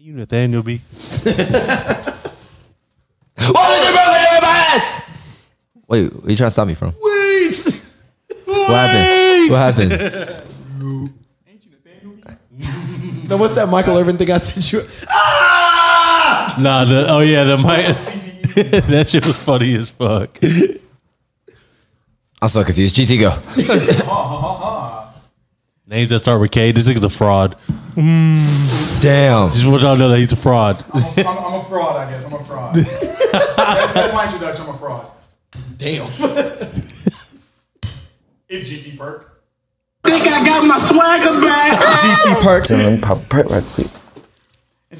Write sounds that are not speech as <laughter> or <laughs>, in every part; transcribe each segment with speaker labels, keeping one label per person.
Speaker 1: You Nathaniel B.
Speaker 2: Wait, what are you trying to stop me from? Wait. What happened? What happened?
Speaker 3: No, what's that Michael Irvin thing I sent you?
Speaker 1: Nah, the, oh yeah, the mic. <laughs> that shit was funny as fuck. <laughs>
Speaker 2: I'm so confused. GT go.
Speaker 1: Names that start with K. This nigga's a fraud.
Speaker 2: Damn.
Speaker 1: Just want y'all to know that he's a fraud.
Speaker 4: I'm, I'm a fraud, I guess. I'm
Speaker 2: <laughs>
Speaker 4: a fraud. That- that's my introduction. I'm a fraud.
Speaker 3: Damn.
Speaker 4: <laughs> It's GT Perk.
Speaker 5: Think I got my swagger back.
Speaker 3: GT Park.
Speaker 4: And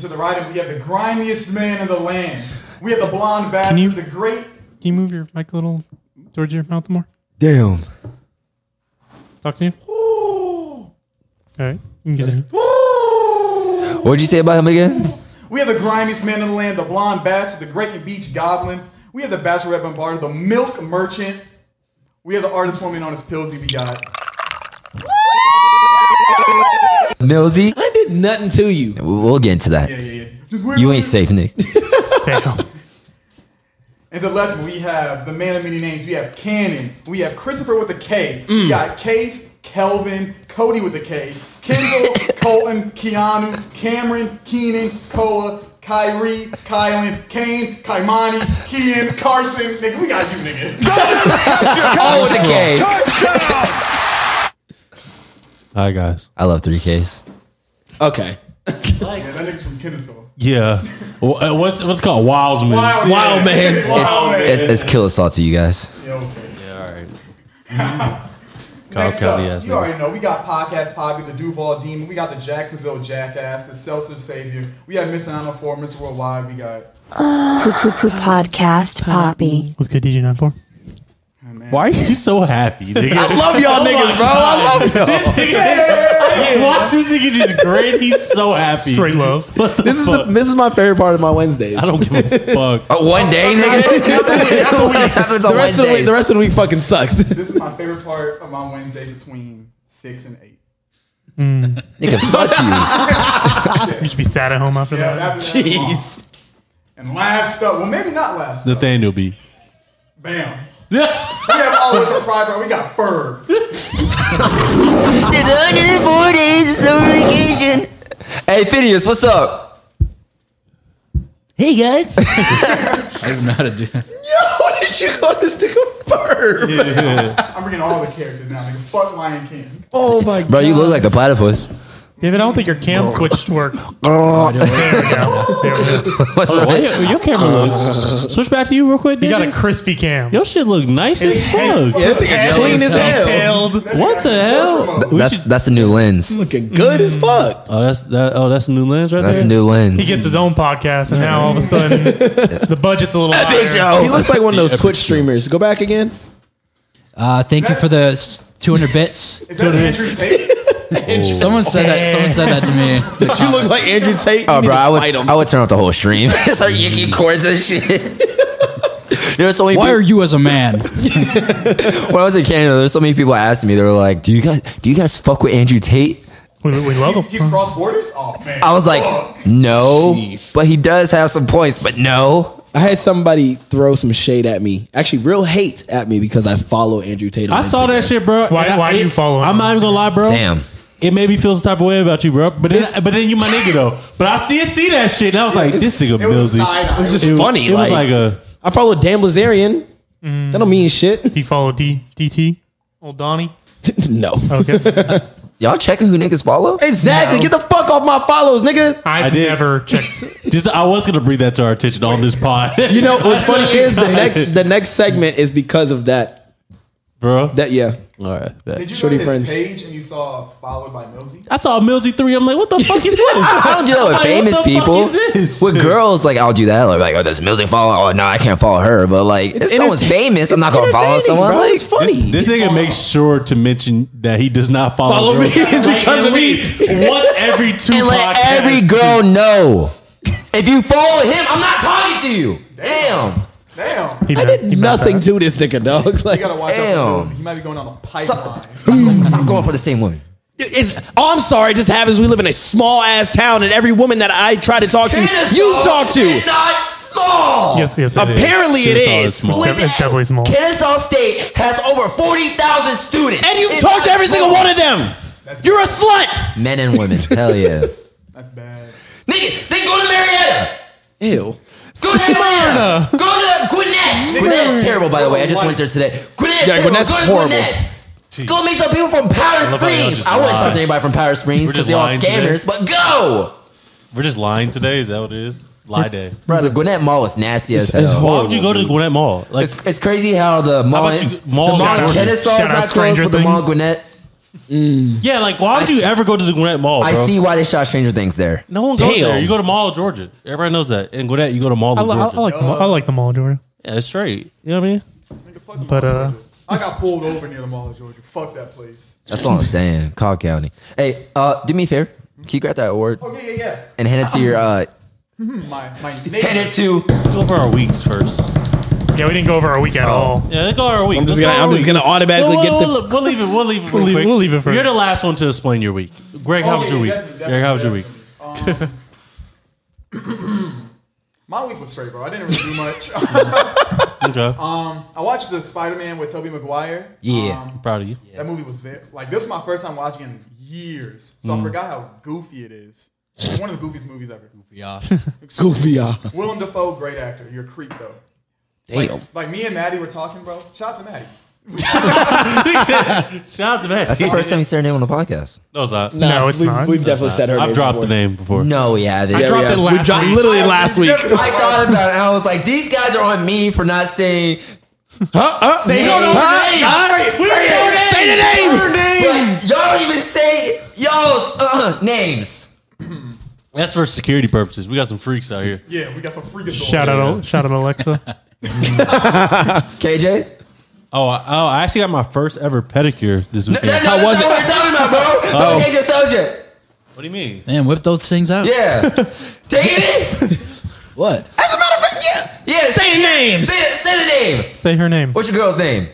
Speaker 4: to the right of we have the grimiest man in the land. We have the blonde bastard,
Speaker 6: you-
Speaker 4: the great. <laughs>
Speaker 6: Can you move your mic a little towards your mouth more?
Speaker 2: Damn.
Speaker 6: Talk to you. All right. You can get it.
Speaker 2: What'd you say about him again?
Speaker 4: We have the grimiest man in the land, the blonde bastard, the great and beach goblin. We have the bachelorette bombarder, the milk merchant. We have the artist formerly known as Pillsy. We got
Speaker 2: Millsy?
Speaker 3: I did nothing to you.
Speaker 2: We'll we'll get into that.
Speaker 4: Just wait,
Speaker 2: You
Speaker 4: wait.
Speaker 2: ain't safe, Nick.
Speaker 6: Damn.
Speaker 4: And to the left, we have the man of many names. We have Cannon. We have Christopher with a K. We got Case, Kelvin, Cody with a K. Kendall, Colton, Keanu, Cameron, Keenan, Koa, Kyrie, Kylan, Kane, Kaimani, Kean, Carson. Nigga, we got you, nigga.
Speaker 2: Oh, with the K.
Speaker 1: Hi guys.
Speaker 2: I love 3Ks.
Speaker 3: Okay.
Speaker 4: Yeah, that nigga's from Kennesaw.
Speaker 1: Yeah. Wh- uh, What's what's it called Wildman?
Speaker 4: Wild,
Speaker 3: Wild Mans.
Speaker 4: Wild man.
Speaker 2: It's, it's kill assault to you guys.
Speaker 4: Yeah, okay.
Speaker 1: Yeah, all right.
Speaker 4: <laughs>
Speaker 1: Kyle
Speaker 4: Next
Speaker 1: Kelly
Speaker 4: up,
Speaker 1: ass
Speaker 4: you
Speaker 1: nigga.
Speaker 4: already know we got podcast Poppy, the Duval Demon. We got the Jacksonville Jackass, the Seltzer Savior. We have Miss 904, Mr. Worldwide. We got
Speaker 7: Podcast Poppy.
Speaker 6: What's good, DJ 94?
Speaker 1: Why are you so
Speaker 3: <laughs>
Speaker 1: happy, nigga?
Speaker 3: I love y'all niggas, bro. I love y'all.
Speaker 1: this nigga, watch this nigga just grin. He's so happy.
Speaker 6: Straight love.
Speaker 1: <laughs> What the
Speaker 3: This is the,
Speaker 1: fuck?
Speaker 3: <laughs> this is my favorite part of my Wednesdays.
Speaker 1: I don't give
Speaker 3: <laughs>
Speaker 1: a fuck.
Speaker 2: Uh, one day, nigga? <laughs> That happens on
Speaker 3: the rest of the week,
Speaker 2: Wednesdays.
Speaker 3: the rest of the week fucking sucks. <laughs>
Speaker 4: This is my favorite part of my Wednesday between six and eight.
Speaker 2: Nigga, fuck
Speaker 6: You should be sad at home after
Speaker 4: Yeah,
Speaker 6: that.
Speaker 4: that- that-
Speaker 3: <laughs> Jeez.
Speaker 4: And last up, well, maybe not last up.
Speaker 1: Nathaniel B.
Speaker 4: Bam.
Speaker 1: Yeah.
Speaker 4: We have all of the pride, bro. We got Ferb.
Speaker 2: you. Hey, Phineas, what's up?
Speaker 8: Hey
Speaker 2: <laughs>
Speaker 8: guys. I don't know how to do that.
Speaker 3: What did you call this nigga verb?
Speaker 4: I'm bringing all the characters now. Like, fuck Lion King.
Speaker 3: Oh my god.
Speaker 2: Bro, you look like the platypus.
Speaker 6: David, I don't think your cam
Speaker 1: <laughs>
Speaker 6: switched work.
Speaker 1: Oh,
Speaker 6: There we go. There we go.
Speaker 2: What's up?
Speaker 1: Wait, your camera
Speaker 3: <laughs>
Speaker 1: was. Switch back to you real quick.
Speaker 6: You got a
Speaker 1: nigga.
Speaker 6: crispy cam.
Speaker 1: Your shit look nice as
Speaker 6: it's-
Speaker 1: fuck.
Speaker 3: Yeah, this nigga clean as hell.
Speaker 6: Detailed.
Speaker 1: What the hell?
Speaker 2: That's, that's a new lens.
Speaker 3: Looking good as fuck.
Speaker 1: Oh, that's that. Oh, that's a new lens right
Speaker 2: That's a
Speaker 1: there.
Speaker 2: new lens.
Speaker 6: He gets his own podcast, and now all of a sudden, the budget's a little higher.
Speaker 2: Big show.
Speaker 3: He looks like one of those Twitch streamers. Go back again.
Speaker 8: Uh, thank you for the s- 200 bits.
Speaker 4: Is that Andrew Tate?
Speaker 8: Someone said that. Someone said that to me.
Speaker 3: But you look like Andrew Tate.
Speaker 2: Oh, bro, I would,
Speaker 3: Fight him.
Speaker 2: I would turn off the whole stream. <laughs> Start yanking cords and shit. <laughs> There's so many
Speaker 8: Why are
Speaker 2: people,
Speaker 8: you as a man?
Speaker 2: when I was in Canada, there's so many people asking me, they were like, Do you guys do you guys fuck with Andrew Tate?
Speaker 6: We, we love <laughs> him.
Speaker 4: He's, he's cross borders? Oh, man.
Speaker 2: I was like,
Speaker 4: Fuck.
Speaker 2: No. But he does have some points, but no.
Speaker 3: I had somebody throw some shade at me. Actually, real hate at me because I follow Andrew Tate. on
Speaker 1: I saw that
Speaker 3: Instagram.
Speaker 1: shit, bro.
Speaker 6: Why-
Speaker 1: and I-
Speaker 6: why
Speaker 1: it-
Speaker 6: you following
Speaker 1: I'm
Speaker 6: him?
Speaker 1: not even gonna lie, bro.
Speaker 2: Damn.
Speaker 1: It made me feel some type of way about you, bro. But then, but then you my nigga though. But I see see that shit, and I was like, this nigga
Speaker 4: It was a
Speaker 1: Millsy.
Speaker 4: side eye.
Speaker 3: It was just funny.
Speaker 1: It
Speaker 3: like,
Speaker 1: was like a
Speaker 3: I follow Dan Blazarian.
Speaker 1: Mm.
Speaker 3: That don't
Speaker 1: <laughs>
Speaker 3: mean shit.
Speaker 6: Do you follow D DT? Old Donnie.
Speaker 3: no.
Speaker 6: Okay.
Speaker 2: Y'all checking who niggas follow?
Speaker 3: Exactly.
Speaker 6: No.
Speaker 3: Get the fuck off my follows, nigga.
Speaker 6: I've
Speaker 1: I did.
Speaker 6: never checked.
Speaker 1: Just I was gonna bring that to our attention on this pod.
Speaker 3: <laughs> You know what's funny is the
Speaker 1: God.
Speaker 3: next the next segment is because of that.
Speaker 1: bro.
Speaker 2: <laughs>
Speaker 3: That yeah.
Speaker 1: all right.
Speaker 4: Did you
Speaker 3: Shorty
Speaker 4: go to his
Speaker 3: friends.
Speaker 4: page and you saw followed by Millsy?
Speaker 1: I saw Millsy three. I'm like, what the fuck is this?
Speaker 2: I don't do that with
Speaker 1: Like,
Speaker 2: famous
Speaker 1: what the fuck
Speaker 2: people.
Speaker 1: is this?
Speaker 2: With girls, like I'll do that. Like, like, oh, does music follow? Oh, no, I can't follow her. But like, if someone's
Speaker 3: Entertain-
Speaker 2: famous, I'm
Speaker 3: it's
Speaker 2: not gonna follow
Speaker 3: entertaining,
Speaker 2: someone.
Speaker 3: bro.
Speaker 2: Like,
Speaker 3: it's funny.
Speaker 1: This nigga makes sure to mention that he does not follow,
Speaker 3: Follow me. <laughs>
Speaker 1: girls.
Speaker 3: It's
Speaker 1: Like,
Speaker 3: because
Speaker 1: at
Speaker 3: of me.
Speaker 1: least Once
Speaker 3: <laughs>
Speaker 1: every two
Speaker 2: and let
Speaker 1: podcasts.
Speaker 2: every girl know. If you follow him, I'm not talking to you. Damn.
Speaker 4: Damn.
Speaker 6: He
Speaker 3: I
Speaker 6: mad- he mad
Speaker 3: did nothing
Speaker 6: about
Speaker 3: to this nigga, dog. <laughs> Like,
Speaker 4: You gotta watch out for
Speaker 2: Damn.
Speaker 4: Millsy. He might be going on a
Speaker 2: Stop,
Speaker 4: pipeline.
Speaker 2: stop going for the same woman.
Speaker 3: it's, oh, I'm sorry. It just happens. We live in a small ass town, and every woman that I try to talk to, you
Speaker 2: Kennesaw
Speaker 3: talk to.
Speaker 2: is not small.
Speaker 6: it. Yes, yes. it is.
Speaker 3: Apparently it
Speaker 6: Kennesaw
Speaker 3: is.
Speaker 6: small.
Speaker 2: With
Speaker 6: It's, def- it's definitely small.
Speaker 2: Kennesaw State has over forty thousand students,
Speaker 3: And you've
Speaker 2: It's
Speaker 3: talked to
Speaker 2: not
Speaker 3: every single
Speaker 2: small.
Speaker 3: one of them.
Speaker 4: That's
Speaker 3: You're a slut.
Speaker 2: Men and <laughs> women, hell yeah.
Speaker 4: That's bad.
Speaker 2: Nigga, then go to Marietta.
Speaker 3: Ew.
Speaker 2: Go to Atlanta. Go to Gwinnett. Gwinnett's terrible, by the way. I just went there today. Gwinnett's
Speaker 3: Yeah,
Speaker 2: terrible.
Speaker 3: Gwinnett's
Speaker 2: Go to
Speaker 3: horrible.
Speaker 2: Gwinnett. Go meet some people from Powder
Speaker 1: love how y'all
Speaker 2: Springs.
Speaker 1: just
Speaker 2: I wouldn't
Speaker 1: lie.
Speaker 2: talk to anybody from Powder Springs
Speaker 1: We're
Speaker 2: because
Speaker 1: just
Speaker 2: they're all
Speaker 1: lying today.
Speaker 2: scammers, but go.
Speaker 1: We're just lying today. Is that what it is? Lie day.
Speaker 2: Bro, the Gwinnett Mall is nasty as
Speaker 3: it's
Speaker 2: hell.
Speaker 1: Why would you go to the Gwinnett Mall? Like,
Speaker 2: It's, it's crazy how the mall,
Speaker 1: about you-
Speaker 2: the
Speaker 1: mall
Speaker 2: mall
Speaker 1: shout
Speaker 2: in
Speaker 1: out-
Speaker 2: Kennesaw is
Speaker 6: shout out
Speaker 2: not closed,
Speaker 6: Stranger
Speaker 2: but the mall in
Speaker 6: Things.
Speaker 2: Gwinnett.
Speaker 1: yeah, like why would you ever go to the Gwinnett Mall? Bro?
Speaker 2: I see why they shot Stranger Things there.
Speaker 1: No one goes
Speaker 3: Damn.
Speaker 1: there. You go to Mall of Georgia. Everybody knows that. In Gwinnett, you go to Mall
Speaker 6: I,
Speaker 1: of
Speaker 6: li- I,
Speaker 1: Georgia.
Speaker 6: I like the mall. I like the mall, Jordan.
Speaker 1: yeah, it's straight. You know what I mean?
Speaker 4: Nigga, fuck the
Speaker 6: But,
Speaker 4: Mall of
Speaker 6: uh,
Speaker 4: Georgia. I got pulled over near the Mall of Georgia. Fuck that place.
Speaker 2: That's all I'm saying. Cobb County. Hey, uh, do me a favor. Can you grab that award
Speaker 4: Oh yeah, yeah,
Speaker 2: and hand it to your uh,
Speaker 4: yeah. My my
Speaker 2: hand
Speaker 4: neighbor.
Speaker 2: it to
Speaker 1: Let's go over our weeks first.
Speaker 6: Yeah, we didn't go over our week at
Speaker 1: Oh.
Speaker 6: all.
Speaker 1: Yeah, let's go over our week.
Speaker 3: I'm
Speaker 1: Let's
Speaker 3: just
Speaker 1: go
Speaker 3: gonna-
Speaker 1: over
Speaker 3: I'm
Speaker 1: our
Speaker 3: just
Speaker 1: week.
Speaker 3: gonna automatically
Speaker 1: we'll,
Speaker 3: get the-
Speaker 1: we'll, We'll leave it. We'll
Speaker 3: <laughs>
Speaker 1: leave it.
Speaker 6: We'll
Speaker 1: real
Speaker 6: leave-
Speaker 1: quick.
Speaker 6: we'll leave it for-
Speaker 1: You're the last one to explain your week. Greg,
Speaker 3: Oh,
Speaker 1: how was your week? Greg, how was your week?
Speaker 4: week? My week was straight, bro. I didn't really do much.
Speaker 2: <laughs>
Speaker 4: <laughs>
Speaker 1: Okay,
Speaker 3: Um,
Speaker 4: I watched the Spider Man with Tobey Maguire.
Speaker 2: Yeah.
Speaker 4: Um,
Speaker 1: proud of you.
Speaker 4: that movie was very like this was my first time watching it in years, so
Speaker 2: Mm.
Speaker 4: I forgot how goofy it is. It's One of the goofiest movies ever.
Speaker 8: Yeah.
Speaker 3: Goofy. ah.
Speaker 4: Willem Dafoe, great actor. You're a creep though.
Speaker 2: Damn.
Speaker 4: Like me and Maddie were talking, bro. Shout out to Maddie.
Speaker 1: Shout out to Matt.
Speaker 2: That's the first time you said her name on the podcast.
Speaker 1: No, it's not.
Speaker 6: No, it's
Speaker 3: we've,
Speaker 6: not.
Speaker 3: We've definitely said her name.
Speaker 1: I've dropped
Speaker 3: before.
Speaker 1: the name before.
Speaker 2: No, we haven't.
Speaker 3: Yeah, we
Speaker 6: dropped it
Speaker 3: have.
Speaker 6: last
Speaker 3: we dropped
Speaker 6: week.
Speaker 3: literally last week.
Speaker 4: Never-
Speaker 2: I thought about it. and I was like, these guys are on me for not saying.
Speaker 3: Huh? Say
Speaker 2: her name.
Speaker 3: Huh?
Speaker 2: We
Speaker 3: Say
Speaker 2: don't know
Speaker 3: it. Say the name.
Speaker 2: But y'all don't even say y'all's uh, names.
Speaker 1: That's for security purposes. We got some freaks out here.
Speaker 4: Yeah, we got some freaking
Speaker 6: Shout out, shout out, Alexa.
Speaker 2: KJ?
Speaker 1: Oh, I, oh, I actually got my first ever pedicure this weekend.
Speaker 2: That, no,
Speaker 3: was
Speaker 2: that's
Speaker 3: it?
Speaker 2: not what we're talking about,
Speaker 3: <laughs>
Speaker 2: bro.
Speaker 1: Oh.
Speaker 2: Don't change your subject.
Speaker 1: What do you mean?
Speaker 8: Man, whip those things out.
Speaker 2: Yeah.
Speaker 3: <laughs>
Speaker 2: David?
Speaker 8: What?
Speaker 2: As a matter of fact, yeah. Yeah. Say,
Speaker 3: Say the names.
Speaker 2: say, say the
Speaker 6: <laughs>
Speaker 2: name.
Speaker 6: Say her name.
Speaker 2: What's your girl's name?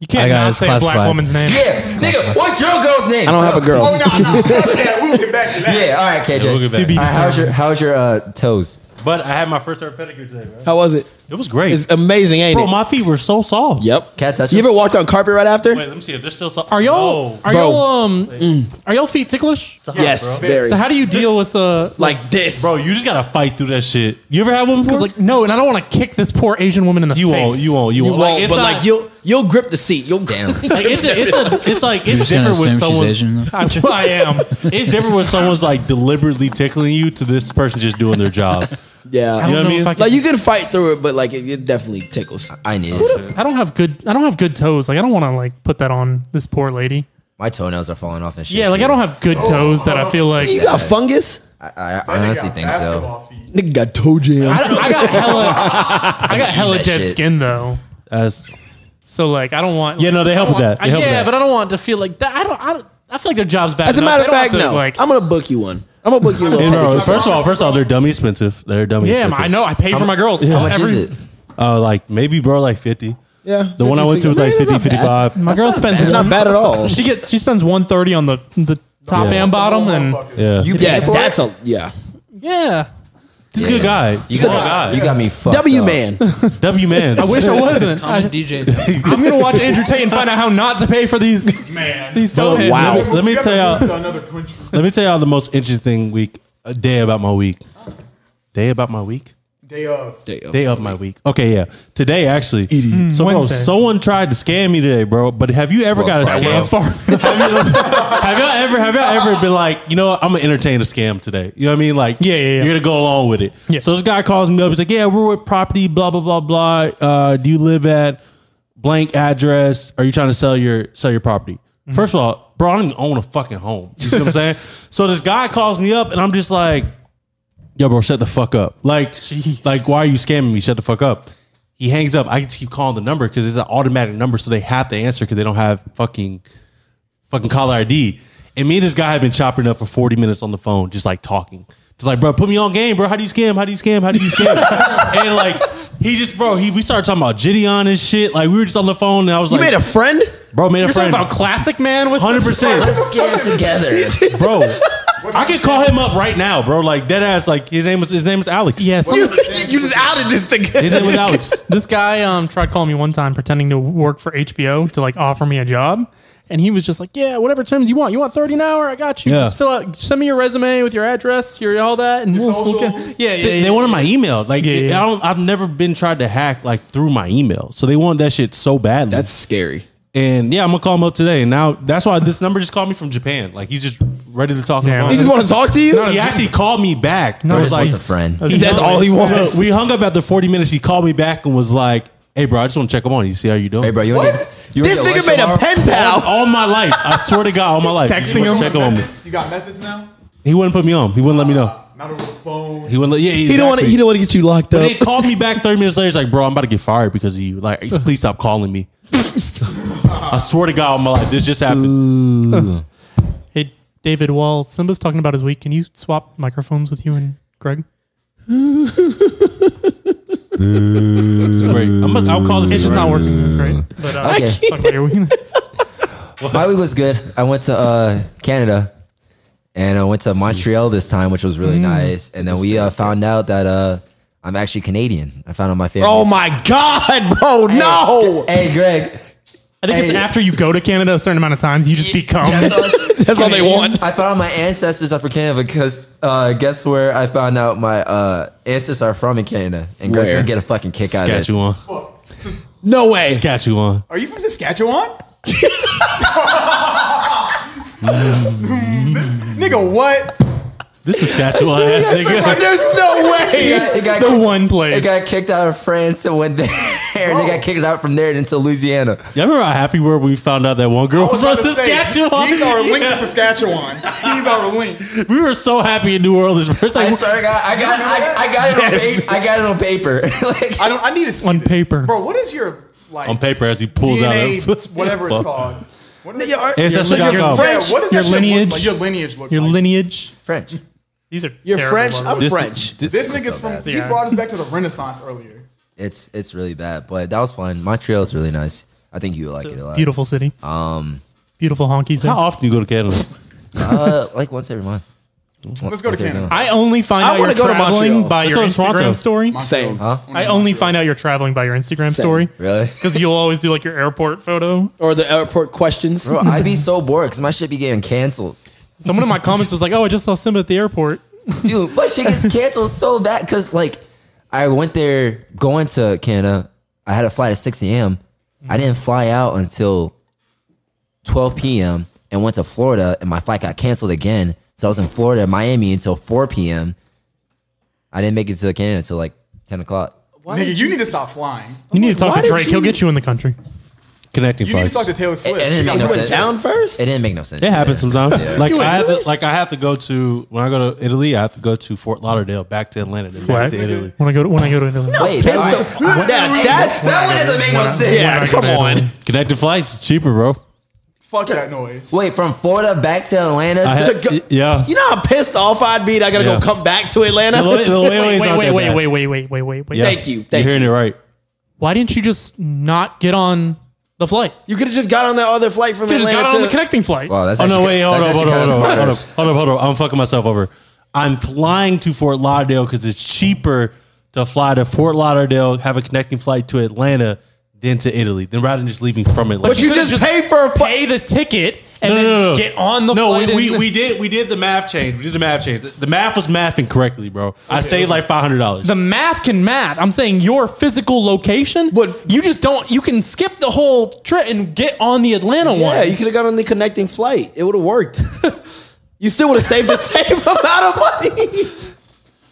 Speaker 6: You
Speaker 8: I
Speaker 6: can't
Speaker 8: got
Speaker 6: not
Speaker 8: it
Speaker 6: say a black
Speaker 8: classified.
Speaker 6: woman's name.
Speaker 2: Yeah. Nigga, what's your girl's name? Oh,
Speaker 3: I don't have a girl. <laughs>
Speaker 4: Yeah, we'll get back to that.
Speaker 2: Yeah, all right, KJ.
Speaker 1: Yeah, we'll get back.
Speaker 6: be
Speaker 2: All right, how's your, how's your uh, toes?
Speaker 1: But I had my first ever pedicure today, bro.
Speaker 3: How was it?
Speaker 1: It was great.
Speaker 3: It's amazing, ain't
Speaker 1: Bro,
Speaker 3: it?
Speaker 1: my feet were so soft.
Speaker 3: Yep.
Speaker 2: Cat Oh. touch
Speaker 3: You
Speaker 2: him?
Speaker 3: ever walked on carpet right after?
Speaker 1: Wait, let me see if they're still soft.
Speaker 6: Are y'all
Speaker 1: No.
Speaker 6: are
Speaker 3: Bro.
Speaker 6: y'all um are y'all feet ticklish? So
Speaker 3: yes,
Speaker 4: bro.
Speaker 3: very.
Speaker 6: how do you deal with uh like
Speaker 3: like this,
Speaker 1: Bro, you just gotta fight through that shit. You ever had one before?
Speaker 6: because like no, and I don't want to kick this poor Asian woman in the
Speaker 1: you
Speaker 6: face.
Speaker 1: won't. You won't. You
Speaker 3: You
Speaker 1: won't.
Speaker 3: won't,
Speaker 1: it's
Speaker 3: but
Speaker 1: not-
Speaker 3: like you'll you'll grip the seat. You'll <laughs>
Speaker 2: Damn.
Speaker 1: like, it's a, it's a, it's like it's
Speaker 8: just gonna
Speaker 1: different with
Speaker 8: assume she's
Speaker 1: someone.
Speaker 8: Asian, though?
Speaker 6: <laughs> I, I am.
Speaker 1: It's different when someone's like deliberately tickling you to this person just doing their
Speaker 8: <laughs>
Speaker 1: job.
Speaker 3: yeah.
Speaker 6: I
Speaker 1: know
Speaker 6: don't
Speaker 1: what I
Speaker 6: know
Speaker 1: mean?
Speaker 6: if I can.
Speaker 3: Like you can fight through it, but like it, it definitely tickles.
Speaker 2: I need it.
Speaker 6: I don't have good. I don't have good toes. Like I don't want to like put that on this poor lady.
Speaker 2: My toenails are falling off and shit.
Speaker 6: Yeah, like
Speaker 2: too.
Speaker 6: I don't have good toes that I feel like.
Speaker 3: You got fungus?
Speaker 2: I, I
Speaker 4: That nigga
Speaker 2: honestly
Speaker 4: got
Speaker 2: think so.
Speaker 4: basketball feet.
Speaker 3: Nigga got toe jam.
Speaker 6: I, I got hella. I got hella
Speaker 2: that
Speaker 6: dead
Speaker 2: shit.
Speaker 6: skin though.
Speaker 1: That's
Speaker 6: So like I don't want.
Speaker 1: Yeah, no, they
Speaker 6: I
Speaker 1: help
Speaker 6: don't
Speaker 1: with
Speaker 6: want-
Speaker 1: that. They help
Speaker 6: yeah,
Speaker 1: with that.
Speaker 6: but I don't want to feel like that. I don't. I, don't, I feel like their job's bad.
Speaker 3: As a
Speaker 6: enough.
Speaker 3: matter
Speaker 6: They
Speaker 3: of
Speaker 6: don't have
Speaker 3: fact,
Speaker 6: to,
Speaker 3: no.
Speaker 6: Like,
Speaker 3: I'm gonna book you one. I'm gonna book <laughs> you
Speaker 1: and bro,
Speaker 3: one.
Speaker 1: first of all, first of all, they're dummy expensive. They're dummy.
Speaker 6: yeah,
Speaker 1: expensive.
Speaker 6: I know. I pay for my girls.
Speaker 2: How much
Speaker 6: Every-
Speaker 2: is it?
Speaker 1: Uh, like maybe bro, like fifty.
Speaker 3: Yeah,
Speaker 1: The one I went to was like 50, 55.
Speaker 6: My girl spends.
Speaker 3: It's not
Speaker 6: one-
Speaker 3: <laughs> bad at all.
Speaker 6: She gets. She spends one thirty on the the top
Speaker 1: Yeah.
Speaker 6: and bottom, and
Speaker 4: Motherfucker.
Speaker 1: Yeah,
Speaker 2: You
Speaker 3: Yeah,
Speaker 2: paid for
Speaker 3: that's
Speaker 2: it?
Speaker 3: a yeah.
Speaker 6: Oh, yeah.
Speaker 1: he's a good guy. He's
Speaker 2: You
Speaker 1: a good
Speaker 2: got, you
Speaker 1: guy.
Speaker 2: got me fucked
Speaker 3: W
Speaker 2: up.
Speaker 3: man.
Speaker 1: W man.
Speaker 6: I wish I wasn't.
Speaker 8: I'm a
Speaker 6: I,
Speaker 8: DJ.
Speaker 6: I'm gonna watch Andrew Tate and find out how not to pay
Speaker 1: <laughs>
Speaker 6: for these
Speaker 4: Man.
Speaker 6: these
Speaker 1: Oh,
Speaker 6: toe heads.
Speaker 3: wow.
Speaker 1: Let me, let me
Speaker 4: You gotta
Speaker 1: tell
Speaker 4: move
Speaker 1: y'all.
Speaker 4: to another country.
Speaker 1: Let me tell y'all the most interesting week a day about my week. Day about my week.
Speaker 4: Day of.
Speaker 3: Day of.
Speaker 1: Day of my week. Okay, yeah. Today actually,
Speaker 3: Idiot.
Speaker 1: So bro,
Speaker 6: E Mm. Wednesday.
Speaker 1: someone tried to scam me today, bro. But have you ever
Speaker 2: Wells
Speaker 1: got a
Speaker 2: Fargo.
Speaker 1: scam?
Speaker 2: Wells
Speaker 1: have, you, <laughs> have y'all ever? Have y'all ever been like, you know, what? I'm gonna entertain a scam today. You know what I mean? Like,
Speaker 6: Yeah, yeah, yeah.
Speaker 1: You're gonna go along with it.
Speaker 6: Yeah.
Speaker 1: So this guy calls me up. He's like, yeah, we're with property, blah blah blah blah. Uh, do you live at blank address? Are you trying to sell your sell your property?
Speaker 6: Mm-hmm.
Speaker 1: First of all, bro, I don't even own a fucking home. You see what I'm
Speaker 6: <laughs>
Speaker 1: saying? So this guy calls me up, and I'm just like yo, bro, shut the fuck up. Like, like, why are you scamming me? Shut the fuck up. He hangs up. I just keep calling the number because it's an automatic number, so they have to answer because they don't have fucking, fucking caller ID. And me and this guy have been chopping up for forty minutes on the phone, just like talking. Just like, bro, put me on game, bro. How do you scam? How do you scam? How do you
Speaker 3: <laughs>
Speaker 1: scam? and like, he just, bro, he we started talking about Gideon and shit. Like, we were just on the phone, and I was
Speaker 3: You
Speaker 1: like,
Speaker 3: made a friend?
Speaker 1: bro, made a
Speaker 6: You're talking
Speaker 1: friend,
Speaker 6: about classic man. What's
Speaker 1: hundred percent.
Speaker 8: Let's
Speaker 3: <laughs>
Speaker 8: scam together.
Speaker 1: <laughs> bro. I can call him up right now, bro. Like dead ass. Like his name was his name is Alex.
Speaker 6: Yes,
Speaker 3: You, you just outed this
Speaker 1: his
Speaker 3: thing.
Speaker 1: name was
Speaker 6: <laughs>
Speaker 1: Alex.
Speaker 6: this guy um, tried calling me one time pretending to work for HBO to like offer me a job. And he was just like, "Yeah, whatever terms you want. You want thirty an hour? I got you.
Speaker 1: Yeah.
Speaker 6: Just fill out, send me your resume with your address, your all that, and we'll, we'll get-
Speaker 4: socials.
Speaker 6: yeah, yeah,
Speaker 1: Shit,
Speaker 6: yeah,
Speaker 1: they wanted my email. Like
Speaker 6: Yeah, yeah.
Speaker 1: I don't, I've never been tried to hack like through my email. So they wanted that shit so badly.
Speaker 3: That's scary.
Speaker 1: and yeah, I'm gonna call him up today. And now that's why this number just called me from Japan. Like he's just ready to talk. on the
Speaker 6: Yeah.
Speaker 1: phone.
Speaker 3: He just want to talk to you?
Speaker 1: He actually called me back. I
Speaker 6: Not
Speaker 1: was
Speaker 6: as
Speaker 1: like,
Speaker 2: What's a friend?
Speaker 6: That's-
Speaker 3: That's all he wants.
Speaker 1: <laughs> we hung up after 40 minutes. He called me back and was like, "Hey, bro, I just want to check him on. You see how you doing?
Speaker 2: Hey, bro, you wanna get- you wanna
Speaker 3: This
Speaker 2: get lunch
Speaker 3: nigga made
Speaker 2: tomorrow?
Speaker 3: a pen
Speaker 1: All,
Speaker 3: pal.
Speaker 1: all my life, I swear to God, all my life.
Speaker 6: texting
Speaker 1: Just
Speaker 6: him.
Speaker 1: Check him on me.
Speaker 4: Methods? You got methods now?
Speaker 1: He wouldn't put me on. He wouldn't let me know.
Speaker 4: Not over the phone.
Speaker 1: He wouldn't. Let, yeah,
Speaker 3: He don't want to.
Speaker 1: exactly.
Speaker 3: He don't want to get you locked
Speaker 1: But
Speaker 3: up.
Speaker 1: they called me back 30 minutes later. It's like, bro, I'm about to get fired because of you. Like, please stop calling me. <laughs> I swear to God, on my life, this just happened.
Speaker 6: Hey, David, while Simba's talking about his week, can you swap microphones with you and Greg?
Speaker 1: It's great. I'm gonna, I'll call this.
Speaker 6: It's just not working great. But uh,
Speaker 2: Okay.
Speaker 6: talk about your <laughs> week.
Speaker 2: <laughs> My week was good. I went to uh, Canada, and I went to Montreal this time, which was
Speaker 3: Mm.
Speaker 2: really nice. And then we uh, found out that uh, I'm actually Canadian. I found out my family.
Speaker 3: Oh my god, bro! No,
Speaker 2: Hey, Greg.
Speaker 6: I think it's
Speaker 2: Hey.
Speaker 6: after you go to Canada a certain amount of times, you just become.
Speaker 3: that's all they want.
Speaker 2: I found out my ancestors are from Canada because uh, guess where I found out my uh, ancestors are from in Canada, and Greg's
Speaker 3: Where?
Speaker 2: gonna get a fucking kick out of this.
Speaker 1: Saskatchewan.
Speaker 4: Fuck. This is-
Speaker 3: No way.
Speaker 1: Saskatchewan.
Speaker 4: Are you from Saskatchewan? <laughs> Nigga, what?
Speaker 1: This Saskatchewan ass nigga.
Speaker 3: There's no
Speaker 2: It
Speaker 3: way.
Speaker 2: got, it
Speaker 4: <laughs>
Speaker 2: got
Speaker 6: the
Speaker 2: kicked-
Speaker 6: one
Speaker 2: it
Speaker 6: place.
Speaker 2: got kicked out of France and went there, <laughs> and they
Speaker 4: Oh.
Speaker 2: got kicked out from there into Louisiana.
Speaker 1: Y'all remember how happy we were when we found out that one girl
Speaker 4: I was
Speaker 1: was
Speaker 4: about
Speaker 1: from
Speaker 4: to say,
Speaker 1: Saskatchewan?
Speaker 4: he's our link
Speaker 1: Yeah.
Speaker 4: to Saskatchewan. He's our link.
Speaker 1: We were so happy in New Orleans. <laughs> It's
Speaker 2: I
Speaker 1: like,
Speaker 2: swear to God, I got, I, I got it on paper. I got it on paper. <laughs> like,
Speaker 4: I don't. I need to see
Speaker 6: On
Speaker 4: this.
Speaker 6: paper.
Speaker 4: bro. What is your like
Speaker 1: on paper as he pulls
Speaker 4: DNA,
Speaker 1: out of
Speaker 4: <laughs> whatever it's called? What is your,
Speaker 1: Ancestry.com.
Speaker 4: yeah, what does
Speaker 6: Your
Speaker 4: that shit look
Speaker 6: lineage.
Speaker 4: like? Your lineage look
Speaker 6: your
Speaker 4: like?
Speaker 6: lineage.
Speaker 2: French.
Speaker 6: These are
Speaker 3: You're
Speaker 6: terrible
Speaker 3: French.
Speaker 6: words.
Speaker 3: I'm
Speaker 1: This-
Speaker 3: French.
Speaker 4: This nigga's from. He
Speaker 6: Yeah.
Speaker 4: brought us back to the Renaissance earlier.
Speaker 2: It's it's really bad, but that was fun. Montreal's really nice. I think you would like it a lot.
Speaker 6: Beautiful city. Um, beautiful honkies.
Speaker 1: How
Speaker 6: there.
Speaker 1: often you go to Canada?
Speaker 2: Uh, like once every month.
Speaker 4: Let's go to Canada.
Speaker 6: I only find
Speaker 3: I
Speaker 6: out
Speaker 3: wanna
Speaker 6: you're
Speaker 3: go to
Speaker 6: traveling
Speaker 3: Montreal.
Speaker 6: by
Speaker 1: Let's
Speaker 6: your
Speaker 1: go to
Speaker 6: Instagram
Speaker 1: Toronto.
Speaker 6: story.
Speaker 3: Same.
Speaker 6: I only find out you're traveling by your Instagram story
Speaker 2: Really?
Speaker 6: because you'll always do like your airport photo.
Speaker 3: Or the airport questions.
Speaker 2: Bro, I'd be so bored because my shit be getting canceled.
Speaker 6: Someone in my comments was like, "Oh, I just saw Simba at the airport."
Speaker 2: Dude, my shit gets canceled so bad because, like, I went there going to Canada. I had a flight at 6 a.m. I didn't fly out until 12 p.m. and went to Florida, and my flight got canceled again. So I was in Florida, Miami until 4 p.m. I didn't make it to Canada until like 10 o'clock.
Speaker 4: Nigga, you need to stop flying.
Speaker 6: You need to talk
Speaker 3: why
Speaker 6: to
Speaker 3: did
Speaker 6: Drake.
Speaker 3: you-
Speaker 6: He'll get you in the country.
Speaker 1: Connecting
Speaker 4: You need to
Speaker 1: flights.
Speaker 4: talk to Taylor Swift.
Speaker 2: It, it
Speaker 4: She
Speaker 2: didn't
Speaker 4: got
Speaker 2: make no
Speaker 4: one
Speaker 2: sense.
Speaker 3: down first?
Speaker 2: It didn't make no sense.
Speaker 1: It happens sometimes. Like
Speaker 3: went,
Speaker 1: I have
Speaker 3: really?
Speaker 1: to, like I have to go to when I go to Italy, I have to go to Fort Lauderdale, back to Atlanta, then back
Speaker 6: Flex.
Speaker 1: to Italy.
Speaker 6: When I go to when I go to Italy.
Speaker 2: Wait,
Speaker 3: Pistol.
Speaker 2: that's-
Speaker 3: That- that's
Speaker 2: that one doesn't make no sense.
Speaker 3: yeah. Come on.
Speaker 1: Connected flights it's cheaper, bro.
Speaker 4: Fuck that noise.
Speaker 2: Wait, from Florida back to Atlanta.
Speaker 1: I
Speaker 2: to-
Speaker 1: had,
Speaker 3: go-
Speaker 1: yeah.
Speaker 3: You know how pissed off I'd be. that I gotta
Speaker 1: Yeah.
Speaker 3: go come back to Atlanta.
Speaker 1: The li- the
Speaker 6: Wait,
Speaker 1: layways
Speaker 6: wait,
Speaker 1: aren't
Speaker 6: wait,
Speaker 1: that
Speaker 6: wait,
Speaker 1: bad.
Speaker 6: wait, wait, wait, wait, wait, wait.
Speaker 1: Yeah.
Speaker 3: Thank you, thank
Speaker 1: You're hearing it right.
Speaker 6: Why didn't you just not get on the flight?
Speaker 3: You could have just got on that other flight from
Speaker 6: You just
Speaker 3: Atlanta.
Speaker 6: got on the
Speaker 3: to-
Speaker 6: connecting flight.
Speaker 2: Wow, that's
Speaker 1: Oh no,
Speaker 2: actually-
Speaker 1: wait, hold
Speaker 2: that's
Speaker 1: up, hold
Speaker 2: actually
Speaker 1: up, hold
Speaker 2: kinda
Speaker 1: up, hold
Speaker 2: smarter.
Speaker 1: up, hold up, hold up. I'm fucking myself over. I'm flying to Fort Lauderdale because it's cheaper to fly to Fort Lauderdale, have a connecting flight to Atlanta, then to Italy, then rather than just leaving from Atlanta.
Speaker 3: but you
Speaker 6: could've
Speaker 3: just, paid for a flight.
Speaker 6: pay the ticket
Speaker 7: and
Speaker 1: No,
Speaker 7: then
Speaker 1: no, no, no.
Speaker 7: get on the
Speaker 1: no,
Speaker 7: flight.
Speaker 1: we,
Speaker 7: and-
Speaker 1: we, we did we did the math change. We did the math change. The, the math was mathing correctly, bro. I saved like five hundred dollars.
Speaker 6: The math can math. I'm saying your physical location.
Speaker 3: What-
Speaker 6: you just don't. You can skip the whole trip and get on the Atlanta
Speaker 3: Yeah,
Speaker 6: one.
Speaker 3: you could have gone on the connecting flight. It would have worked. <laughs> you still would have saved the <laughs> same amount of
Speaker 6: <laughs>
Speaker 3: money.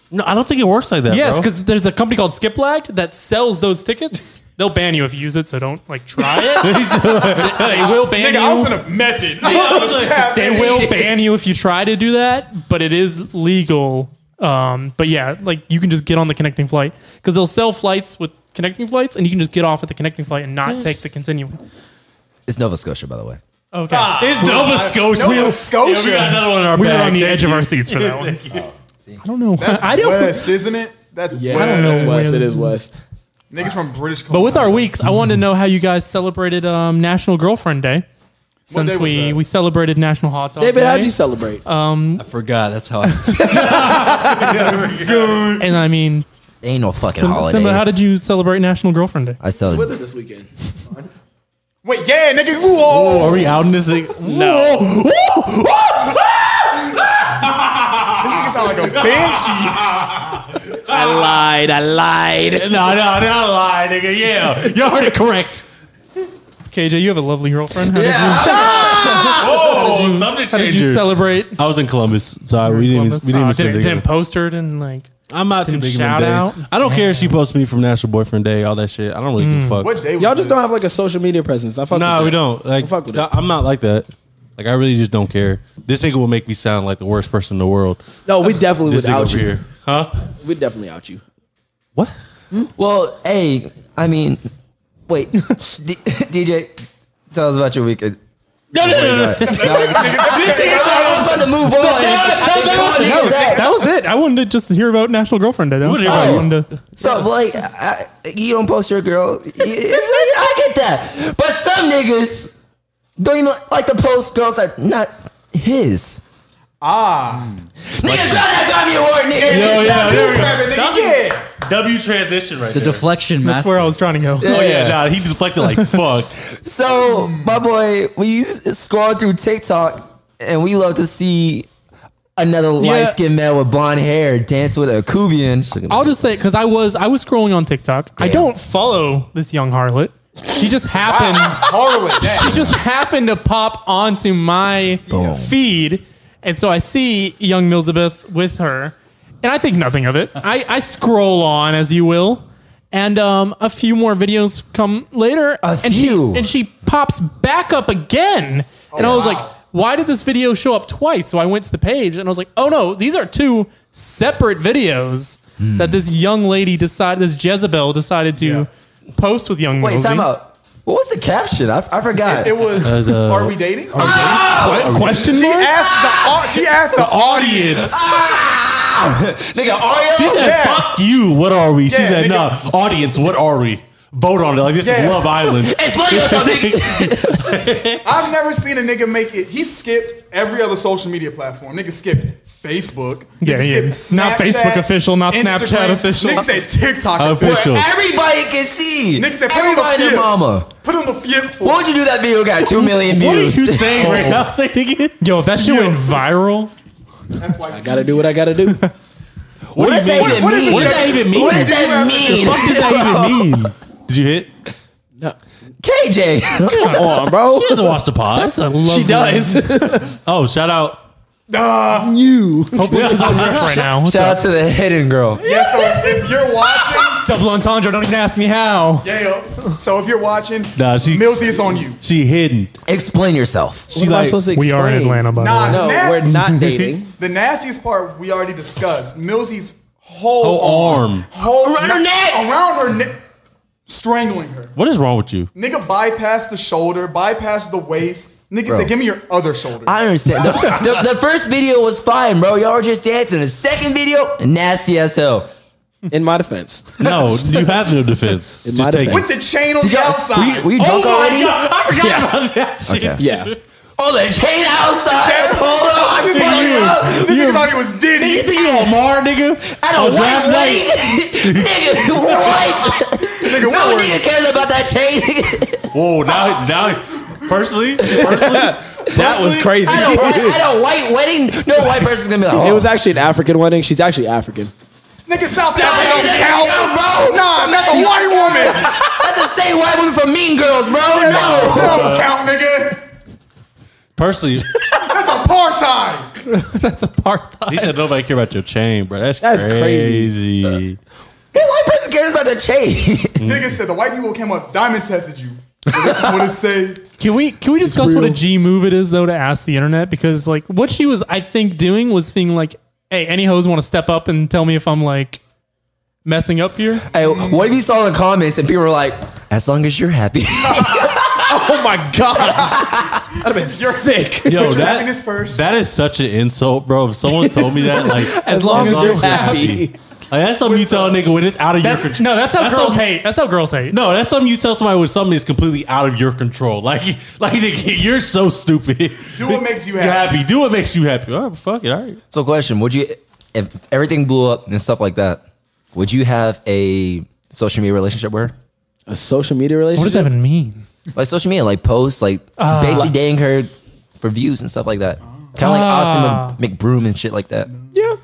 Speaker 1: No, I don't think it works like that.
Speaker 6: yes,
Speaker 1: bro.
Speaker 6: because there's a company called Skiplagged that sells those tickets. They'll ban you if you use it, so don't like try
Speaker 4: <laughs>
Speaker 6: it. they will ban
Speaker 4: Nigga, I was
Speaker 6: you.
Speaker 4: in a method. <laughs> I was tapped
Speaker 6: they
Speaker 4: in.
Speaker 6: will ban you if you try to do that, but it is legal. Um, but yeah, like you can just get on the connecting flight because they'll sell flights with connecting flights, and you can just get off at the connecting flight and not take the continuing.
Speaker 2: It's Nova Scotia, by the way.
Speaker 6: Okay,
Speaker 1: it's Nova Scotia.
Speaker 4: Nova
Speaker 1: Yeah, we got
Speaker 4: Scotia.
Speaker 1: another one in our
Speaker 6: we were
Speaker 1: bag.
Speaker 6: on the edge of our seats
Speaker 1: <laughs>
Speaker 6: for that one.
Speaker 3: Oh,
Speaker 6: I don't know. <laughs> I don't.
Speaker 4: West, isn't it? That's
Speaker 3: Yeah,
Speaker 6: Oh,
Speaker 4: West.
Speaker 3: it's West. It is West.
Speaker 4: Niggas from British
Speaker 6: But
Speaker 4: Columbia.
Speaker 6: with our weeks, I wanted to know how you guys celebrated um, National Girlfriend Day. Since
Speaker 4: day was
Speaker 6: we,
Speaker 4: that?
Speaker 6: we celebrated National Hot Dog
Speaker 3: David,
Speaker 6: Day,
Speaker 3: how'd you celebrate?
Speaker 6: Uh,
Speaker 8: I forgot.
Speaker 2: <laughs>
Speaker 8: That's how I.
Speaker 6: and I mean,
Speaker 2: Ain't no fucking
Speaker 6: Sim-
Speaker 2: holiday.
Speaker 6: Simba, how did you celebrate National Girlfriend Day?
Speaker 2: I celebrate.
Speaker 3: her
Speaker 6: <laughs>
Speaker 3: this weekend.
Speaker 4: Wait, yeah, nigga. Ooh, oh.
Speaker 1: Are we out in this thing? No.
Speaker 4: Nigga sound like a banshee.
Speaker 1: I lied. I lied. No, no, not lie, nigga. Yeah, you heard it correct.
Speaker 6: KJ, you have a lovely girlfriend. How did
Speaker 1: Oh, subject
Speaker 6: you, how did you celebrate?
Speaker 1: I was in Columbus, so we didn't. Even,
Speaker 6: Columbus?
Speaker 1: we didn't. Even
Speaker 6: Oh, didn't,
Speaker 1: spend
Speaker 6: didn't,
Speaker 1: together.
Speaker 6: post her. Didn't like.
Speaker 1: I'm not too
Speaker 6: didn't
Speaker 1: big of a
Speaker 6: shout
Speaker 1: day.
Speaker 6: out?
Speaker 1: I don't care if she posts me from National Boyfriend Day, all that shit. I don't really give a fuck.
Speaker 4: What day was
Speaker 3: Y'all just
Speaker 4: this?
Speaker 3: don't have like a social media presence. I fuck
Speaker 1: Nah,
Speaker 3: with
Speaker 1: we
Speaker 3: that.
Speaker 1: don't. Like,
Speaker 3: fuck with it.
Speaker 1: I'm not like that. Like, I really just don't care. This nigga will make me sound like the worst person in the world.
Speaker 3: No, we definitely
Speaker 1: This
Speaker 3: would
Speaker 1: nigga
Speaker 3: out
Speaker 1: over
Speaker 3: you.
Speaker 1: here, huh?
Speaker 3: we definitely out you.
Speaker 1: What?
Speaker 2: Well, hey, I mean,
Speaker 1: <laughs>
Speaker 2: wait, D- DJ, tell us about your weekend.
Speaker 1: No, no,
Speaker 2: <laughs>
Speaker 1: no, no. <laughs>
Speaker 2: No, I was about to move on.
Speaker 6: That was, that was it. I wanted to just hear about National Girlfriend Day. That
Speaker 1: wanted
Speaker 6: was
Speaker 1: to
Speaker 6: all
Speaker 1: hear
Speaker 6: I
Speaker 1: about
Speaker 6: wanted to-
Speaker 2: So like, I, you don't post your girl. It's like, I get that, but some niggas don't even like to post girls that not his. Ah, nigga, girl that got me award, nigga.
Speaker 1: Yo, yeah, there we go.
Speaker 4: Nigga,
Speaker 1: That's
Speaker 4: yeah.
Speaker 1: a W transition right
Speaker 8: The
Speaker 1: there.
Speaker 8: deflection master.
Speaker 6: That's where I was trying to go.
Speaker 1: oh yeah, nah, he deflected like fuck.
Speaker 2: So, my boy, we s- scroll through TikTok and we love to see another light skinned man with blonde hair dance with a Cuban.
Speaker 6: I'll just say because I was I was scrolling on TikTok. I
Speaker 2: Damn.
Speaker 6: don't follow this young harlot. She just happened.
Speaker 4: Horrible.
Speaker 6: she
Speaker 4: Damn.
Speaker 6: just happened to pop onto my feed, and so I see young Milzabeth with her, and I think nothing
Speaker 2: <laughs>
Speaker 6: of it. I, I scroll on, as you will, and um, a few more videos come later,
Speaker 2: A
Speaker 6: and
Speaker 2: few.
Speaker 6: she and she pops back up again, and I was like. Why did this video show up twice? So I went to the page and I was like, "Oh no, these are two separate videos that this young lady decided, this Jezebel decided to post with young."
Speaker 2: Wait,
Speaker 6: Milzy.
Speaker 2: time out. What was the caption? I, I forgot.
Speaker 4: It was.
Speaker 1: As, uh,
Speaker 4: are we dating?
Speaker 6: Question
Speaker 4: she
Speaker 6: mark?
Speaker 4: asked the. au- She asked the audience.
Speaker 2: nigga, Aria.
Speaker 1: She said,
Speaker 4: Yeah.
Speaker 1: "Fuck you." What are we? She
Speaker 4: Yeah,
Speaker 1: said,
Speaker 4: nigga.
Speaker 1: "No, audience, what are we? Vote on it." Like this is
Speaker 4: Yeah.
Speaker 1: Love Island.
Speaker 2: Explain yourself, nigga.
Speaker 4: I've never seen a nigga make it. He skipped every other social media platform. Nigga skipped Facebook. Nigga
Speaker 6: Yeah, yeah.
Speaker 4: skipped
Speaker 6: Not
Speaker 4: Snapchat,
Speaker 6: Facebook official, not Snapchat official.
Speaker 4: Nigga said TikTok
Speaker 1: Official.
Speaker 4: official.
Speaker 2: Everybody can see.
Speaker 4: Nigga said, put on the
Speaker 2: Everybody and
Speaker 4: field.
Speaker 2: mama.
Speaker 4: Put on the flip for.
Speaker 2: What would you do that video got 2 million
Speaker 1: What are
Speaker 2: views?
Speaker 1: you
Speaker 2: <laughs>
Speaker 1: saying right now? Say it again.
Speaker 6: Yo, if that shit went viral,
Speaker 3: Gotta do what I
Speaker 6: <laughs>
Speaker 3: gotta do.
Speaker 1: What,
Speaker 2: does
Speaker 1: do you
Speaker 2: that even
Speaker 1: What, does-
Speaker 2: mean?
Speaker 1: what does that even mean?
Speaker 2: What does that mean?
Speaker 1: What does that even mean? Did you hit?
Speaker 2: KJ.
Speaker 3: Come on, bro.
Speaker 1: She doesn't watch the pod.
Speaker 6: that's a lovely.
Speaker 3: She does.
Speaker 1: oh, shout out.
Speaker 4: Nah.
Speaker 3: you.
Speaker 6: Hopefully she's on ref right now. What's
Speaker 2: Shout
Speaker 6: up?
Speaker 2: out to the hidden girl.
Speaker 4: Yeah. So if you're watching,
Speaker 6: Double entendre. Don't even ask me how.
Speaker 4: yeah. yo. So if you're watching,
Speaker 1: <laughs> Nah, she-
Speaker 4: Millsy, it's on you.
Speaker 1: She hidden.
Speaker 2: Explain yourself.
Speaker 1: She like
Speaker 6: We are in Atlanta, by the
Speaker 4: Nah,
Speaker 6: way.
Speaker 3: No,
Speaker 4: nasty. <laughs>
Speaker 3: we're not dating.
Speaker 4: The nastiest part we already discussed. Millsy's whole,
Speaker 1: Whole
Speaker 4: arm,
Speaker 1: arm.
Speaker 4: Whole
Speaker 2: Around her neck.
Speaker 4: around her neck, strangling her.
Speaker 1: What is wrong with you?
Speaker 4: Nigga bypassed the shoulder, bypassed the waist. Nigga said, "Give me your other shoulder."
Speaker 2: I understand. The, the, the first video was fine, bro. Y'all were just dancing. The second video, nasty as hell.
Speaker 3: In my defense,
Speaker 1: <laughs> No, you have no defense.
Speaker 3: In
Speaker 1: Just
Speaker 3: my
Speaker 1: take
Speaker 4: With
Speaker 1: it.
Speaker 4: the chain on the
Speaker 2: Were
Speaker 4: outside.
Speaker 2: you, were you drunk already?
Speaker 1: I forgot about <laughs> that shit.
Speaker 3: yeah.
Speaker 2: Oh, the chain outside. Hold on.
Speaker 4: I just thought he was- nigga thought he was Diddy.
Speaker 1: You think you Omar, nigga?
Speaker 2: At
Speaker 1: On
Speaker 2: a
Speaker 1: draft
Speaker 2: white wedding? <laughs> nigga, what?
Speaker 4: Nigga,
Speaker 2: No
Speaker 4: what were you?
Speaker 2: <laughs> nigga cares about that chain.
Speaker 1: <laughs> Whoa, now, now, personally, personally,
Speaker 3: That was crazy.
Speaker 2: At a, white, at a white wedding, no white person's gonna be like, oh,
Speaker 3: <laughs> It was actually an African wedding. She's actually African.
Speaker 4: Nigga, South Africa don't
Speaker 2: Africa,
Speaker 4: count.
Speaker 2: bro.
Speaker 4: Nah, that's a white woman.
Speaker 2: that's the same white woman from Mean Girls, bro.
Speaker 4: That
Speaker 2: No.
Speaker 4: don't count, nigga.
Speaker 1: Personally, <laughs>
Speaker 4: That's apartheid.
Speaker 6: That's a part.
Speaker 1: he said nobody care about your chain, bro. That's,
Speaker 3: That's
Speaker 1: crazy.
Speaker 3: crazy.
Speaker 2: That white person cares about the chain. <laughs>
Speaker 4: Nigga said the white people came up diamond tested you. What it say?
Speaker 6: Can we can we discuss what a
Speaker 3: real.
Speaker 6: G move it is though to ask the internet because like what she was I think doing was being like, hey, any hoes want to step up and tell me if I'm like messing up here?
Speaker 2: hey, what if you saw in the comments and people were like, as long as you're <laughs> happy.
Speaker 3: Oh my god! I'd have been sick.
Speaker 1: Yo,
Speaker 4: Put your
Speaker 1: that,
Speaker 4: happiness first.
Speaker 1: that is such an insult, bro. If someone told me that,
Speaker 6: <laughs>
Speaker 1: like, as,
Speaker 3: long as you're happy.
Speaker 1: Like, that's something you tell a nigga when it's out of your
Speaker 6: That's
Speaker 1: control.
Speaker 6: no, that's how girls
Speaker 1: something-
Speaker 6: hate. That's how girls hate.
Speaker 1: No, that's something you tell somebody when something is completely out of your control. <laughs> Like, like nigga, you're so stupid. Do
Speaker 4: what
Speaker 1: <laughs>
Speaker 4: makes you
Speaker 1: happy. Do what makes you happy. All right, fuck it. All right.
Speaker 2: so, question: Would you, if everything blew up and stuff like that, would you have a social media relationship with her?
Speaker 3: A social media relationship.
Speaker 6: What does that even mean?
Speaker 2: Like social media, like posts, like basically dating her for views and stuff like that. Kind of like Austin Mc- McBroom and shit like that.
Speaker 3: Yeah.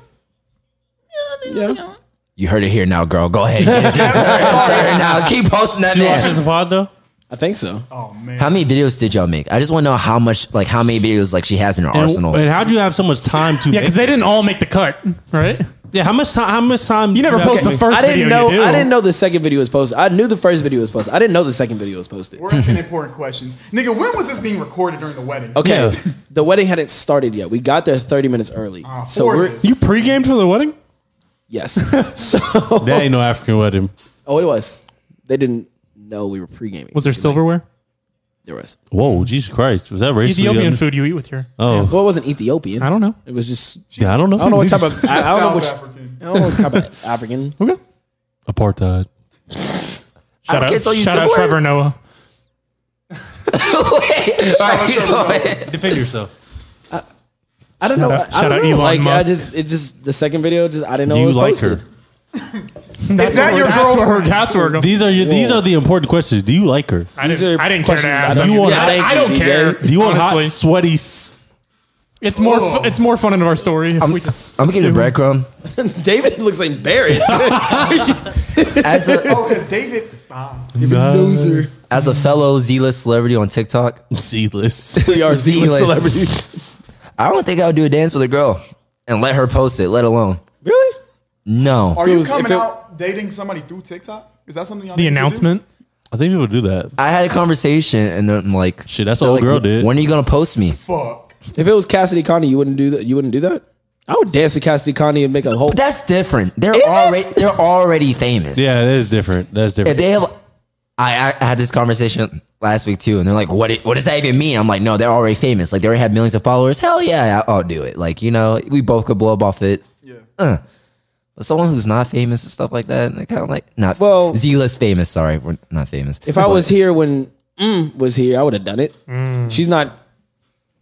Speaker 3: Yeah.
Speaker 2: You heard it here now, girl. Go ahead. Sorry, now keep posting that.
Speaker 1: She
Speaker 2: man.
Speaker 1: watches the pod though.
Speaker 3: I think so.
Speaker 4: Oh man.
Speaker 2: How many videos did y'all make? I just want to know how much, like, how many videos like she has in her arsenal. <laughs>
Speaker 1: And how do you have so much time to?
Speaker 6: <laughs> Yeah, because they didn't all make the cut, right?
Speaker 1: Yeah, how much time? How much time?
Speaker 6: You never
Speaker 1: have
Speaker 6: post
Speaker 1: to-
Speaker 6: the first
Speaker 3: I
Speaker 6: video
Speaker 3: didn't know.
Speaker 6: you do.
Speaker 3: I didn't know the second video was posted. I knew the first video was posted. I didn't know the second video was posted.
Speaker 4: We're <laughs> asking important questions. Nigga, when was this being recorded during the wedding?
Speaker 3: Okay.
Speaker 1: Yeah.
Speaker 3: The wedding hadn't started yet. We got there 30 minutes early.
Speaker 4: Uh,
Speaker 3: so
Speaker 4: four
Speaker 3: we're
Speaker 4: days.
Speaker 6: You pre-gamed for the wedding?
Speaker 3: yes. <laughs> so
Speaker 1: That ain't no African wedding.
Speaker 3: oh, it was. They didn't know we were pre-gaming.
Speaker 6: Was there silverware?
Speaker 3: There was.
Speaker 1: Whoa, Jesus Christ! Was that racist?
Speaker 6: Ethiopian food you eat with your?
Speaker 1: Oh,
Speaker 3: Well, it wasn't Ethiopian.
Speaker 6: I don't know.
Speaker 3: It was just.
Speaker 1: yeah, I don't know.
Speaker 3: I don't know what type of. I, I don't know
Speaker 4: South
Speaker 3: which.
Speaker 4: African.
Speaker 3: I don't know what
Speaker 6: <laughs>
Speaker 3: type of African.
Speaker 6: Okay.
Speaker 1: apartheid.
Speaker 6: Shout
Speaker 2: Okay,
Speaker 6: out,
Speaker 2: so you
Speaker 6: shout out
Speaker 2: support-
Speaker 6: Trevor Noah.
Speaker 1: Defend yourself.
Speaker 6: <laughs>
Speaker 3: I don't
Speaker 6: out-
Speaker 3: know. I- I
Speaker 6: shout
Speaker 3: don't
Speaker 6: out
Speaker 3: know.
Speaker 6: Elon
Speaker 3: like,
Speaker 6: Musk.
Speaker 3: I just. It just. The second video. Just. I didn't know.
Speaker 1: Do
Speaker 3: it
Speaker 1: you
Speaker 3: was
Speaker 1: like
Speaker 3: posted.
Speaker 1: her?
Speaker 4: Is that your
Speaker 6: That's where,
Speaker 4: girlfriend?
Speaker 6: that's where we're going.
Speaker 1: These are your, these are the important questions. Do you like her?
Speaker 6: I
Speaker 3: These
Speaker 6: didn't,
Speaker 3: are
Speaker 6: I didn't care to
Speaker 3: questions
Speaker 6: ask.
Speaker 3: I don't-
Speaker 6: you
Speaker 1: You want-
Speaker 6: I,
Speaker 3: Thank
Speaker 6: I
Speaker 3: you,
Speaker 6: don't
Speaker 3: DJ.
Speaker 6: care.
Speaker 1: Do you want
Speaker 6: honestly.
Speaker 1: hot, sweaty? s-
Speaker 6: It's more.
Speaker 4: Oh.
Speaker 6: It's more fun in our story. if
Speaker 2: I'm,
Speaker 6: we-
Speaker 2: I'm gonna give you a breadcrumb.
Speaker 3: <laughs> David
Speaker 6: <laughs>
Speaker 3: looks embarrassed.
Speaker 2: As a
Speaker 4: Oh, because David. Ah,
Speaker 3: Loser.
Speaker 2: as a fellow Z-list celebrity on TikTok,
Speaker 1: <laughs> C-list.
Speaker 3: We are Z
Speaker 2: Z-list.
Speaker 3: celebrities.
Speaker 2: I don't think I would do a dance with a girl and let her post it. Let alone
Speaker 3: <laughs> Really?
Speaker 2: no.
Speaker 4: are you
Speaker 3: Cruz, if
Speaker 4: coming
Speaker 3: it-
Speaker 4: out dating somebody through TikTok? Is that something y'all
Speaker 6: the
Speaker 4: niggas do?
Speaker 6: announcement.
Speaker 1: I think people do that.
Speaker 2: I had a conversation and then I'm like,
Speaker 1: Shit, that's
Speaker 2: they're
Speaker 1: all
Speaker 2: like,
Speaker 1: girl did.
Speaker 2: When are you gonna post me?
Speaker 4: Fuck.
Speaker 3: If it was Cassidy Connie, you wouldn't do that. You wouldn't do that. I would dance to Cassidy Connie and make a whole.
Speaker 2: But that's different. They're
Speaker 3: it?
Speaker 2: already they're already famous.
Speaker 1: Yeah, that is different. That's
Speaker 2: If
Speaker 1: different.
Speaker 2: they have, I, I had this conversation last week too, and they're like, "What? i- What does that even mean?" I'm like, "No, they're already famous. Like they already have millions of followers. Hell yeah, I- I'll do it. Like you know, we both could blow up off it." Uh.
Speaker 4: Yeah.
Speaker 2: But someone who's not famous and stuff like that, and they're kind of like not
Speaker 3: Well-
Speaker 2: Z list famous. Sorry, we're not famous.
Speaker 3: if I was here when mm was here, I would have done it. She's not.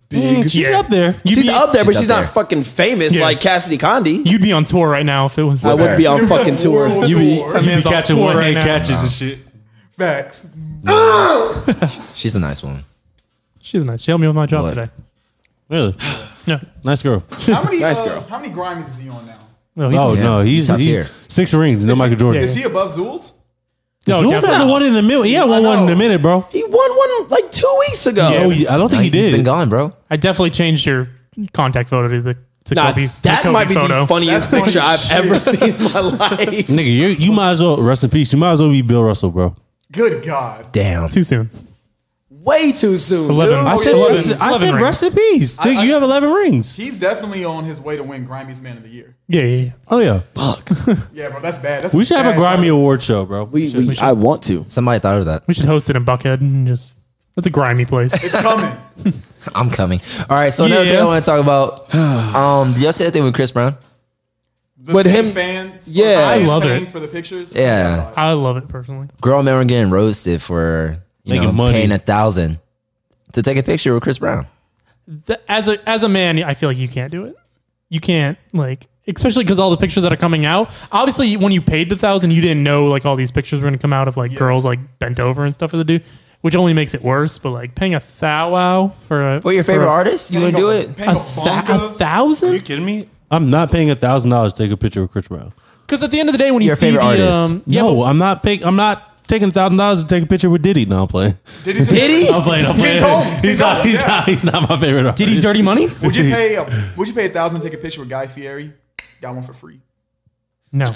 Speaker 1: Mm, she's
Speaker 6: Yeah.
Speaker 1: up there.
Speaker 6: You'd
Speaker 3: She's
Speaker 6: be,
Speaker 3: up there, but
Speaker 2: She's
Speaker 3: she's
Speaker 2: up
Speaker 3: not
Speaker 2: there.
Speaker 3: fucking famous
Speaker 6: Yeah.
Speaker 3: like Cassidy Condi.
Speaker 6: You'd be on tour right now if it was.
Speaker 3: I would be on fucking tour.
Speaker 4: World
Speaker 1: You be,
Speaker 4: tour.
Speaker 1: you be
Speaker 6: man's on
Speaker 1: catching
Speaker 6: tour
Speaker 1: one hand
Speaker 6: right now.
Speaker 1: catches and shit.
Speaker 4: Facts.
Speaker 2: She's a nice woman.
Speaker 6: She's nice. She helped me with my job
Speaker 2: What?
Speaker 6: today.
Speaker 1: Really,
Speaker 6: <gasps> Yeah.
Speaker 1: nice girl.
Speaker 4: How many?
Speaker 3: Nice
Speaker 4: uh,
Speaker 3: girl.
Speaker 4: How many Grimes is he on now?
Speaker 6: No, he's
Speaker 1: Oh
Speaker 2: Yeah.
Speaker 1: no, he's
Speaker 2: Top
Speaker 1: he's
Speaker 2: tier.
Speaker 1: six rings. No Michael Jordan.
Speaker 6: yeah.
Speaker 4: Is he above Zool's?
Speaker 6: no,
Speaker 1: Jules had
Speaker 6: definitely.
Speaker 1: the one in the middle. He had one
Speaker 4: I
Speaker 1: one in
Speaker 4: know.
Speaker 1: a minute, bro.
Speaker 3: He won one like two weeks ago.
Speaker 1: Oh, yeah, I don't think
Speaker 2: Like,
Speaker 1: he
Speaker 2: He's been
Speaker 1: did.
Speaker 2: gone, bro.
Speaker 6: I definitely changed your contact photo to the to
Speaker 3: Nah,
Speaker 6: Kobe.
Speaker 3: that
Speaker 6: to Kobe
Speaker 3: might be
Speaker 6: photo.
Speaker 3: the funniest
Speaker 4: That's
Speaker 3: picture
Speaker 4: funny
Speaker 3: I've ever seen in my <laughs> life.
Speaker 1: Nigga, you you might as well rest in peace. You might as well be Bill Russell, bro.
Speaker 4: Good God.
Speaker 2: Damn.
Speaker 6: Too soon.
Speaker 3: Way too soon.
Speaker 6: Eleven.
Speaker 3: dude.
Speaker 6: I
Speaker 1: I said,
Speaker 6: Oh, yeah.
Speaker 1: rest, I
Speaker 6: Eleven
Speaker 1: said rest in
Speaker 6: rings.
Speaker 1: peace. Nigga, you have eleven rings.
Speaker 4: He's definitely on his way to win Grimiest Man of the Year.
Speaker 6: Yeah, yeah, yeah.
Speaker 1: Oh yeah,
Speaker 4: Yeah, bro, that's bad. That's
Speaker 1: we should have a
Speaker 4: bad
Speaker 1: grimy
Speaker 4: time.
Speaker 1: award show, bro.
Speaker 3: We- we- I want to.
Speaker 2: Somebody thought of that.
Speaker 6: We should host it in Buckhead and just. That's a grimy place.
Speaker 4: It's coming.
Speaker 2: I'm coming. All right. So another
Speaker 6: Yeah.
Speaker 2: thing I want to talk about. Um, did y'all see that thing with Chris Brown?
Speaker 4: The
Speaker 3: But
Speaker 4: big
Speaker 3: him-
Speaker 4: fans.
Speaker 3: yeah.
Speaker 4: fans
Speaker 6: I love
Speaker 4: paying
Speaker 6: it.
Speaker 4: For the pictures.
Speaker 2: Yeah.
Speaker 4: I saw it.
Speaker 6: I love it personally.
Speaker 2: Girl, man, were getting roasted for you
Speaker 1: Making
Speaker 2: know
Speaker 1: money.
Speaker 2: paying a thousand to take a picture with Chris Brown.
Speaker 6: Th- as a as a man, I feel like you can't do it. You can't like, especially because all the pictures that are coming out. Obviously, when you paid the thousand, you didn't know like all these pictures were going to come out of like girls like bent over and stuff for the dude. which only makes it worse. But like paying a thou wow for a
Speaker 2: What your
Speaker 6: for
Speaker 2: favorite
Speaker 6: a,
Speaker 2: artist? You
Speaker 4: Pang
Speaker 2: wouldn't do
Speaker 4: a-
Speaker 2: it?
Speaker 4: Pang
Speaker 6: A,
Speaker 4: a
Speaker 6: thou-
Speaker 4: bonka.
Speaker 6: a
Speaker 1: Are you
Speaker 6: thousand?
Speaker 1: kidding me? I'm not paying a thousand dollars to take a picture of Chris Brown.
Speaker 6: Because at the end of the day, when you
Speaker 2: Your
Speaker 6: see the
Speaker 2: favorite artist.
Speaker 6: um, yeah,
Speaker 1: no,
Speaker 6: but-
Speaker 1: I'm not paying. I'm not taking a thousand dollars to take a picture with Diddy. No, I'm playing.
Speaker 4: Did he? Did
Speaker 1: I'm playing. I'm playing.
Speaker 4: Combs, King
Speaker 1: He's not.
Speaker 4: Combs,
Speaker 1: <laughs> He's
Speaker 4: yeah.
Speaker 1: not. He's not my favorite. Artist.
Speaker 6: did he dirty money?
Speaker 4: Would you pay? A, would you pay a thousand to take a picture with Guy Fieri? Got one for free.
Speaker 6: No,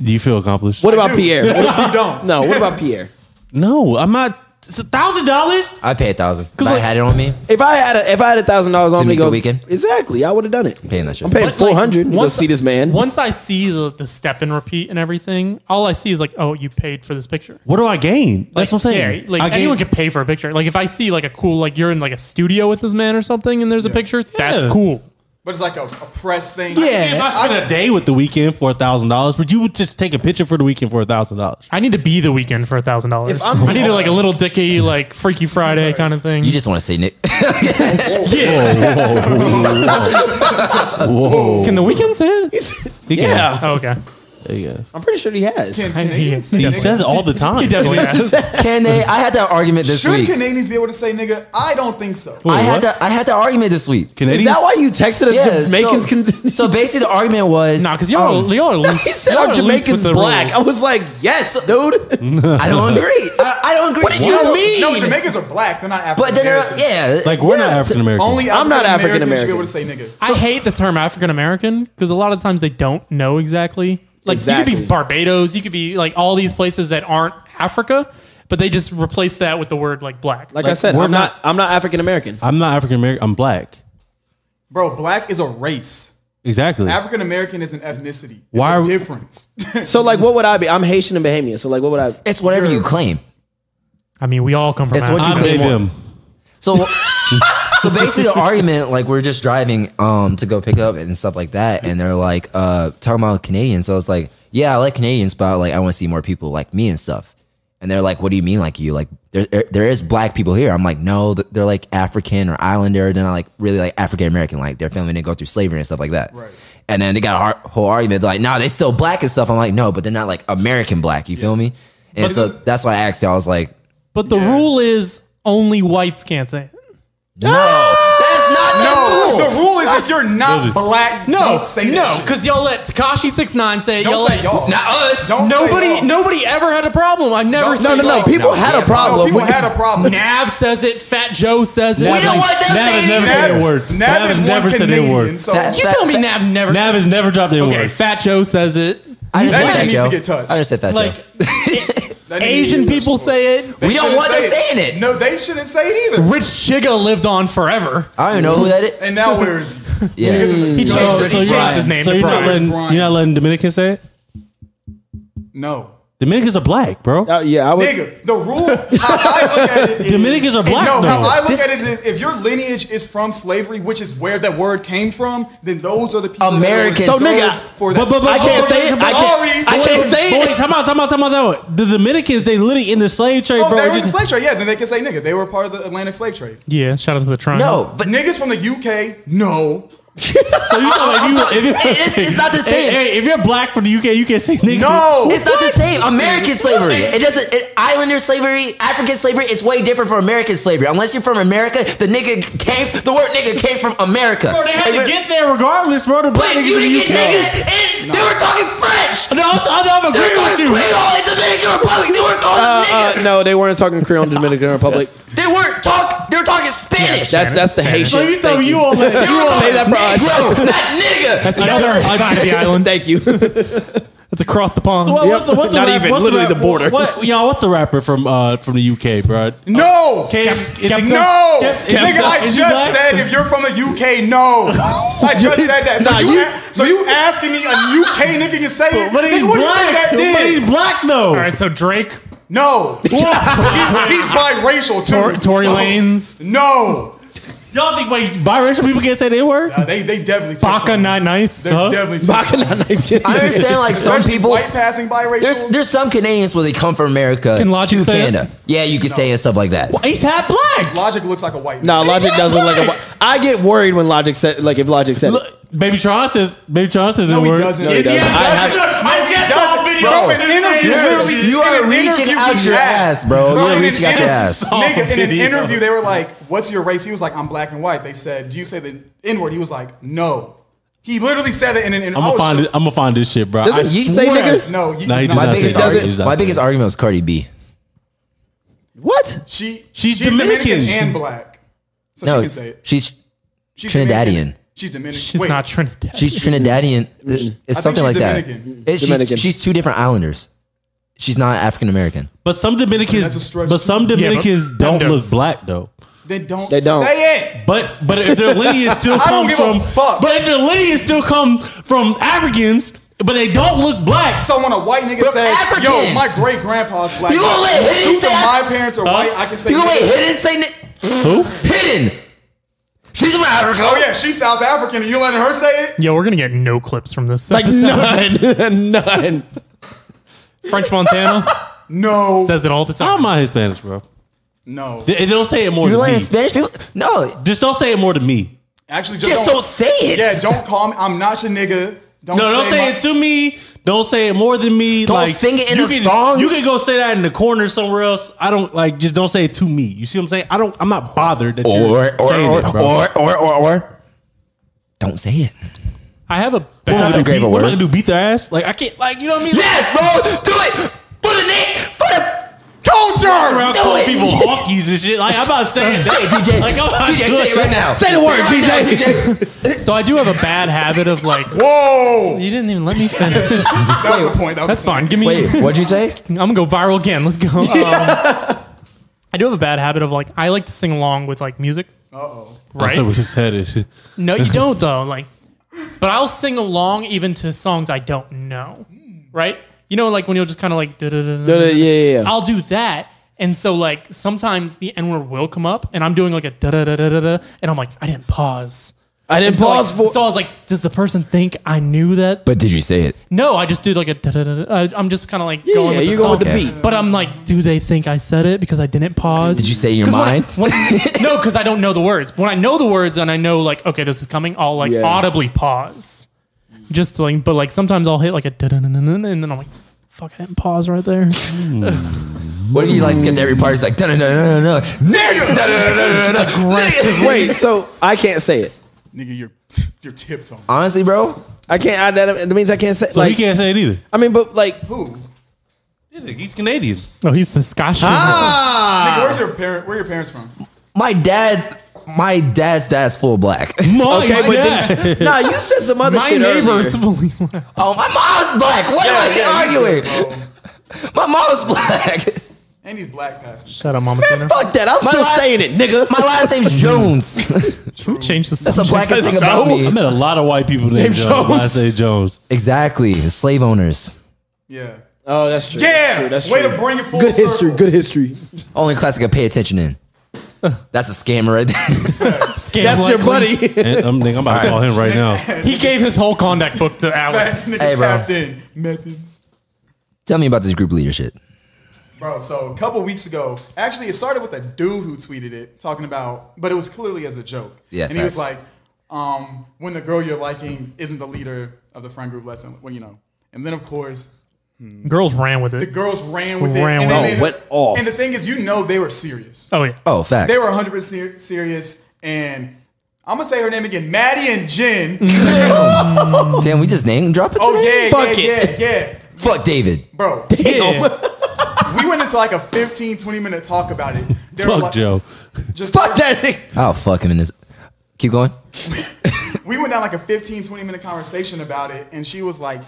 Speaker 1: Do you feel accomplished?
Speaker 3: What about Uh, <laughs> Pierre?
Speaker 4: Yes, you don't.
Speaker 3: No, what about Pierre?
Speaker 1: No, I'm not. It's a thousand dollars.
Speaker 2: I'd pay a thousand. If I had it on me,
Speaker 3: If I had a, if I had a thousand dollars on
Speaker 2: Didn't
Speaker 3: me,
Speaker 2: make the
Speaker 3: go
Speaker 2: weekend?
Speaker 3: Exactly, I would have done it.
Speaker 2: paying that shit.
Speaker 3: I'm paying
Speaker 6: But, like,
Speaker 3: four hundred. You go
Speaker 6: once-
Speaker 3: see this man.
Speaker 6: Once I see the, the step and repeat and everything, all I see is like, oh, you paid for this picture.
Speaker 1: What do I gain? That's what I'm saying.
Speaker 6: Yeah, like
Speaker 1: I gain-
Speaker 6: anyone can pay for a picture. Like if I see like a cool, like you're in like a studio with this man or something, and there's a picture,
Speaker 1: Yeah.
Speaker 6: that's cool.
Speaker 4: But it's like a, a press thing.
Speaker 6: Yeah.
Speaker 1: If I spend a day with the weekend for a thousand dollars, but you would just take a picture for the weekend for a thousand dollars.
Speaker 6: I need to be the weekend for a thousand dollars.
Speaker 3: If I'm-
Speaker 6: I need to like a little
Speaker 3: <laughs>
Speaker 6: dicky, like Freaky Friday kind of thing.
Speaker 2: You just want to say
Speaker 1: <laughs>
Speaker 2: Nick.
Speaker 6: Can the weekend say
Speaker 3: <laughs>
Speaker 6: it?
Speaker 1: Yeah,
Speaker 6: Oh, okay.
Speaker 3: I'm pretty sure he <laughs> has.
Speaker 4: Can Canadians say
Speaker 1: he
Speaker 4: nigga?
Speaker 1: says it all the time.
Speaker 6: He definitely has.
Speaker 2: <laughs> Can they? I had that argument this
Speaker 4: Should
Speaker 2: week.
Speaker 4: Canadians be able to say nigga? I don't think so.
Speaker 2: I
Speaker 1: what?
Speaker 2: had that. I had that argument this week.
Speaker 3: Is
Speaker 1: Canadians.
Speaker 3: that why you texted us
Speaker 2: Yeah,
Speaker 3: Jamaicans?
Speaker 2: so,
Speaker 3: Can- <laughs>
Speaker 2: so basically, the argument was
Speaker 6: Nah, because y'all,
Speaker 2: um,
Speaker 6: are- y'all are loose.
Speaker 3: he said
Speaker 6: y'all
Speaker 3: our
Speaker 6: are loose
Speaker 3: Jamaicans
Speaker 6: with the
Speaker 3: black. I
Speaker 6: rules.
Speaker 3: was like, yes, dude.
Speaker 2: I don't agree. I, I don't agree.
Speaker 3: What do you
Speaker 2: Well,
Speaker 3: mean?
Speaker 4: No, Jamaicans are black. They're not African.
Speaker 2: But then, uh, yeah,
Speaker 1: like we're not African American.
Speaker 4: Only
Speaker 3: I'm not
Speaker 4: African Americans should be
Speaker 3: African-American.
Speaker 4: able to say nigga.
Speaker 6: I hate the term African American because a lot of times they don't know exactly. Like you
Speaker 3: Exactly.
Speaker 6: could be Barbados, you could be like all these places that aren't Africa, but they just replace that with the word like black.
Speaker 3: Like I said,
Speaker 1: we're
Speaker 3: I'm not. I'm not African American.
Speaker 1: I'm not African American. I'm black.
Speaker 4: Bro, black is a race.
Speaker 1: Exactly.
Speaker 4: African American is an ethnicity. It's
Speaker 1: Why
Speaker 4: a
Speaker 1: are we-
Speaker 4: difference? <laughs>
Speaker 3: So like, what would I be? I'm Haitian and Bahamian. So like, what would I?
Speaker 2: it's whatever you claim.
Speaker 6: I mean, we all come from.
Speaker 2: It's
Speaker 6: Africa.
Speaker 2: what you
Speaker 1: I'm
Speaker 2: claim
Speaker 1: they,
Speaker 2: more.
Speaker 1: them.
Speaker 2: So, so basically, the argument like we're just driving um to go pick up and stuff like that, and they're like uh talking about Canadians. So I was like, yeah, I like Canadians, but like I want to see more people like me and stuff. And they're like, what do you mean like you? Like there there- there is black people here. I'm like, no, th- they're like African or Islander. Then I like really like African American, like their family didn't go through slavery and stuff like that. Right. And then they got a har- whole argument like, no, they still black and stuff. I'm like, no, but they're not like American black. You feel me? And so that's why I asked you. I was
Speaker 4: <laughs>
Speaker 2: like,
Speaker 6: But the rule is only whites can't say. It.
Speaker 2: no, that's not
Speaker 4: no, the rule is if you're not black,
Speaker 6: No,
Speaker 4: don't say
Speaker 6: no,
Speaker 4: that shit.
Speaker 6: because y'all let Takashi Six Nine say it.
Speaker 4: Don't
Speaker 6: y'all
Speaker 4: say
Speaker 6: let-
Speaker 4: y'all.
Speaker 2: Not us.
Speaker 4: Don't say
Speaker 6: Nobody,
Speaker 4: y'all.
Speaker 6: nobody ever had a problem. I've never
Speaker 4: Don't
Speaker 6: seen.
Speaker 3: No, no, no.
Speaker 4: No,
Speaker 3: People
Speaker 2: no,
Speaker 3: had
Speaker 2: yeah,
Speaker 3: a problem.
Speaker 4: People had a problem.
Speaker 6: Nav says it. Fat Joe says it.
Speaker 1: Nav
Speaker 2: don't
Speaker 1: has-
Speaker 2: want them
Speaker 1: Nav has
Speaker 2: saying
Speaker 1: never
Speaker 2: that.
Speaker 1: said a word.
Speaker 4: Nav,
Speaker 1: Nav
Speaker 4: is
Speaker 1: has
Speaker 4: one
Speaker 1: never said a
Speaker 4: Canadian,
Speaker 1: word.
Speaker 4: So
Speaker 2: That-
Speaker 6: you tell me Nav never.
Speaker 1: Nav has never dropped a
Speaker 6: okay,
Speaker 1: word.
Speaker 6: Fat Joe says it.
Speaker 2: I just
Speaker 4: That
Speaker 2: said
Speaker 4: nigga needs
Speaker 2: Joe.
Speaker 4: to get touched.
Speaker 2: I just said that.
Speaker 6: Like
Speaker 2: Joe.
Speaker 4: that nigga
Speaker 6: Asian
Speaker 4: is-
Speaker 6: people say it.
Speaker 4: They
Speaker 2: We don't
Speaker 4: shouldn't
Speaker 2: want them
Speaker 4: say
Speaker 2: saying it.
Speaker 4: No, they shouldn't say it either.
Speaker 6: Rich Chiga lived on forever.
Speaker 2: I don't even know who that is.
Speaker 4: And
Speaker 1: <laughs>
Speaker 4: now where is he?
Speaker 2: Yeah.
Speaker 6: He
Speaker 4: So-
Speaker 6: changed, so he
Speaker 2: Brian.
Speaker 6: changed his name
Speaker 1: so
Speaker 6: to
Speaker 1: you're not
Speaker 6: Brian.
Speaker 1: letting
Speaker 4: Brian.
Speaker 1: you're not letting Dominicans say it.
Speaker 4: No.
Speaker 1: Dominicans are black, bro.
Speaker 3: Uh, yeah, I would.
Speaker 4: Nigga, the rule
Speaker 3: <laughs>
Speaker 4: how I look at it is
Speaker 1: Dominicans are black,
Speaker 4: No, how
Speaker 1: though.
Speaker 4: I look at it is if your lineage is from slavery, which is where that word came from, then those are the people that were
Speaker 2: Americans.
Speaker 4: enslaved
Speaker 3: So, nigga,
Speaker 4: for that.
Speaker 1: But, but, but
Speaker 3: I can't
Speaker 1: but-
Speaker 3: say it.
Speaker 1: but-
Speaker 3: I can't. I can't say
Speaker 1: But
Speaker 3: it.
Speaker 1: wait, time out, time out, time out, time out. The Dominicans, they literally in the slave trade,
Speaker 4: Oh,
Speaker 1: bro.
Speaker 4: they were in the
Speaker 1: Just-
Speaker 4: slave trade. Yeah, then they can say nigga. They were part of the Atlantic slave trade.
Speaker 6: Yeah, shout out to the triangle.
Speaker 2: No,
Speaker 4: But
Speaker 2: but
Speaker 4: niggas from the UK, no.
Speaker 1: so you know, if you, if you,
Speaker 2: it's- it's not the
Speaker 1: Hey,
Speaker 2: same.
Speaker 1: hey, if you're black from the UK, you can't say nigga.
Speaker 4: No.
Speaker 2: it's not the same. American slavery. It doesn't. It, Islander slavery, African slavery. It's way different from American slavery. Unless you're from America, the nigga came. The word nigga came from America.
Speaker 1: Bro, they had to get there regardless, bro. The black niggas
Speaker 2: But you
Speaker 1: in the
Speaker 2: didn't get
Speaker 1: UK.
Speaker 2: nigga, and they were talking French.
Speaker 1: No, I'm, I'm, I'm
Speaker 2: They were
Speaker 1: agreeing with
Speaker 2: talking
Speaker 1: you.
Speaker 2: Creole in Dominican Republic. They weren't calling
Speaker 3: Uh, uh,
Speaker 2: nigga.
Speaker 3: no, they weren't talking Creole in Dominican
Speaker 1: <laughs>
Speaker 3: Republic.
Speaker 2: They weren't talk. They were talking Spanish.
Speaker 3: That's that's the Haitian.
Speaker 1: So you tell
Speaker 3: Thank
Speaker 1: me you all let
Speaker 2: they
Speaker 1: you
Speaker 2: were
Speaker 1: all
Speaker 3: say
Speaker 2: calling
Speaker 3: that for
Speaker 2: Negro, not nigga.
Speaker 6: That's
Speaker 1: <laughs>
Speaker 6: another side of the island.
Speaker 3: <laughs> Thank you.
Speaker 6: That's across the pond.
Speaker 1: So what, what's, the- what's
Speaker 3: Not
Speaker 1: the rap,
Speaker 3: even,
Speaker 1: what's
Speaker 3: literally
Speaker 1: the, rap-
Speaker 3: the border.
Speaker 1: What, what, y'all, what's the rapper from uh, from the UK, bro?
Speaker 4: No.
Speaker 1: Cam- Skepta?
Speaker 4: No,
Speaker 1: Skepta?
Speaker 4: nigga, I
Speaker 1: Is
Speaker 4: just
Speaker 1: he black?
Speaker 4: said if you're from the UK, no. I just said that. So
Speaker 3: Nah,
Speaker 4: you,
Speaker 3: you-
Speaker 4: a- so you asking me a UK nigga can say it?
Speaker 1: But he's
Speaker 4: Nigga, what do you think
Speaker 1: black.
Speaker 4: that
Speaker 1: But
Speaker 4: is?
Speaker 1: he's black though.
Speaker 6: All right, so Drake,
Speaker 4: No, he's, he's biracial too.
Speaker 6: Tor- Tory
Speaker 4: So-
Speaker 6: Lanez,
Speaker 4: No,
Speaker 1: Y'all think wait, biracial people can't say the word?
Speaker 4: Uh, they they definitely took
Speaker 6: Baka
Speaker 4: some.
Speaker 6: Not Nice.
Speaker 4: They
Speaker 6: huh?
Speaker 4: definitely took
Speaker 3: Baka
Speaker 4: some.
Speaker 3: na naikin.
Speaker 2: I understand like some
Speaker 4: Especially
Speaker 2: people.
Speaker 4: white passing biracials.
Speaker 2: There's there's some Canadians where they come from America
Speaker 6: Can Logic
Speaker 2: to
Speaker 6: say
Speaker 2: Canada.
Speaker 6: it?
Speaker 2: Yeah, you can say it stuff like that.
Speaker 1: He's half black.
Speaker 4: Logic looks like a white.
Speaker 3: Nah,
Speaker 4: man.
Speaker 3: Logic doesn't look like a. I get worried when Logic said like if Logic said it.
Speaker 1: Look, Baby Tron says. Baby Tron says
Speaker 4: No,
Speaker 1: it
Speaker 4: he
Speaker 1: works.
Speaker 4: doesn't.
Speaker 3: he doesn't.
Speaker 4: I have-
Speaker 7: I just saw a video
Speaker 4: Bro,
Speaker 7: of
Speaker 4: in an interview, literally,
Speaker 2: You
Speaker 4: in
Speaker 2: are
Speaker 4: an
Speaker 2: reaching
Speaker 4: interview,
Speaker 2: out
Speaker 4: he
Speaker 2: your ass,
Speaker 4: asked-
Speaker 2: bro.
Speaker 4: Bro,
Speaker 2: You're
Speaker 4: in an
Speaker 2: reaching out your
Speaker 4: inter-
Speaker 2: ass.
Speaker 4: Nigga, in an
Speaker 1: Video.
Speaker 4: interview, they were like, "What's your race?" He was like, "I'm black and white." They said, "Do you say the N word?" He was like, "No." He literally said that in oh, an interview.
Speaker 1: I'm gonna find. It, I'm gonna find this shit, bro.
Speaker 3: Doesn't
Speaker 1: I
Speaker 3: Yeet say
Speaker 1: swear.
Speaker 3: nigga?
Speaker 4: No, he,
Speaker 1: No, he does
Speaker 4: he's not
Speaker 2: My
Speaker 1: not
Speaker 4: saying
Speaker 1: say
Speaker 2: biggest,
Speaker 1: that.
Speaker 3: doesn't-
Speaker 1: He's
Speaker 2: argument,
Speaker 1: not
Speaker 2: my
Speaker 1: saying
Speaker 2: biggest
Speaker 1: that.
Speaker 2: argument was Cardi B.
Speaker 3: What?
Speaker 4: She,
Speaker 1: She's Dominican.
Speaker 4: and black, so she
Speaker 2: No,
Speaker 4: can say it.
Speaker 2: she's
Speaker 4: She's
Speaker 2: Trinidadian.
Speaker 4: Dominican. She's Dominican.
Speaker 6: She's
Speaker 4: Wait,
Speaker 6: not Trinidad.
Speaker 2: she's Trinidadian. uh, It's something like
Speaker 4: she's
Speaker 2: that.
Speaker 4: Dominican.
Speaker 2: It's- she's-
Speaker 3: Dominican.
Speaker 2: She's two different islanders. She's not African American.
Speaker 1: But some
Speaker 4: That's a
Speaker 1: Dominicans.
Speaker 4: stretch,
Speaker 1: But some
Speaker 4: too.
Speaker 1: Dominicans
Speaker 6: Yeah, but
Speaker 1: don't
Speaker 6: Bendos.
Speaker 1: look black though.
Speaker 4: They don't.
Speaker 3: They don't.
Speaker 4: say it.
Speaker 1: But but if their
Speaker 4: <laughs>
Speaker 1: lineage still
Speaker 4: I
Speaker 1: comes
Speaker 4: don't give a
Speaker 1: from
Speaker 4: fuck.
Speaker 1: but if their lineage still come from Africans, but they don't look black.
Speaker 4: So when a white nigga
Speaker 2: But
Speaker 4: says,
Speaker 2: Africans.
Speaker 4: "Yo, my great grandpa's black,"
Speaker 2: You gonna let Hidden
Speaker 4: Two
Speaker 2: say
Speaker 4: of
Speaker 2: I-
Speaker 4: my parents are white. I can say,
Speaker 2: You gonna wait,
Speaker 4: nigga.
Speaker 2: hidden say ni-
Speaker 1: Who?
Speaker 2: hidden. She's from Africa.
Speaker 4: "Oh yeah, she's South African," and you letting her say it?
Speaker 6: Yo, we're gonna get no clips from this.
Speaker 1: Like
Speaker 6: episode.
Speaker 1: none, none.
Speaker 6: French Montana
Speaker 4: No,
Speaker 6: says it all the
Speaker 1: How
Speaker 6: time.
Speaker 1: am I Hispanics, bro?
Speaker 4: no.
Speaker 1: They, they don't say it more
Speaker 2: You
Speaker 1: to me.
Speaker 2: like Spanish people? No,
Speaker 1: Just don't say it more to me.
Speaker 4: Actually, just,
Speaker 2: just
Speaker 4: don't,
Speaker 2: don't say it.
Speaker 4: Yeah, don't call me. I'm not your nigga. Don't
Speaker 1: No, don't say
Speaker 4: my-
Speaker 1: it to me. Don't say it more than me.
Speaker 2: Don't
Speaker 1: like,
Speaker 2: sing it in
Speaker 1: you
Speaker 2: a
Speaker 1: can,
Speaker 2: song.
Speaker 1: You can go say that in the corner somewhere else. I don't like. Just don't say it to me. You see what I'm saying? I don't. I'm not bothered that
Speaker 2: Or
Speaker 1: you're
Speaker 2: or
Speaker 1: saying
Speaker 2: or,
Speaker 1: it, bro.
Speaker 2: or or or or. Don't say it.
Speaker 6: I have a
Speaker 1: What am I
Speaker 6: bad.
Speaker 1: gonna
Speaker 2: grave
Speaker 1: do,
Speaker 2: a
Speaker 1: beat, what am I
Speaker 2: word.
Speaker 1: gonna do? Beat their ass? Like I can't. Like you know what I mean?
Speaker 2: Yes, bro. Do it for the neck. For the.
Speaker 1: around
Speaker 2: Do
Speaker 1: calling
Speaker 2: it.
Speaker 1: people honkies and shit. Like I'm
Speaker 2: <laughs>
Speaker 1: not saying
Speaker 2: Say it,
Speaker 1: that.
Speaker 2: DJ.
Speaker 1: Like, I'm not
Speaker 2: DJ, say it right now.
Speaker 3: Say the word,
Speaker 2: Say it
Speaker 3: DJ.
Speaker 2: right now, DJ.
Speaker 6: So I do have a bad habit of like.
Speaker 4: Whoa,
Speaker 6: You didn't even let me finish.
Speaker 4: that was the point. That was
Speaker 6: That's
Speaker 4: the point.
Speaker 6: fine. Give me.
Speaker 2: Wait, what'd you say?
Speaker 6: I'm gonna go viral again.
Speaker 1: <laughs>
Speaker 6: Let's go. Um, I do have a bad habit of like I like to sing along with like music. Uh oh.
Speaker 1: I thought
Speaker 6: Right?
Speaker 1: we just had it. <laughs>
Speaker 6: No, you don't though. Like, but I'll sing along even to songs I don't know. Right? You know, like when you'll just kind of like.
Speaker 3: Yeah, yeah, yeah.
Speaker 6: I'll do that. And so, like, sometimes the N word will come up, and I'm doing like a da da da da da da, and I'm like, I didn't pause.
Speaker 3: I didn't
Speaker 6: So, like-
Speaker 3: pause for.
Speaker 6: So I was like, does the person think I knew that?
Speaker 2: But did you say it?
Speaker 6: No, I just did like a da da da. da. I- I'm just kind of like
Speaker 3: yeah,
Speaker 6: going with
Speaker 3: you
Speaker 6: the
Speaker 3: go with
Speaker 6: song.
Speaker 3: the beat.
Speaker 6: But I'm like, do they think I said it because I didn't pause? <laughs>
Speaker 2: Did you say in your
Speaker 6: 'Cause when I-
Speaker 2: mind?
Speaker 6: when I- no, because I don't know the words. When I know the words and I know like, okay, this is coming, I'll like
Speaker 3: Yeah.
Speaker 6: audibly pause. Just to, like, but like sometimes I'll hit like a da da da da da, and then I'm like, fuck, I didn't pause right there.
Speaker 2: What if you like skipped every part? It's like no no no no no nigga da, da, da, da, da, da. Nigga.
Speaker 3: <laughs> Wait, so I can't say it.
Speaker 4: nigga. You're you're tiptoeing.
Speaker 2: Honestly, bro,
Speaker 3: I can't. I, that, that means I can't say.
Speaker 1: So
Speaker 3: like,
Speaker 1: you can't say it either.
Speaker 3: I mean, but like,
Speaker 4: Who? Nigga,
Speaker 1: He's Canadian.
Speaker 6: <laughs> oh, he's a Scottish.
Speaker 4: where's your parent? Where are your parents from?
Speaker 2: my dad's my dad's dad's full black.
Speaker 1: Oh,
Speaker 3: okay, but then, nah, you said some other
Speaker 6: My
Speaker 3: shit
Speaker 6: neighbor's
Speaker 3: earlier.
Speaker 6: fully
Speaker 2: <laughs> Oh, my mom's black. What am I
Speaker 4: you
Speaker 2: arguing?
Speaker 4: said it, bro.
Speaker 2: My mom's black. <laughs>
Speaker 4: And he's black
Speaker 6: <laughs>
Speaker 4: passing.
Speaker 6: Shut up, Mama
Speaker 2: Man,
Speaker 6: Tina.
Speaker 2: fuck that. I'm
Speaker 3: My
Speaker 2: still
Speaker 3: last-
Speaker 2: saying it, nigga. My last <laughs> name's Jones.
Speaker 6: Who changed the
Speaker 2: That's the
Speaker 6: subject?
Speaker 2: blackest thing about
Speaker 1: I
Speaker 2: me.
Speaker 1: met a lot of white people named Jones. I say Jones.
Speaker 2: Exactly. Slave owners.
Speaker 4: Yeah.
Speaker 3: Oh, that's true.
Speaker 4: Yeah.
Speaker 3: that's true.
Speaker 4: Way
Speaker 3: That's true.
Speaker 4: to bring it full
Speaker 3: Good
Speaker 4: circle.
Speaker 3: history. Good history.
Speaker 2: Only class I could pay attention in. That's a scammer right there. <laughs>
Speaker 6: Scam
Speaker 3: That's your
Speaker 6: likely.
Speaker 3: buddy.
Speaker 1: And I'm, thinking I'm about to call him right
Speaker 2: <laughs>
Speaker 1: now.
Speaker 6: He <laughs> gave his whole contact book <laughs> to Alex.
Speaker 4: Fast nigga
Speaker 2: Hey, bro.
Speaker 4: tapped in methods.
Speaker 2: Tell me about this group leadership.
Speaker 4: Bro, so a couple weeks ago, actually, it started with a dude who tweeted it talking about, but it was clearly as a joke.
Speaker 2: Yeah,
Speaker 4: and he was like,
Speaker 2: facts.
Speaker 4: um, "When the girl you're liking isn't the leader of the friend group, lesson, well, you know." And then, of course,
Speaker 6: Girls ran with
Speaker 4: the
Speaker 6: it.
Speaker 4: girls ran with
Speaker 6: Ran
Speaker 4: it,
Speaker 6: with
Speaker 4: and they
Speaker 6: it.
Speaker 4: made a-
Speaker 3: Went off.
Speaker 4: And the thing is, you know, they were serious.
Speaker 6: Oh yeah.
Speaker 2: Oh, facts.
Speaker 4: They were 100 percent serious, and I'm gonna say her name again, Maddie and Jen.
Speaker 6: <laughs>
Speaker 2: Damn, we just name drop it.
Speaker 4: oh
Speaker 2: today?
Speaker 4: yeah,
Speaker 2: Fuck
Speaker 4: yeah,
Speaker 2: it.
Speaker 4: yeah, yeah,
Speaker 2: Fuck David.
Speaker 4: bro.
Speaker 6: Yeah.
Speaker 4: We went into like a 15, 20 minute talk about it. They were
Speaker 1: Fuck
Speaker 4: like-
Speaker 1: Joe.
Speaker 4: Just
Speaker 3: Fuck that nigga.
Speaker 2: I'll fuck him in this. Keep going.
Speaker 4: we went down like a 15, 20 minute conversation about it, and she was like,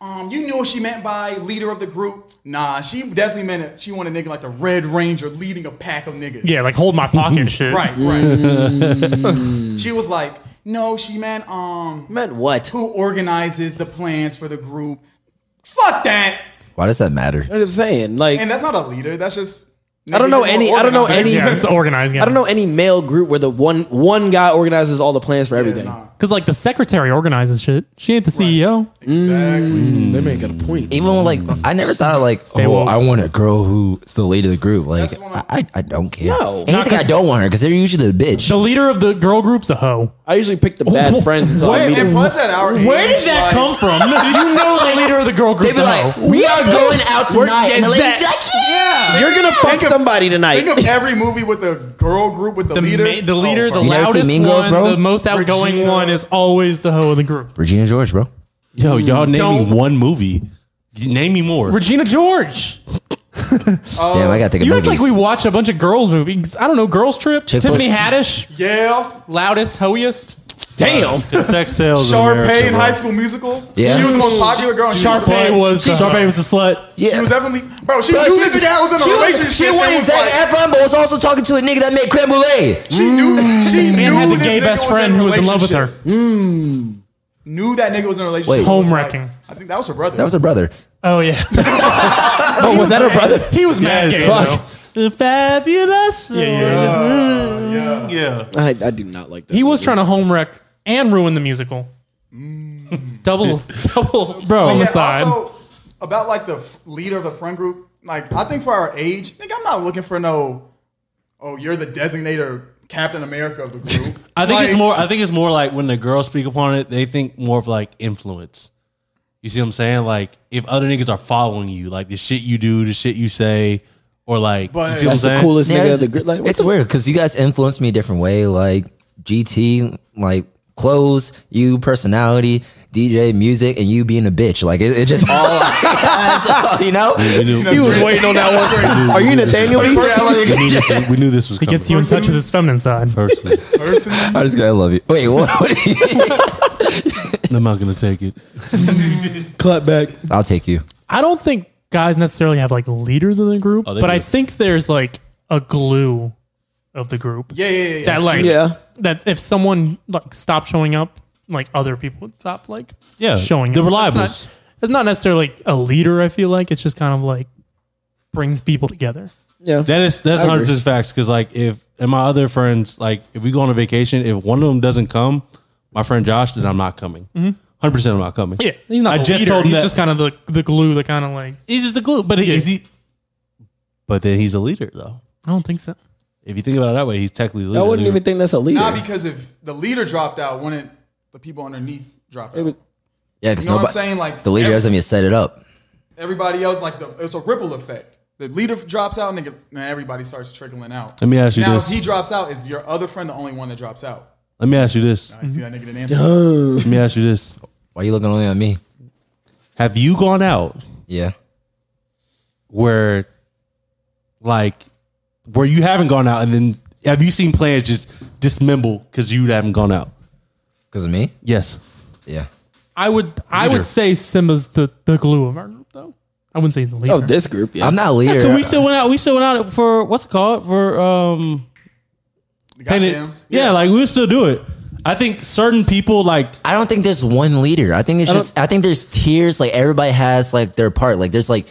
Speaker 4: um, you knew what she meant by leader of the group. Nah, she definitely meant it. She wanted a nigga like the Red Ranger leading a pack of niggas.
Speaker 6: Yeah, like hold my pocket
Speaker 3: <laughs>
Speaker 6: shit.
Speaker 4: Right, right. <laughs>
Speaker 3: Mm.
Speaker 4: she was like, no, she meant um
Speaker 3: Meant what?
Speaker 4: who organizes the plans for the group. Fuck that.
Speaker 2: Why does that matter?
Speaker 3: I'm saying, like,
Speaker 4: And that's not a leader. That's just
Speaker 3: I don't know
Speaker 4: Nigga,
Speaker 3: any.
Speaker 4: you're
Speaker 3: I don't know
Speaker 4: organized.
Speaker 3: any.
Speaker 6: Yeah,
Speaker 3: <laughs>
Speaker 6: it's organized.
Speaker 3: I don't know any male group where the one one guy organizes all the plans for everything.
Speaker 4: nah.
Speaker 6: because like the secretary organizes shit. She ain't the E CEO.
Speaker 4: Exactly.
Speaker 3: They may got a point.
Speaker 2: Even when, like, I never thought like, oh, I want a girl who's the lead of the group. Like,
Speaker 4: That's one of-
Speaker 2: I, I, I don't care.
Speaker 3: No.
Speaker 2: and I think I don't want her because they're usually the bitch.
Speaker 6: The leader of the girl group's a hoe.
Speaker 3: I usually pick the bad friends until I meet
Speaker 4: And
Speaker 3: them.
Speaker 4: plus at our age,
Speaker 1: Where did that
Speaker 4: like,
Speaker 1: come
Speaker 6: <laughs>
Speaker 1: from? you know the leader of the girl
Speaker 2: They
Speaker 1: group.
Speaker 2: be like, we are going out
Speaker 3: We're-
Speaker 2: tonight, and the
Speaker 3: yeah,
Speaker 2: lady's
Speaker 3: that-
Speaker 2: like, yeah.
Speaker 3: You're gonna fuck somebody tonight.
Speaker 4: Think of every movie with the girl group with the,
Speaker 6: The
Speaker 4: leader.
Speaker 6: ma- the leader,
Speaker 4: Oh,
Speaker 6: the
Speaker 4: bro.
Speaker 2: You never seen
Speaker 6: loudest
Speaker 2: Mean Girls,
Speaker 6: one,
Speaker 2: bro?
Speaker 6: the most outgoing
Speaker 4: Regina.
Speaker 6: one is always the hoe of the group.
Speaker 2: Regina George, bro.
Speaker 1: Yo, y'all name
Speaker 6: Don't-
Speaker 1: me one movie. You- Name me more.
Speaker 6: Regina George.
Speaker 2: Damn, I gotta think of
Speaker 6: You act
Speaker 2: movies.
Speaker 6: like we watch a bunch of girls movies. I don't know, Girls Trip,
Speaker 2: Chick
Speaker 6: Tiffany
Speaker 2: flicks.
Speaker 6: Haddish,
Speaker 4: yeah,
Speaker 6: loudest, hoeiest.
Speaker 3: Damn.
Speaker 1: Sex sales.
Speaker 4: Sharpay in High School Musical.
Speaker 2: Yeah.
Speaker 4: she was the most popular girl. and she was
Speaker 6: Sharpay
Speaker 4: like-
Speaker 6: was uh, the
Speaker 1: Sharpay was a slut.
Speaker 2: yeah.
Speaker 4: She was definitely bro. She
Speaker 2: Bro,
Speaker 4: knew
Speaker 2: she-
Speaker 4: that the guy was in a
Speaker 2: she was-
Speaker 4: relationship.
Speaker 2: She
Speaker 4: and
Speaker 2: wanted
Speaker 4: was
Speaker 2: Zac
Speaker 4: like-
Speaker 2: Efron, but was also talking to a nigga that made creme brulee.
Speaker 4: She knew. She
Speaker 6: Man
Speaker 4: knew
Speaker 6: had the
Speaker 4: this
Speaker 6: gay
Speaker 4: nigga
Speaker 6: best
Speaker 4: was
Speaker 6: friend
Speaker 4: in a
Speaker 6: who was in love with her.
Speaker 4: relationship. Knew that nigga was in a relationship.
Speaker 2: Wait.
Speaker 4: It was
Speaker 6: Home
Speaker 4: like-
Speaker 6: wrecking.
Speaker 4: I think that was her brother.
Speaker 2: That was her brother.
Speaker 6: Oh <laughs> yeah,
Speaker 3: Oh, was that her
Speaker 2: <laughs>
Speaker 3: brother?
Speaker 6: he was mad gay.
Speaker 3: fuck.
Speaker 6: though.
Speaker 1: The fabulous.
Speaker 6: Yeah, yeah.
Speaker 4: yeah.
Speaker 1: Yeah.
Speaker 3: I, I do not like that.
Speaker 6: He was trying to home wreck and ruin the musical. double, <laughs> double,
Speaker 1: Bro.
Speaker 6: on the
Speaker 4: Yeah,
Speaker 6: side.
Speaker 4: Also, about like the f- leader of the friend group. Like I think for our age, nigga, I'm not looking for no. Oh, you're the designator Captain America of the group.
Speaker 1: I think it's
Speaker 4: Like,
Speaker 1: more. I think it's more like when the girls speak upon it, they think more of like influence. You see what I'm saying? Like if other niggas are following you, like the shit you do, the shit you say, or like you
Speaker 4: But-
Speaker 1: see what I'm
Speaker 3: That's the
Speaker 1: saying?
Speaker 3: coolest
Speaker 2: Yeah,
Speaker 3: nigga
Speaker 2: it's-
Speaker 3: of the group. Like, what
Speaker 2: it's
Speaker 3: the-
Speaker 2: weird because you guys influenced me a different way. Like GT, like clothes, you personality, DJ, music, and you being a bitch. Like it, it just all
Speaker 3: <laughs>
Speaker 2: adds up, you know.
Speaker 1: We knew,
Speaker 4: <laughs>
Speaker 3: He was waiting on that one. Are you Nathaniel B?
Speaker 1: we knew this, we knew this was
Speaker 6: He
Speaker 1: coming.
Speaker 6: gets you in touch with his feminine side.
Speaker 1: personally.
Speaker 4: person.
Speaker 2: I just gotta love you. Wait, what?
Speaker 1: <laughs> I'm not gonna take it.
Speaker 3: Clap back.
Speaker 2: I'll take you.
Speaker 6: I don't think guys necessarily have like leaders in the group,
Speaker 1: Oh, they
Speaker 6: but
Speaker 1: do.
Speaker 6: I think there's like a glue of the group.
Speaker 4: Yeah, yeah, yeah. yeah.
Speaker 6: That like
Speaker 3: Yeah.
Speaker 6: that if someone like stopped showing up, like other people would stop like
Speaker 1: Yeah,
Speaker 6: showing
Speaker 1: the
Speaker 6: up. That's not-
Speaker 1: reliables.
Speaker 6: It's not necessarily a leader. I feel like it's just kind of like brings people together.
Speaker 3: Yeah.
Speaker 1: That is that's
Speaker 3: I agree.
Speaker 1: hundred percent facts. Because like if and my other friends like if we go on a vacation, if one of them doesn't come, my friend Josh, then I'm not coming. 100 percent, I'm not coming.
Speaker 6: Yeah, he's not.
Speaker 1: I
Speaker 6: a
Speaker 1: just
Speaker 6: leader.
Speaker 1: told him
Speaker 6: he's
Speaker 1: that.
Speaker 6: just kind of the the glue that kind of like.
Speaker 1: he's just the glue, but he, is he? But then he's a leader though.
Speaker 6: I don't think so.
Speaker 1: If you think about it that way, he's technically a leader.
Speaker 3: I wouldn't even think that's a leader.
Speaker 4: Not because if the leader dropped out, wouldn't the people underneath drop out?
Speaker 3: would-
Speaker 2: Yeah, because
Speaker 4: You know what I'm
Speaker 2: nobody.
Speaker 4: saying? Like
Speaker 2: the leader
Speaker 4: every-
Speaker 2: doesn't even set it up.
Speaker 4: everybody else, like the, it's a ripple effect. The leader drops out, nigga, nah, everybody starts trickling out.
Speaker 1: Let me ask you
Speaker 4: now,
Speaker 1: this.
Speaker 4: if he drops out, is your other friend the only one that drops out?
Speaker 1: Let me ask you this.
Speaker 4: I see that nigga didn't answer.
Speaker 1: Let me ask you this.
Speaker 2: Why you looking only at me?
Speaker 1: Have you gone out
Speaker 2: Yeah.
Speaker 1: where, like, where you haven't gone out, and then have you seen plans just dismember because you haven't gone out?
Speaker 2: Because of me?
Speaker 1: Yes.
Speaker 2: Yeah.
Speaker 6: I would. I
Speaker 1: Leader.
Speaker 6: would say Simba's the the glue of our group though. I wouldn't say he's the leader.
Speaker 3: Oh, this group. Yeah.
Speaker 2: I'm not a leader.
Speaker 1: we still went out. We still went out for what's it called for um painted.
Speaker 4: Goddamn.
Speaker 1: Yeah, like we would still do it. I think certain people like
Speaker 2: I don't think there's one leader. I think it's just I think there's tiers. Like everybody has like their part. Like there's like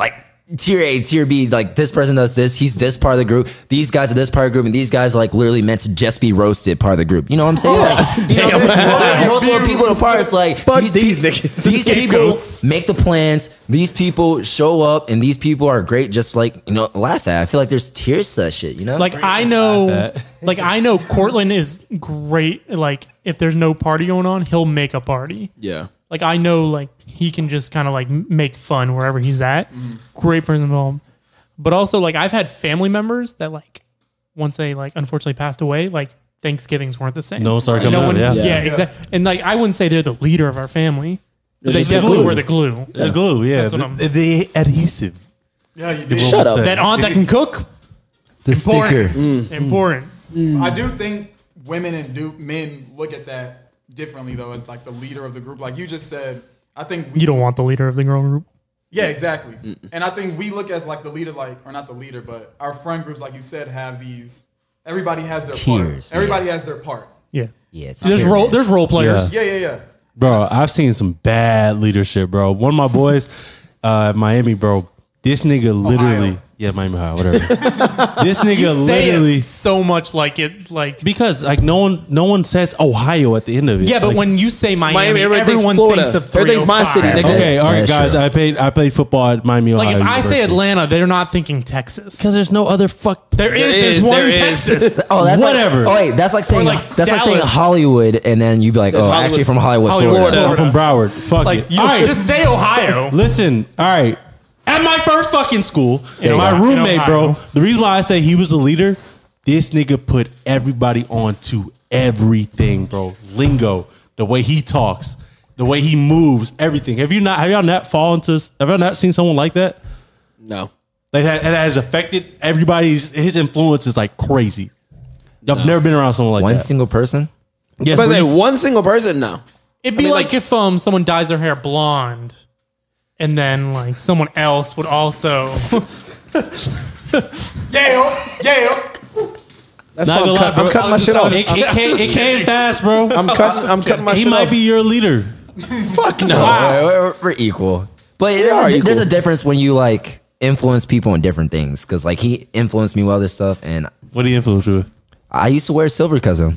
Speaker 2: like tier A, tier B. Like this person does this. He's this part of the group. These guys are this part of the group, and these guys are like literally meant to just be roasted part of the group. You know what I'm saying? Like, you know, there's there's multiple people in parts. Like
Speaker 3: Fuck these niggas.
Speaker 2: These people make the plans. These people show up, and these people are great. Just like you know, laugh at. I feel like there's tiers to that shit. You know,
Speaker 6: Like I know, <laughs> like I know, Cortland is great. Like if there's no party going on, he'll make a party.
Speaker 3: yeah.
Speaker 6: Like I know, like he can just kind of like m- make fun wherever he's at.
Speaker 1: Mm-hmm.
Speaker 6: Great person involved, but also like I've had family members that like once they like unfortunately passed away, like Thanksgivings weren't the same.
Speaker 1: no one started coming
Speaker 6: no
Speaker 1: out.
Speaker 6: one,
Speaker 1: yeah.
Speaker 6: yeah, exactly. And like I wouldn't say they're the leader of our family. But they
Speaker 1: just the
Speaker 6: definitely
Speaker 1: glue.
Speaker 6: were the glue.
Speaker 1: The glue, yeah,
Speaker 6: That's what I'm-
Speaker 1: the, the adhesive.
Speaker 4: Yeah, you did.
Speaker 3: Shut up.
Speaker 6: That aunt that can cook,
Speaker 2: the
Speaker 6: important.
Speaker 2: sticker.
Speaker 1: Mm-hmm.
Speaker 6: important.
Speaker 4: I do think women and do men look at that differently though, as like the leader of the group. Like you just said, I think we,
Speaker 6: You don't want the leader of the girl group.
Speaker 4: Yeah, exactly. And I think we look as like the leader, like or not the leader, but our friend groups, like you said, have these. Everybody has their
Speaker 2: Tiers,
Speaker 4: part. Everybody has their part.
Speaker 6: Yeah.
Speaker 2: Yeah, it's
Speaker 6: There's role. There's role players.
Speaker 4: Yeah, yeah, yeah.
Speaker 1: Bro, I've seen some bad leadership, bro. One of my boys, uh, Miami, bro, This nigga literally, yeah, Miami Ohio,
Speaker 6: <laughs>
Speaker 1: whatever. this nigga
Speaker 6: You say
Speaker 1: literally
Speaker 6: it so much like it, like
Speaker 1: because like no one, no one says Ohio at the end of it.
Speaker 6: yeah. But
Speaker 1: Like,
Speaker 6: when you say Miami,
Speaker 3: Miami, everybody thinks
Speaker 6: everyone
Speaker 3: Florida.
Speaker 6: thinks of
Speaker 3: Everybody thinks my
Speaker 6: 305.
Speaker 3: city, nigga.
Speaker 1: oh okay, all right,
Speaker 2: That's
Speaker 1: guys,
Speaker 2: true.
Speaker 1: I played, I played football at Miami Ohio.
Speaker 6: Like if I say
Speaker 1: University.
Speaker 6: Atlanta, they're not thinking Texas.
Speaker 1: because there's no other fuck.
Speaker 6: there is, there's
Speaker 8: is,
Speaker 6: one
Speaker 8: there
Speaker 6: in <laughs>
Speaker 8: is.
Speaker 6: Texas.
Speaker 2: Oh, that's like-
Speaker 1: Whatever.
Speaker 2: oh wait, that's like saying
Speaker 6: like
Speaker 2: that's like saying
Speaker 6: Dallas.
Speaker 2: Hollywood, and then you'd be like, oh,
Speaker 3: Hollywood-
Speaker 2: actually from Hollywood,
Speaker 6: Hollywood,
Speaker 2: Florida.
Speaker 1: I'm from Broward. Fuck
Speaker 6: Like
Speaker 1: it.
Speaker 6: you
Speaker 1: all right,
Speaker 6: just say <laughs> Ohio.
Speaker 1: Listen, all right. At my first fucking school,
Speaker 6: In
Speaker 1: my
Speaker 6: Ohio- in
Speaker 1: roommate, bro,
Speaker 6: Ohio.
Speaker 1: the reason why I say he was a leader, this nigga put everybody on to everything, bro. Lingo, the way he talks, the way he moves, everything. Have you not have y'all not fallen to have y'all not seen someone like that?
Speaker 3: No.
Speaker 1: Like that, that has affected everybody's his influence is like crazy. I've never been around someone like
Speaker 2: One
Speaker 1: that.
Speaker 2: single person.
Speaker 1: Yes,
Speaker 3: But I
Speaker 1: we-
Speaker 3: say one single person, no.
Speaker 6: It'd be like, if um someone dyes their hair blonde, and then like someone else would also.
Speaker 4: Yale, Yale.
Speaker 3: That's
Speaker 1: not
Speaker 3: why
Speaker 1: gonna
Speaker 3: I'm,
Speaker 1: lie,
Speaker 3: cut,
Speaker 1: bro.
Speaker 3: I'm cutting my shit off.
Speaker 1: It, it came, it came fast, bro.
Speaker 3: I'm cutting. I'm cutting my
Speaker 1: he
Speaker 3: shit
Speaker 1: might
Speaker 3: off.
Speaker 1: be your leader.
Speaker 3: fuck no.
Speaker 2: Wow. Oh, We're, we're equal. But there's,
Speaker 3: are
Speaker 2: a,
Speaker 3: equal.
Speaker 2: there's a difference when you like influence people on different things. Cause like he influenced me with other stuff and
Speaker 1: What do you influence you with?
Speaker 2: I used to wear silver cousin.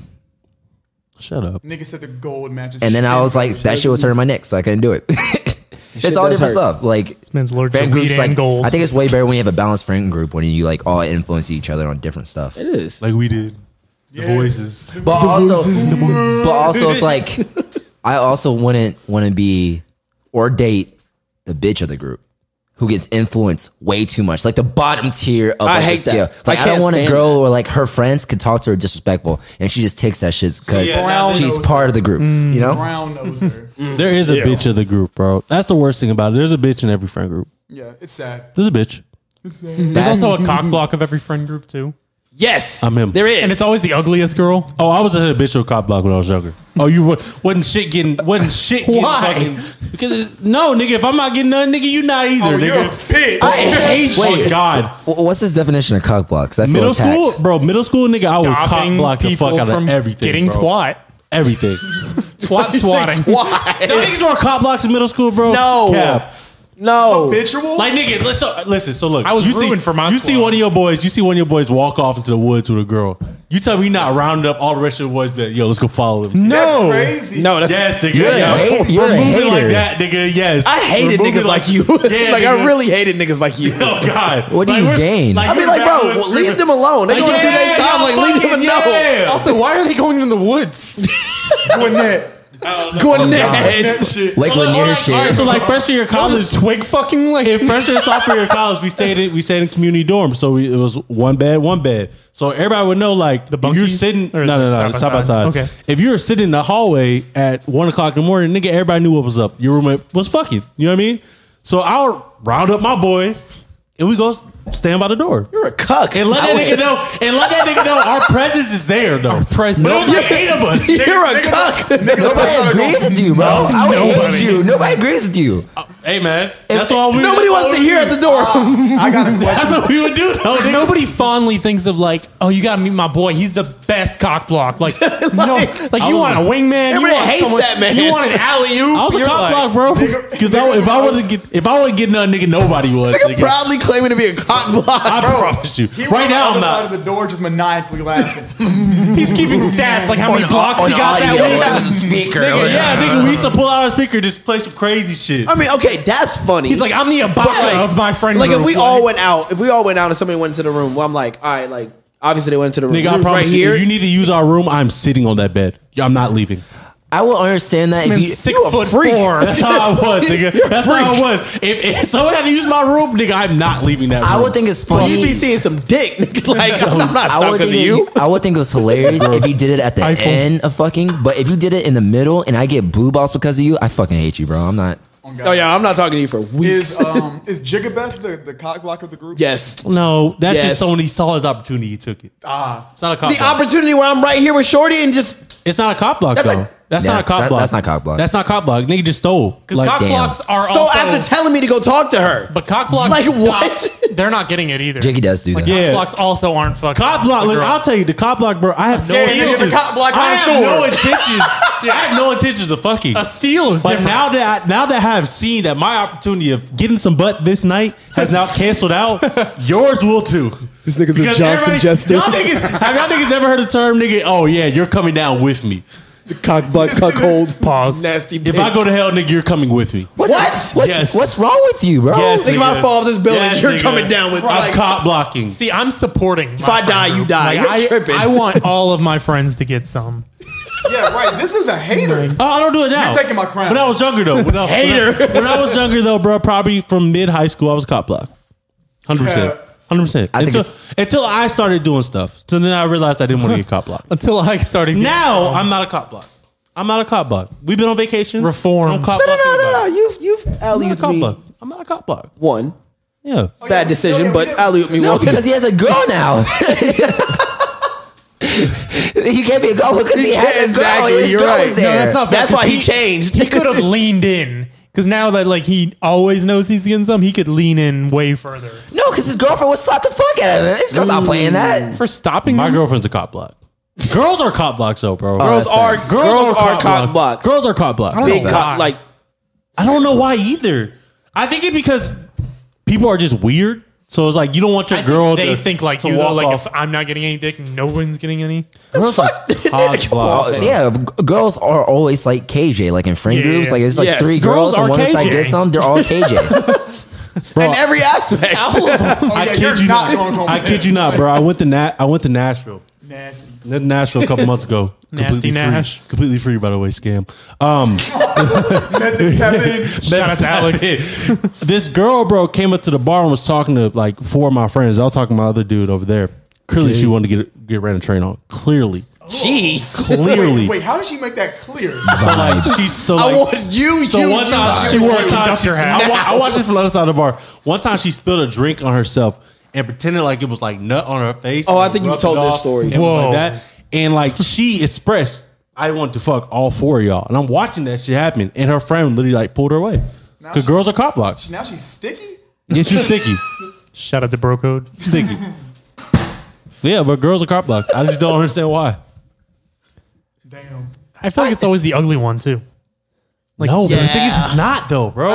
Speaker 1: Shut up.
Speaker 4: Nigga said the gold matches.
Speaker 2: And then I
Speaker 4: skin
Speaker 2: was like,
Speaker 4: colors.
Speaker 2: that shit was hurting my neck, so I couldn't do it. <laughs> it's all
Speaker 3: does
Speaker 2: different
Speaker 3: hurt.
Speaker 2: stuff. Like
Speaker 6: man's allergic
Speaker 2: friend
Speaker 6: to weed
Speaker 2: groups,
Speaker 6: and
Speaker 2: like
Speaker 6: gold.
Speaker 2: I think it's way better when you have a balanced friend group when you like all influence each other on different stuff.
Speaker 3: It is.
Speaker 1: like we did. The voices.
Speaker 2: But also, but also, it's like I also wouldn't want to be or date the bitch of the group who gets influenced way too much, like the bottom tier of like,
Speaker 3: hate
Speaker 2: the scale.
Speaker 3: that. I
Speaker 2: Like I,
Speaker 3: can't
Speaker 2: don't want a
Speaker 3: stand
Speaker 2: girl where like her friends can talk to her disrespectful, and she just takes that shit because
Speaker 4: yeah, now they
Speaker 2: she's
Speaker 4: know
Speaker 2: part of the group. You know, <laughs>
Speaker 4: brown noser.
Speaker 2: Mm.
Speaker 1: There is a bitch of the group, bro. That's the worst thing about it. There's a bitch in every friend group.
Speaker 4: yeah, it's sad.
Speaker 1: There's a bitch.
Speaker 4: It's sad.
Speaker 6: There's also a cock block of every friend group too,
Speaker 3: Yes,
Speaker 1: I'm him.
Speaker 3: There is.
Speaker 6: and it's always the ugliest girl.
Speaker 1: Oh, I was a habitual cop block when I was younger. Oh, you wa- wasn't shit getting wasn't shit getting
Speaker 6: Why?
Speaker 1: fucking because it's, no nigga. If I'm not getting none, nigga, you not either.
Speaker 4: Oh, you're a
Speaker 1: nigga.
Speaker 4: bitch.
Speaker 1: I
Speaker 4: <laughs>
Speaker 1: hate
Speaker 2: Wait.
Speaker 1: you. God.
Speaker 2: Wh- what's his definition of cock blocks? I feel
Speaker 1: Middle
Speaker 2: attacked.
Speaker 1: school, bro. Middle school, nigga. I would
Speaker 6: Stopping
Speaker 1: cock block the
Speaker 6: people
Speaker 1: fuck out
Speaker 6: from
Speaker 1: of everything.
Speaker 6: Getting
Speaker 1: bro. <laughs>
Speaker 6: twat,
Speaker 1: Everything.
Speaker 6: twat swatting. <laughs>
Speaker 3: <laughs> Why?
Speaker 1: no niggas doing cop blocks in middle school, bro.
Speaker 3: No.
Speaker 1: Cap.
Speaker 3: No.
Speaker 4: Habitual.
Speaker 1: Like nigga, let's so, listen. So look,
Speaker 6: I was
Speaker 1: you
Speaker 6: rooting
Speaker 1: see,
Speaker 6: for my
Speaker 1: You
Speaker 6: squad.
Speaker 1: see one of your boys. You see one of your boys walk off into the woods with a girl. You tell me you not rounded up all the rest of the boys. But yo, let's go follow them.
Speaker 4: That's
Speaker 6: No.
Speaker 4: crazy.
Speaker 3: No, that's
Speaker 1: Yes, nigga.
Speaker 3: You're a
Speaker 1: yeah.
Speaker 3: hater.
Speaker 1: We're
Speaker 2: You're a
Speaker 1: moving
Speaker 2: hater.
Speaker 1: like that, nigga. Yes.
Speaker 3: I hated
Speaker 1: We're moving
Speaker 3: niggas like you.
Speaker 1: <laughs> Yeah,
Speaker 3: <laughs> like I
Speaker 1: nigga.
Speaker 3: really hated niggas like you.
Speaker 1: <laughs> Oh God.
Speaker 2: What do
Speaker 1: Like,
Speaker 2: you
Speaker 1: we're-
Speaker 2: gain?
Speaker 3: I mean,
Speaker 1: we're
Speaker 3: like,
Speaker 1: back
Speaker 3: bro,
Speaker 1: to the
Speaker 3: leave <laughs>
Speaker 1: street.
Speaker 3: them alone. They
Speaker 1: Like,
Speaker 3: going to do
Speaker 1: yeah,
Speaker 3: their time.
Speaker 1: y'all
Speaker 3: Like, leave them
Speaker 1: fucking-
Speaker 3: alone.
Speaker 1: yeah.
Speaker 6: Also, why are they going in the woods?
Speaker 4: Gwinnett.
Speaker 3: Gwinnett.
Speaker 4: That shit.
Speaker 2: Like
Speaker 1: Well,
Speaker 2: Lanier
Speaker 1: alright,
Speaker 2: shit.
Speaker 1: alright, so like first year of college,
Speaker 6: twig fucking like
Speaker 1: in freshman and sophomore year of college, we stayed in, we stayed in community dorms, so we, it was one bed, one bed. So everybody would know like the
Speaker 6: bunkies?
Speaker 1: You're sitting
Speaker 6: Or
Speaker 1: no, no, no,
Speaker 6: side
Speaker 1: side
Speaker 6: by
Speaker 1: by
Speaker 6: side?
Speaker 1: side.
Speaker 6: Okay.
Speaker 1: If you were sitting in the hallway at one o'clock in the morning, nigga, everybody knew what was up. Your roommate was fucking. You know what I mean? So I'll round up my boys and we go stand by the door.
Speaker 3: You're a cuck.
Speaker 1: And let that nigga know. And let that nigga know our presence is there, though. Our
Speaker 6: presence.
Speaker 1: But it was like eight of us.
Speaker 3: You're a cuck.
Speaker 2: Nobody agrees with you, bro. I would
Speaker 1: nobody.
Speaker 2: hate you. Nobody agrees with you.
Speaker 1: Hey man, that's all we. that's
Speaker 3: Nobody
Speaker 1: all
Speaker 3: wants to
Speaker 1: we do.
Speaker 3: hear at the
Speaker 2: <laughs>
Speaker 3: door.
Speaker 4: I got a
Speaker 1: <laughs> That's
Speaker 4: question.
Speaker 1: what we would do. Though, nigga.
Speaker 6: Nobody fondly thinks of like, oh, you gotta meet my boy. He's the best cock block. Like, no, like you want a wingman. You
Speaker 3: Everybody
Speaker 6: want
Speaker 3: hates
Speaker 6: someone-
Speaker 3: that man.
Speaker 6: You want an alley oop.
Speaker 1: I was a
Speaker 6: you're
Speaker 1: cop
Speaker 6: like-
Speaker 1: block, bro. Because if I wasn't get, if I wasn't getting none, nigga, nobody was.
Speaker 3: Nigga
Speaker 1: Nigga.
Speaker 3: proudly claiming to be a cock
Speaker 1: I
Speaker 3: block.
Speaker 1: promise you.
Speaker 4: He was
Speaker 1: Right
Speaker 4: on
Speaker 1: now,
Speaker 4: the
Speaker 1: I'm
Speaker 4: other side
Speaker 1: not. Oh,
Speaker 4: of the door, just
Speaker 1: <laughs>
Speaker 4: maniacally laughing.
Speaker 6: He's keeping stats like how many
Speaker 2: On-
Speaker 6: blocks
Speaker 2: on
Speaker 6: he got
Speaker 2: audio,
Speaker 6: that
Speaker 2: as
Speaker 6: week.
Speaker 2: a speaker.
Speaker 1: Nigga, yeah, nigga, we used to pull out a speaker, just play some crazy shit.
Speaker 3: <laughs> I mean, okay, that's funny.
Speaker 6: He's like, I'm the Ibaka of my friend
Speaker 3: Like
Speaker 6: group.
Speaker 3: if we all went out, if we all went out and somebody went into the room, well, I'm like, all right, like obviously they went into the room.
Speaker 1: nigga, I
Speaker 3: Room's
Speaker 1: promise
Speaker 3: right
Speaker 1: you.
Speaker 3: here.
Speaker 1: If you need to use our room, I'm sitting on that bed. Yeah, I'm not leaving.
Speaker 2: I will understand that if
Speaker 6: Man's
Speaker 2: you
Speaker 6: six
Speaker 3: a
Speaker 6: foot
Speaker 3: freak.
Speaker 6: four.
Speaker 1: That's how I was, nigga. That's how I was. If, if someone had to use my room, nigga, I'm not leaving that room.
Speaker 2: I would think it's funny.
Speaker 3: You'd be seeing some dick. <laughs> nigga. like I'm not, I'm not
Speaker 2: I
Speaker 3: stopping
Speaker 2: would,
Speaker 3: because
Speaker 2: think
Speaker 3: of
Speaker 2: it-
Speaker 3: you.
Speaker 2: I would think it was hilarious if he did
Speaker 6: <laughs>
Speaker 2: it at the
Speaker 6: Eiffel.
Speaker 2: end of fucking, but if you did it in the middle and I get blue balls because of you, I fucking hate you, bro. I'm not.
Speaker 3: Oh yeah, I'm not talking to you for
Speaker 4: Is
Speaker 3: weeks.
Speaker 4: um is Jigabeth the, the cock block of the group?
Speaker 3: <laughs> yes, the
Speaker 1: No, that's
Speaker 3: Yes.
Speaker 1: just someone he saw his opportunity. He took it. Ah, it's not a cop. block.
Speaker 3: opportunity where I'm right here with Shorty and just
Speaker 1: it's not a cop block
Speaker 3: That's
Speaker 1: though.
Speaker 3: like-
Speaker 1: that's
Speaker 2: Yeah,
Speaker 1: not a cop
Speaker 2: that-
Speaker 1: block.
Speaker 2: that's not cock block.
Speaker 1: That's not cop block. Nigga just stole.
Speaker 6: Cock
Speaker 2: damn.
Speaker 6: blocks are
Speaker 3: stole
Speaker 6: also,
Speaker 3: after telling me to go talk to her.
Speaker 6: but cock blocks
Speaker 3: Like
Speaker 6: stop- <laughs>
Speaker 3: what?
Speaker 6: They're not getting it either.
Speaker 2: Jiggy does do that.
Speaker 1: yeah.
Speaker 6: Blocks also aren't fucking.
Speaker 1: Cop block. Look, I'll tell you, the cop block, bro. I have no
Speaker 4: scared, nigga, the
Speaker 1: intentions.
Speaker 4: cop block
Speaker 1: I have
Speaker 4: connoisseur.
Speaker 1: no
Speaker 3: <laughs>
Speaker 1: intentions. I have no intentions of fucking.
Speaker 6: a steal is
Speaker 1: But
Speaker 6: different.
Speaker 1: now that I, now that I have seen that my opportunity of getting some butt this night has
Speaker 3: <laughs>
Speaker 1: now canceled out, yours will too.
Speaker 3: This nigga's a
Speaker 1: Because
Speaker 3: Johnson
Speaker 1: everybody-
Speaker 3: jester.
Speaker 1: Y'all niggas, have y'all niggas ever heard the term nigga? Oh yeah, you're coming down with me.
Speaker 3: Cock butt cuckold.
Speaker 6: Pause.
Speaker 3: Nasty bitch.
Speaker 1: If I go to hell, nigga, you're coming with me.
Speaker 2: What's,
Speaker 3: What?
Speaker 2: What's,
Speaker 1: Yes.
Speaker 2: what's wrong with you, bro?
Speaker 1: Yes,
Speaker 3: Nigga, if I
Speaker 1: nigga.
Speaker 3: fall off this building,
Speaker 1: Yes,
Speaker 3: you're
Speaker 1: nigga.
Speaker 3: coming down with me.
Speaker 1: I'm
Speaker 3: Like-
Speaker 1: cop blocking.
Speaker 6: See, I'm supporting.
Speaker 3: If I die, you die. You're
Speaker 6: I,
Speaker 3: tripping.
Speaker 6: I want all of my friends to get some.
Speaker 4: Yeah, right. This is a hater.
Speaker 1: Oh, I don't do it now.
Speaker 4: You're taking my crown.
Speaker 1: When I was younger though, when I,
Speaker 3: Hater.
Speaker 1: When I, when I was younger though, bro, probably from mid high school, I was cop block. Hundred percent. Hundred percent.
Speaker 2: I think
Speaker 1: Until
Speaker 2: it's-
Speaker 1: until I started doing stuff. So then I realized I didn't want to get cop blocked.
Speaker 6: Until I started getting
Speaker 1: Now I'm not a cop block. I'm not a cop block. We've been on vacation.
Speaker 6: Reformed.
Speaker 1: I'm cop
Speaker 3: No, no,
Speaker 1: block
Speaker 3: no, no, no.
Speaker 1: everybody.
Speaker 3: You've, you've
Speaker 1: I'm not a
Speaker 3: alley-ooped
Speaker 1: cop
Speaker 3: me.
Speaker 1: block. I'm not a cop block.
Speaker 3: One.
Speaker 1: Yeah.
Speaker 3: Bad decision, but alley-ooped me
Speaker 6: <laughs>
Speaker 2: No,
Speaker 3: one.
Speaker 2: because he has a girl now. <laughs> he can't be a girl because he has a girl.
Speaker 3: Exactly,
Speaker 2: His
Speaker 3: you're
Speaker 2: girl
Speaker 3: right.
Speaker 2: is
Speaker 3: No,
Speaker 2: there.
Speaker 6: that's not fair,
Speaker 3: That's why
Speaker 6: 'cause
Speaker 3: he changed.
Speaker 6: He could have leaned in because now that like he always knows he's getting some, he could lean in way further
Speaker 2: No, because his girlfriend would slap the fuck out of him. His girl's not playing that.
Speaker 6: for stopping.
Speaker 1: My
Speaker 6: him?
Speaker 1: girlfriend's a cop block. Girls are cop blocks though, bro.
Speaker 3: Girls
Speaker 2: that's
Speaker 3: are
Speaker 2: nice.
Speaker 3: girls are cock
Speaker 1: block.
Speaker 3: blocks.
Speaker 1: Girls are cop blocks.
Speaker 3: Big
Speaker 2: know
Speaker 3: cock
Speaker 2: why.
Speaker 3: like
Speaker 1: I don't know why either. I think it because people are just weird. So it's like you don't want your
Speaker 6: I think
Speaker 1: girl.
Speaker 6: they
Speaker 1: to,
Speaker 6: think like
Speaker 1: to
Speaker 6: you though.
Speaker 1: walk
Speaker 6: Like
Speaker 1: off.
Speaker 6: if I'm not getting any dick, no one's getting any.
Speaker 1: girls are
Speaker 6: <laughs>
Speaker 2: <laughs>
Speaker 1: cock block.
Speaker 2: Well, Oh, yeah, g- girls are always like KJ, like in friend
Speaker 6: Yeah,
Speaker 2: groups.
Speaker 6: yeah.
Speaker 2: Like it's like
Speaker 3: Yes.
Speaker 2: three
Speaker 1: Girls
Speaker 2: girls, and
Speaker 1: are
Speaker 2: one is like
Speaker 1: KJ.
Speaker 2: get some. They're all KJ.
Speaker 3: in every aspect.
Speaker 1: I
Speaker 3: <laughs>
Speaker 4: Oh, yeah,
Speaker 1: kid
Speaker 4: you're
Speaker 1: you
Speaker 4: not
Speaker 1: not.
Speaker 4: going home
Speaker 1: I
Speaker 4: with
Speaker 1: kid
Speaker 4: him.
Speaker 1: you not, bro. I went to Nat. I went to Nashville.
Speaker 4: Nasty.
Speaker 1: Went to Nashville a couple months ago.
Speaker 6: <laughs> Nasty
Speaker 1: Completely
Speaker 6: Nash.
Speaker 1: Free. Completely free, by the way. Scam. Um,
Speaker 4: Methods tap in.
Speaker 6: Shout out to
Speaker 1: <laughs>
Speaker 6: Alex.
Speaker 1: this girl, bro, came up to the bar and was talking to like four of my friends. I was talking to my other dude over there. Clearly, she wanted to get get ran a train on. Clearly,
Speaker 3: Jeez.
Speaker 1: clearly.
Speaker 4: <laughs> Wait, wait, how did she make that clear?
Speaker 1: So like, she's so.
Speaker 3: I
Speaker 1: like-
Speaker 3: want you,
Speaker 1: So
Speaker 3: you,
Speaker 1: one
Speaker 3: you.
Speaker 1: time she
Speaker 4: you
Speaker 1: one
Speaker 4: do.
Speaker 1: time she,
Speaker 6: Conductor hat.
Speaker 1: I, wa- I watched it from the other side of the bar. One time she spilled a drink on herself and pretended like it was like nut on her face.
Speaker 3: Oh, I
Speaker 1: and
Speaker 3: think you
Speaker 1: rubbed
Speaker 3: told
Speaker 1: it
Speaker 3: this
Speaker 1: off
Speaker 3: story.
Speaker 1: And was
Speaker 6: Whoa.
Speaker 1: like that. And like she expressed, I want to fuck all four of y'all. And I'm watching that shit happen. And her friend literally like pulled her away. Because
Speaker 4: she-
Speaker 1: girls are cop blocks.
Speaker 4: Now she's sticky?
Speaker 1: Yeah, she's sticky.
Speaker 6: Shout out to Bro Code.
Speaker 4: <laughs>
Speaker 1: sticky. Yeah, but girls are cop blocked. I just don't understand why.
Speaker 4: Damn.
Speaker 6: I feel like it's always the ugly one too. Like,
Speaker 1: no, but the thing is, it's not though, bro.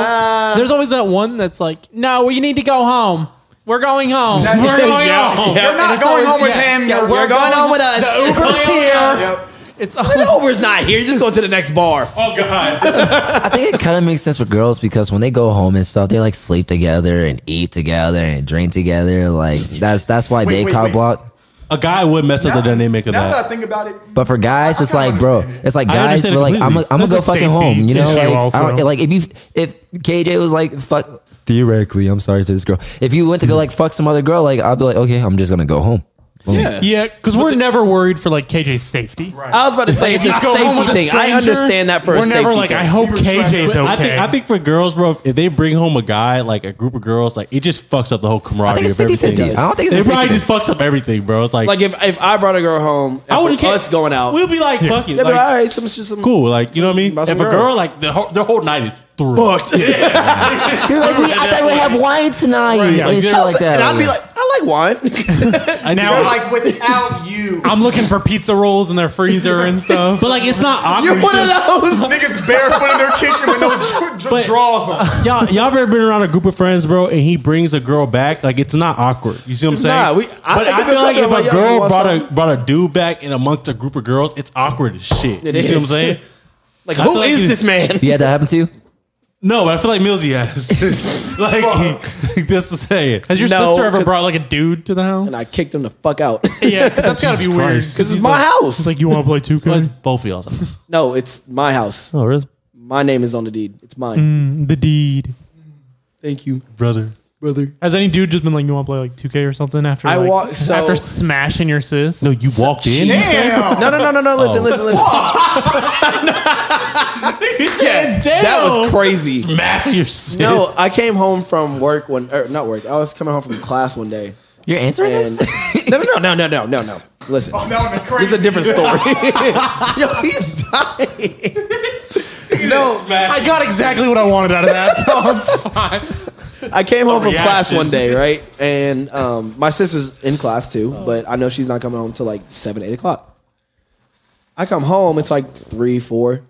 Speaker 6: There's always that one that's like, no, we need to go home. We're going home.
Speaker 4: That's-
Speaker 6: We're going
Speaker 4: Yeah.
Speaker 6: home.
Speaker 4: You're not going home with him.
Speaker 6: yeah,
Speaker 4: You're
Speaker 6: we're
Speaker 4: you're
Speaker 6: going-
Speaker 4: going
Speaker 3: with us.
Speaker 6: The Uber's here.
Speaker 4: Yep.
Speaker 6: It's
Speaker 3: The Uber's not here. You just go to the next bar.
Speaker 1: Oh god.
Speaker 2: I think it kind of makes sense for girls because when they go home and stuff, they like sleep together and eat together and drink together. Like that's that's why
Speaker 4: Wait,
Speaker 2: they
Speaker 4: wait,
Speaker 2: cock
Speaker 4: wait.
Speaker 2: block.
Speaker 1: A guy would mess up the dynamic of
Speaker 4: now
Speaker 1: that.
Speaker 4: I think about it,
Speaker 2: But for guys,
Speaker 4: I
Speaker 2: it's
Speaker 4: kinda
Speaker 2: like, bro,
Speaker 4: understand it.
Speaker 2: it's like
Speaker 1: I
Speaker 2: guys,
Speaker 1: understand
Speaker 2: we're like, I'm
Speaker 1: completely.
Speaker 2: gonna I'm
Speaker 6: That's
Speaker 2: go
Speaker 6: a
Speaker 2: fucking
Speaker 6: safety
Speaker 2: home. You know,
Speaker 6: issue
Speaker 2: like, I
Speaker 6: also.
Speaker 2: don't- like if you if KJ was like fuck theoretically, I'm sorry to this girl. If you went to go like fuck some other girl, like I'd be like, okay, I'm just gonna go home.
Speaker 6: yeah, because we're never worried for like KJ's safety. Right.
Speaker 3: I was about to say it's a
Speaker 6: Just go home with
Speaker 3: safety
Speaker 6: a
Speaker 3: thing. I
Speaker 6: stranger,
Speaker 3: understand that for
Speaker 6: we're
Speaker 3: a safety
Speaker 6: never like,
Speaker 3: thing.
Speaker 6: I hope KJ's okay.
Speaker 1: I think I think for girls, bro, if they bring home a guy like a group of girls, like it just fucks up the whole camaraderie
Speaker 2: I think it's
Speaker 1: of
Speaker 2: 50
Speaker 1: everything.
Speaker 2: 50. I don't think
Speaker 1: it
Speaker 2: it's a
Speaker 1: probably
Speaker 2: 50
Speaker 1: just fucks up everything, bro. It's like,
Speaker 3: like if if I brought a girl home,
Speaker 1: I wouldn't care.
Speaker 3: us going out.
Speaker 1: We'll be like, fuck it,
Speaker 3: they'd be
Speaker 1: like,
Speaker 3: like, all right, some some <laughs>
Speaker 1: cool. Like you know what I mean?
Speaker 3: About
Speaker 1: If
Speaker 3: some
Speaker 1: a girl,
Speaker 3: girl.
Speaker 1: like the whole, their whole night is through.
Speaker 3: booked. <laughs>
Speaker 2: Dude, like, we, I thought we have wine tonight and shit like that.
Speaker 3: and I'd be like, I like wine.
Speaker 4: They're
Speaker 3: <laughs>
Speaker 6: now
Speaker 4: like, without you,
Speaker 6: I'm looking for pizza rolls in their freezer
Speaker 3: <laughs>
Speaker 6: and stuff.
Speaker 1: But like it's not
Speaker 3: You're
Speaker 1: awkward.
Speaker 3: one <laughs> of those.
Speaker 4: niggas barefoot in their kitchen with no dr-
Speaker 1: But-
Speaker 4: draws on.
Speaker 1: y'all, y'all ever been around a group of friends, bro, and he brings a girl back? Like it's not awkward. You see what I'm saying?
Speaker 3: not. We- I
Speaker 1: but
Speaker 3: think
Speaker 1: I
Speaker 3: if
Speaker 1: feel
Speaker 3: it's
Speaker 1: like if
Speaker 3: something
Speaker 1: a
Speaker 3: about y'all, you
Speaker 1: girl
Speaker 3: want
Speaker 1: brought a
Speaker 3: something-
Speaker 1: brought a dude back in amongst a group of girls, it's awkward as shit.
Speaker 3: It
Speaker 1: you see what I'm
Speaker 3: is.
Speaker 2: <laughs>
Speaker 1: saying?
Speaker 3: Like,
Speaker 1: I
Speaker 3: who
Speaker 1: feel like
Speaker 3: is
Speaker 1: it's-
Speaker 3: this man?
Speaker 2: you had that happen to you?
Speaker 1: No, but I feel like Millsy
Speaker 3: <laughs>
Speaker 1: has. like, he, <laughs> that's the saying.
Speaker 6: Has your
Speaker 3: No,
Speaker 6: sister ever
Speaker 3: 'cause-
Speaker 6: brought like a dude to the house? <laughs>
Speaker 3: And <laughs> I kicked him the fuck <laughs> out.
Speaker 6: yeah, because that's gotta be
Speaker 1: Jesus
Speaker 6: weird.
Speaker 1: Christ.
Speaker 6: 'Cause
Speaker 3: This is
Speaker 6: he's
Speaker 3: my
Speaker 6: like-
Speaker 3: house.
Speaker 6: It's like you want to play two
Speaker 1: Well, it's
Speaker 6: K?
Speaker 1: both of y'all's. house.
Speaker 3: no, it's my house.
Speaker 1: Oh, really?
Speaker 3: My name is on the deed. It's mine.
Speaker 6: The deed.
Speaker 3: Thank you,
Speaker 1: <laughs> Brother.
Speaker 3: brother.
Speaker 6: Has any dude just been like, you want to play like two K or something after?
Speaker 3: I
Speaker 6: like,
Speaker 3: walk- so-
Speaker 6: after smashing your sis.
Speaker 1: No, you walked in.
Speaker 4: Damn.
Speaker 3: No, no, no, <laughs> no, no. Listen, listen, listen. yeah, that was crazy.
Speaker 1: Smash your sis.
Speaker 3: No, I came home from work one, or not work. I was coming home from class one day.
Speaker 2: You're answering
Speaker 3: And
Speaker 2: this?
Speaker 3: <laughs> no, no, no, no, no, no, no, no. Listen,
Speaker 4: That would've been
Speaker 3: this
Speaker 4: crazy.
Speaker 3: is a different story. <laughs> Yo, he's dying. no, <laughs>
Speaker 6: I got exactly what I wanted out of that. So I'm fine.
Speaker 3: I came home from class
Speaker 1: reaction.
Speaker 3: one <laughs> day, right? And um, my sister's in class too, but I know she's not coming home till like seven, eight o'clock. I come home, it's like three, four,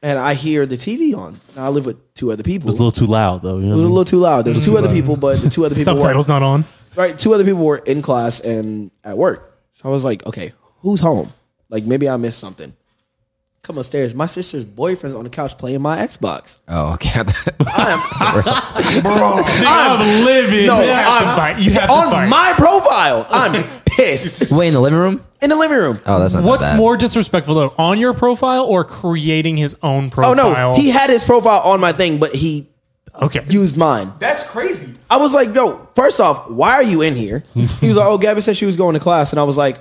Speaker 3: and I hear the TV on. Now I live with two other people.
Speaker 1: It's a little too loud though. You know
Speaker 3: It was a
Speaker 1: what
Speaker 3: little too loud. There was two other people, but the two <laughs> other people were
Speaker 6: Subtitles not on.
Speaker 3: right. Two other people were in class and at work. So I was like, okay, who's home? Like maybe I missed something. Come upstairs. My sister's boyfriend's on the couch playing my Xbox.
Speaker 2: <laughs> Oh, okay. <laughs>
Speaker 1: I'm living.
Speaker 3: No,
Speaker 6: have to fight. You have to
Speaker 3: on
Speaker 6: fight.
Speaker 3: my profile. I'm <laughs> pissed
Speaker 2: Wait in the living room?
Speaker 3: in the living room.
Speaker 2: Oh, that's not that
Speaker 6: What's
Speaker 2: bad.
Speaker 6: more disrespectful though, on your profile or creating his own
Speaker 3: Oh
Speaker 6: profile?
Speaker 3: no, he had his profile on my thing, but he
Speaker 6: okay.
Speaker 3: used mine.
Speaker 4: That's crazy.
Speaker 3: I was like, yo, first off, why are you in here? He was like, oh, Gabby said she was going to class, and I was like,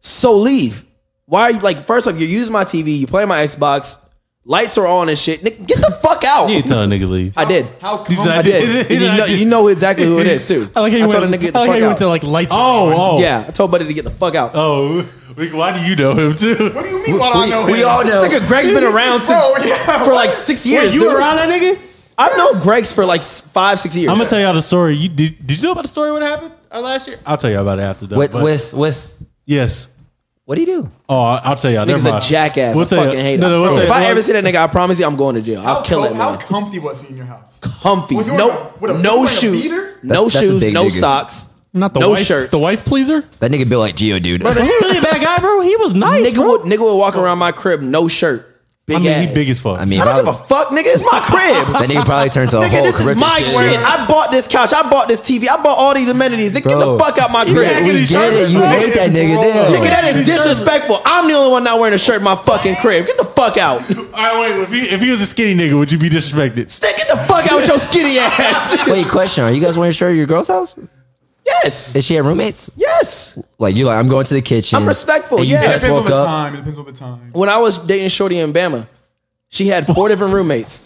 Speaker 3: so leave. Why are you like? First off, you're using my TV, you play my Xbox, lights are on and shit. Nick, get the fuck out.
Speaker 1: You ain't telling a nigga to leave.
Speaker 3: I did.
Speaker 4: How
Speaker 1: He's
Speaker 4: come?
Speaker 1: like-
Speaker 3: I did.
Speaker 1: He's
Speaker 3: you,
Speaker 1: like-
Speaker 3: know, you know exactly who it is too.
Speaker 6: I like how you
Speaker 3: told
Speaker 6: went.
Speaker 3: a nigga to get the
Speaker 6: I like how
Speaker 3: fuck
Speaker 6: you went
Speaker 3: out.
Speaker 6: to like lights.
Speaker 1: Oh,
Speaker 6: on.
Speaker 1: oh,
Speaker 3: yeah, I told Buddy to get the fuck out.
Speaker 1: Oh, we- why do you know him too?
Speaker 4: what do you mean? Why do I know
Speaker 2: we
Speaker 4: him?
Speaker 2: all know.
Speaker 3: This nigga Greg's been around since
Speaker 4: Bro, yeah.
Speaker 3: for like six years.
Speaker 1: you
Speaker 3: dude.
Speaker 1: around that nigga?
Speaker 3: I've known Greg's for like s- five, six years.
Speaker 1: I'm gonna tell y'all the story. You did? Did you know about the story? What happened uh, last year? I'll tell y'all about it after. Though,
Speaker 2: With,
Speaker 1: but-
Speaker 2: with, with,
Speaker 1: yes.
Speaker 2: what do you do?
Speaker 1: Oh, I- I'll tell y'all.
Speaker 3: Nigga's
Speaker 1: never
Speaker 3: a
Speaker 1: mind.
Speaker 3: jackass.
Speaker 1: We'll
Speaker 3: I
Speaker 1: tell y'all-
Speaker 3: fucking hate
Speaker 1: no,
Speaker 3: him.
Speaker 1: No, we'll tell
Speaker 3: if I
Speaker 1: y'all.
Speaker 3: ever see that nigga, I promise you, I'm going to jail. I'll
Speaker 4: How
Speaker 3: kill
Speaker 4: com-
Speaker 3: that
Speaker 4: How
Speaker 3: man.
Speaker 4: comfy was he in your house?
Speaker 3: Comfy.
Speaker 4: Was he wearing
Speaker 3: No,
Speaker 4: a- with a- was he
Speaker 3: no
Speaker 4: wearing a
Speaker 3: shoes.
Speaker 4: beater?
Speaker 3: No
Speaker 2: That's- that's a
Speaker 3: shoes.
Speaker 2: big
Speaker 3: no
Speaker 2: nigga.
Speaker 3: socks.
Speaker 6: Not the
Speaker 3: no
Speaker 6: wife.
Speaker 3: shirt.
Speaker 6: The wife pleaser.
Speaker 2: That nigga built like Geo, dude.
Speaker 1: He was a bad guy, bro. He was nice,
Speaker 3: nigga
Speaker 1: bro.
Speaker 3: would nigga would walk around my crib, no shirt, big
Speaker 1: I mean,
Speaker 3: ass.
Speaker 1: he big as fuck.
Speaker 2: <laughs> I mean,
Speaker 3: I don't
Speaker 2: if
Speaker 3: give a fuck, nigga. It's my crib.
Speaker 2: that nigga probably turns a
Speaker 3: Nigga,
Speaker 2: whole
Speaker 3: this is
Speaker 2: Caribbean
Speaker 3: my
Speaker 2: shit.
Speaker 3: shit. I bought this couch. I bought this TV. I bought all these amenities. Nigga, get
Speaker 2: Bro.
Speaker 3: the fuck out my
Speaker 2: Yeah,
Speaker 3: crib.
Speaker 2: we get it. You hate that nigga, damn.
Speaker 3: Nigga, that is disrespectful. I'm the only one not wearing a shirt in my fucking crib. Get the fuck out.
Speaker 1: All right, wait. If he, if he was a skinny nigga, would you be disrespected?
Speaker 3: Stick, get the fuck out with your
Speaker 2: <laughs>
Speaker 3: skinny ass.
Speaker 2: Wait, question: Are you guys wearing a shirt at your girl's house?
Speaker 3: yes.
Speaker 2: Is she at roommates?
Speaker 3: Yes.
Speaker 2: Like you, like I'm going to the kitchen.
Speaker 3: I'm respectful,
Speaker 2: And you
Speaker 3: yeah.
Speaker 4: It
Speaker 2: just
Speaker 4: depends on
Speaker 2: woke
Speaker 4: the
Speaker 2: up.
Speaker 4: time. It depends on the time.
Speaker 3: When I was dating Shorty in Bama, she had four different roommates.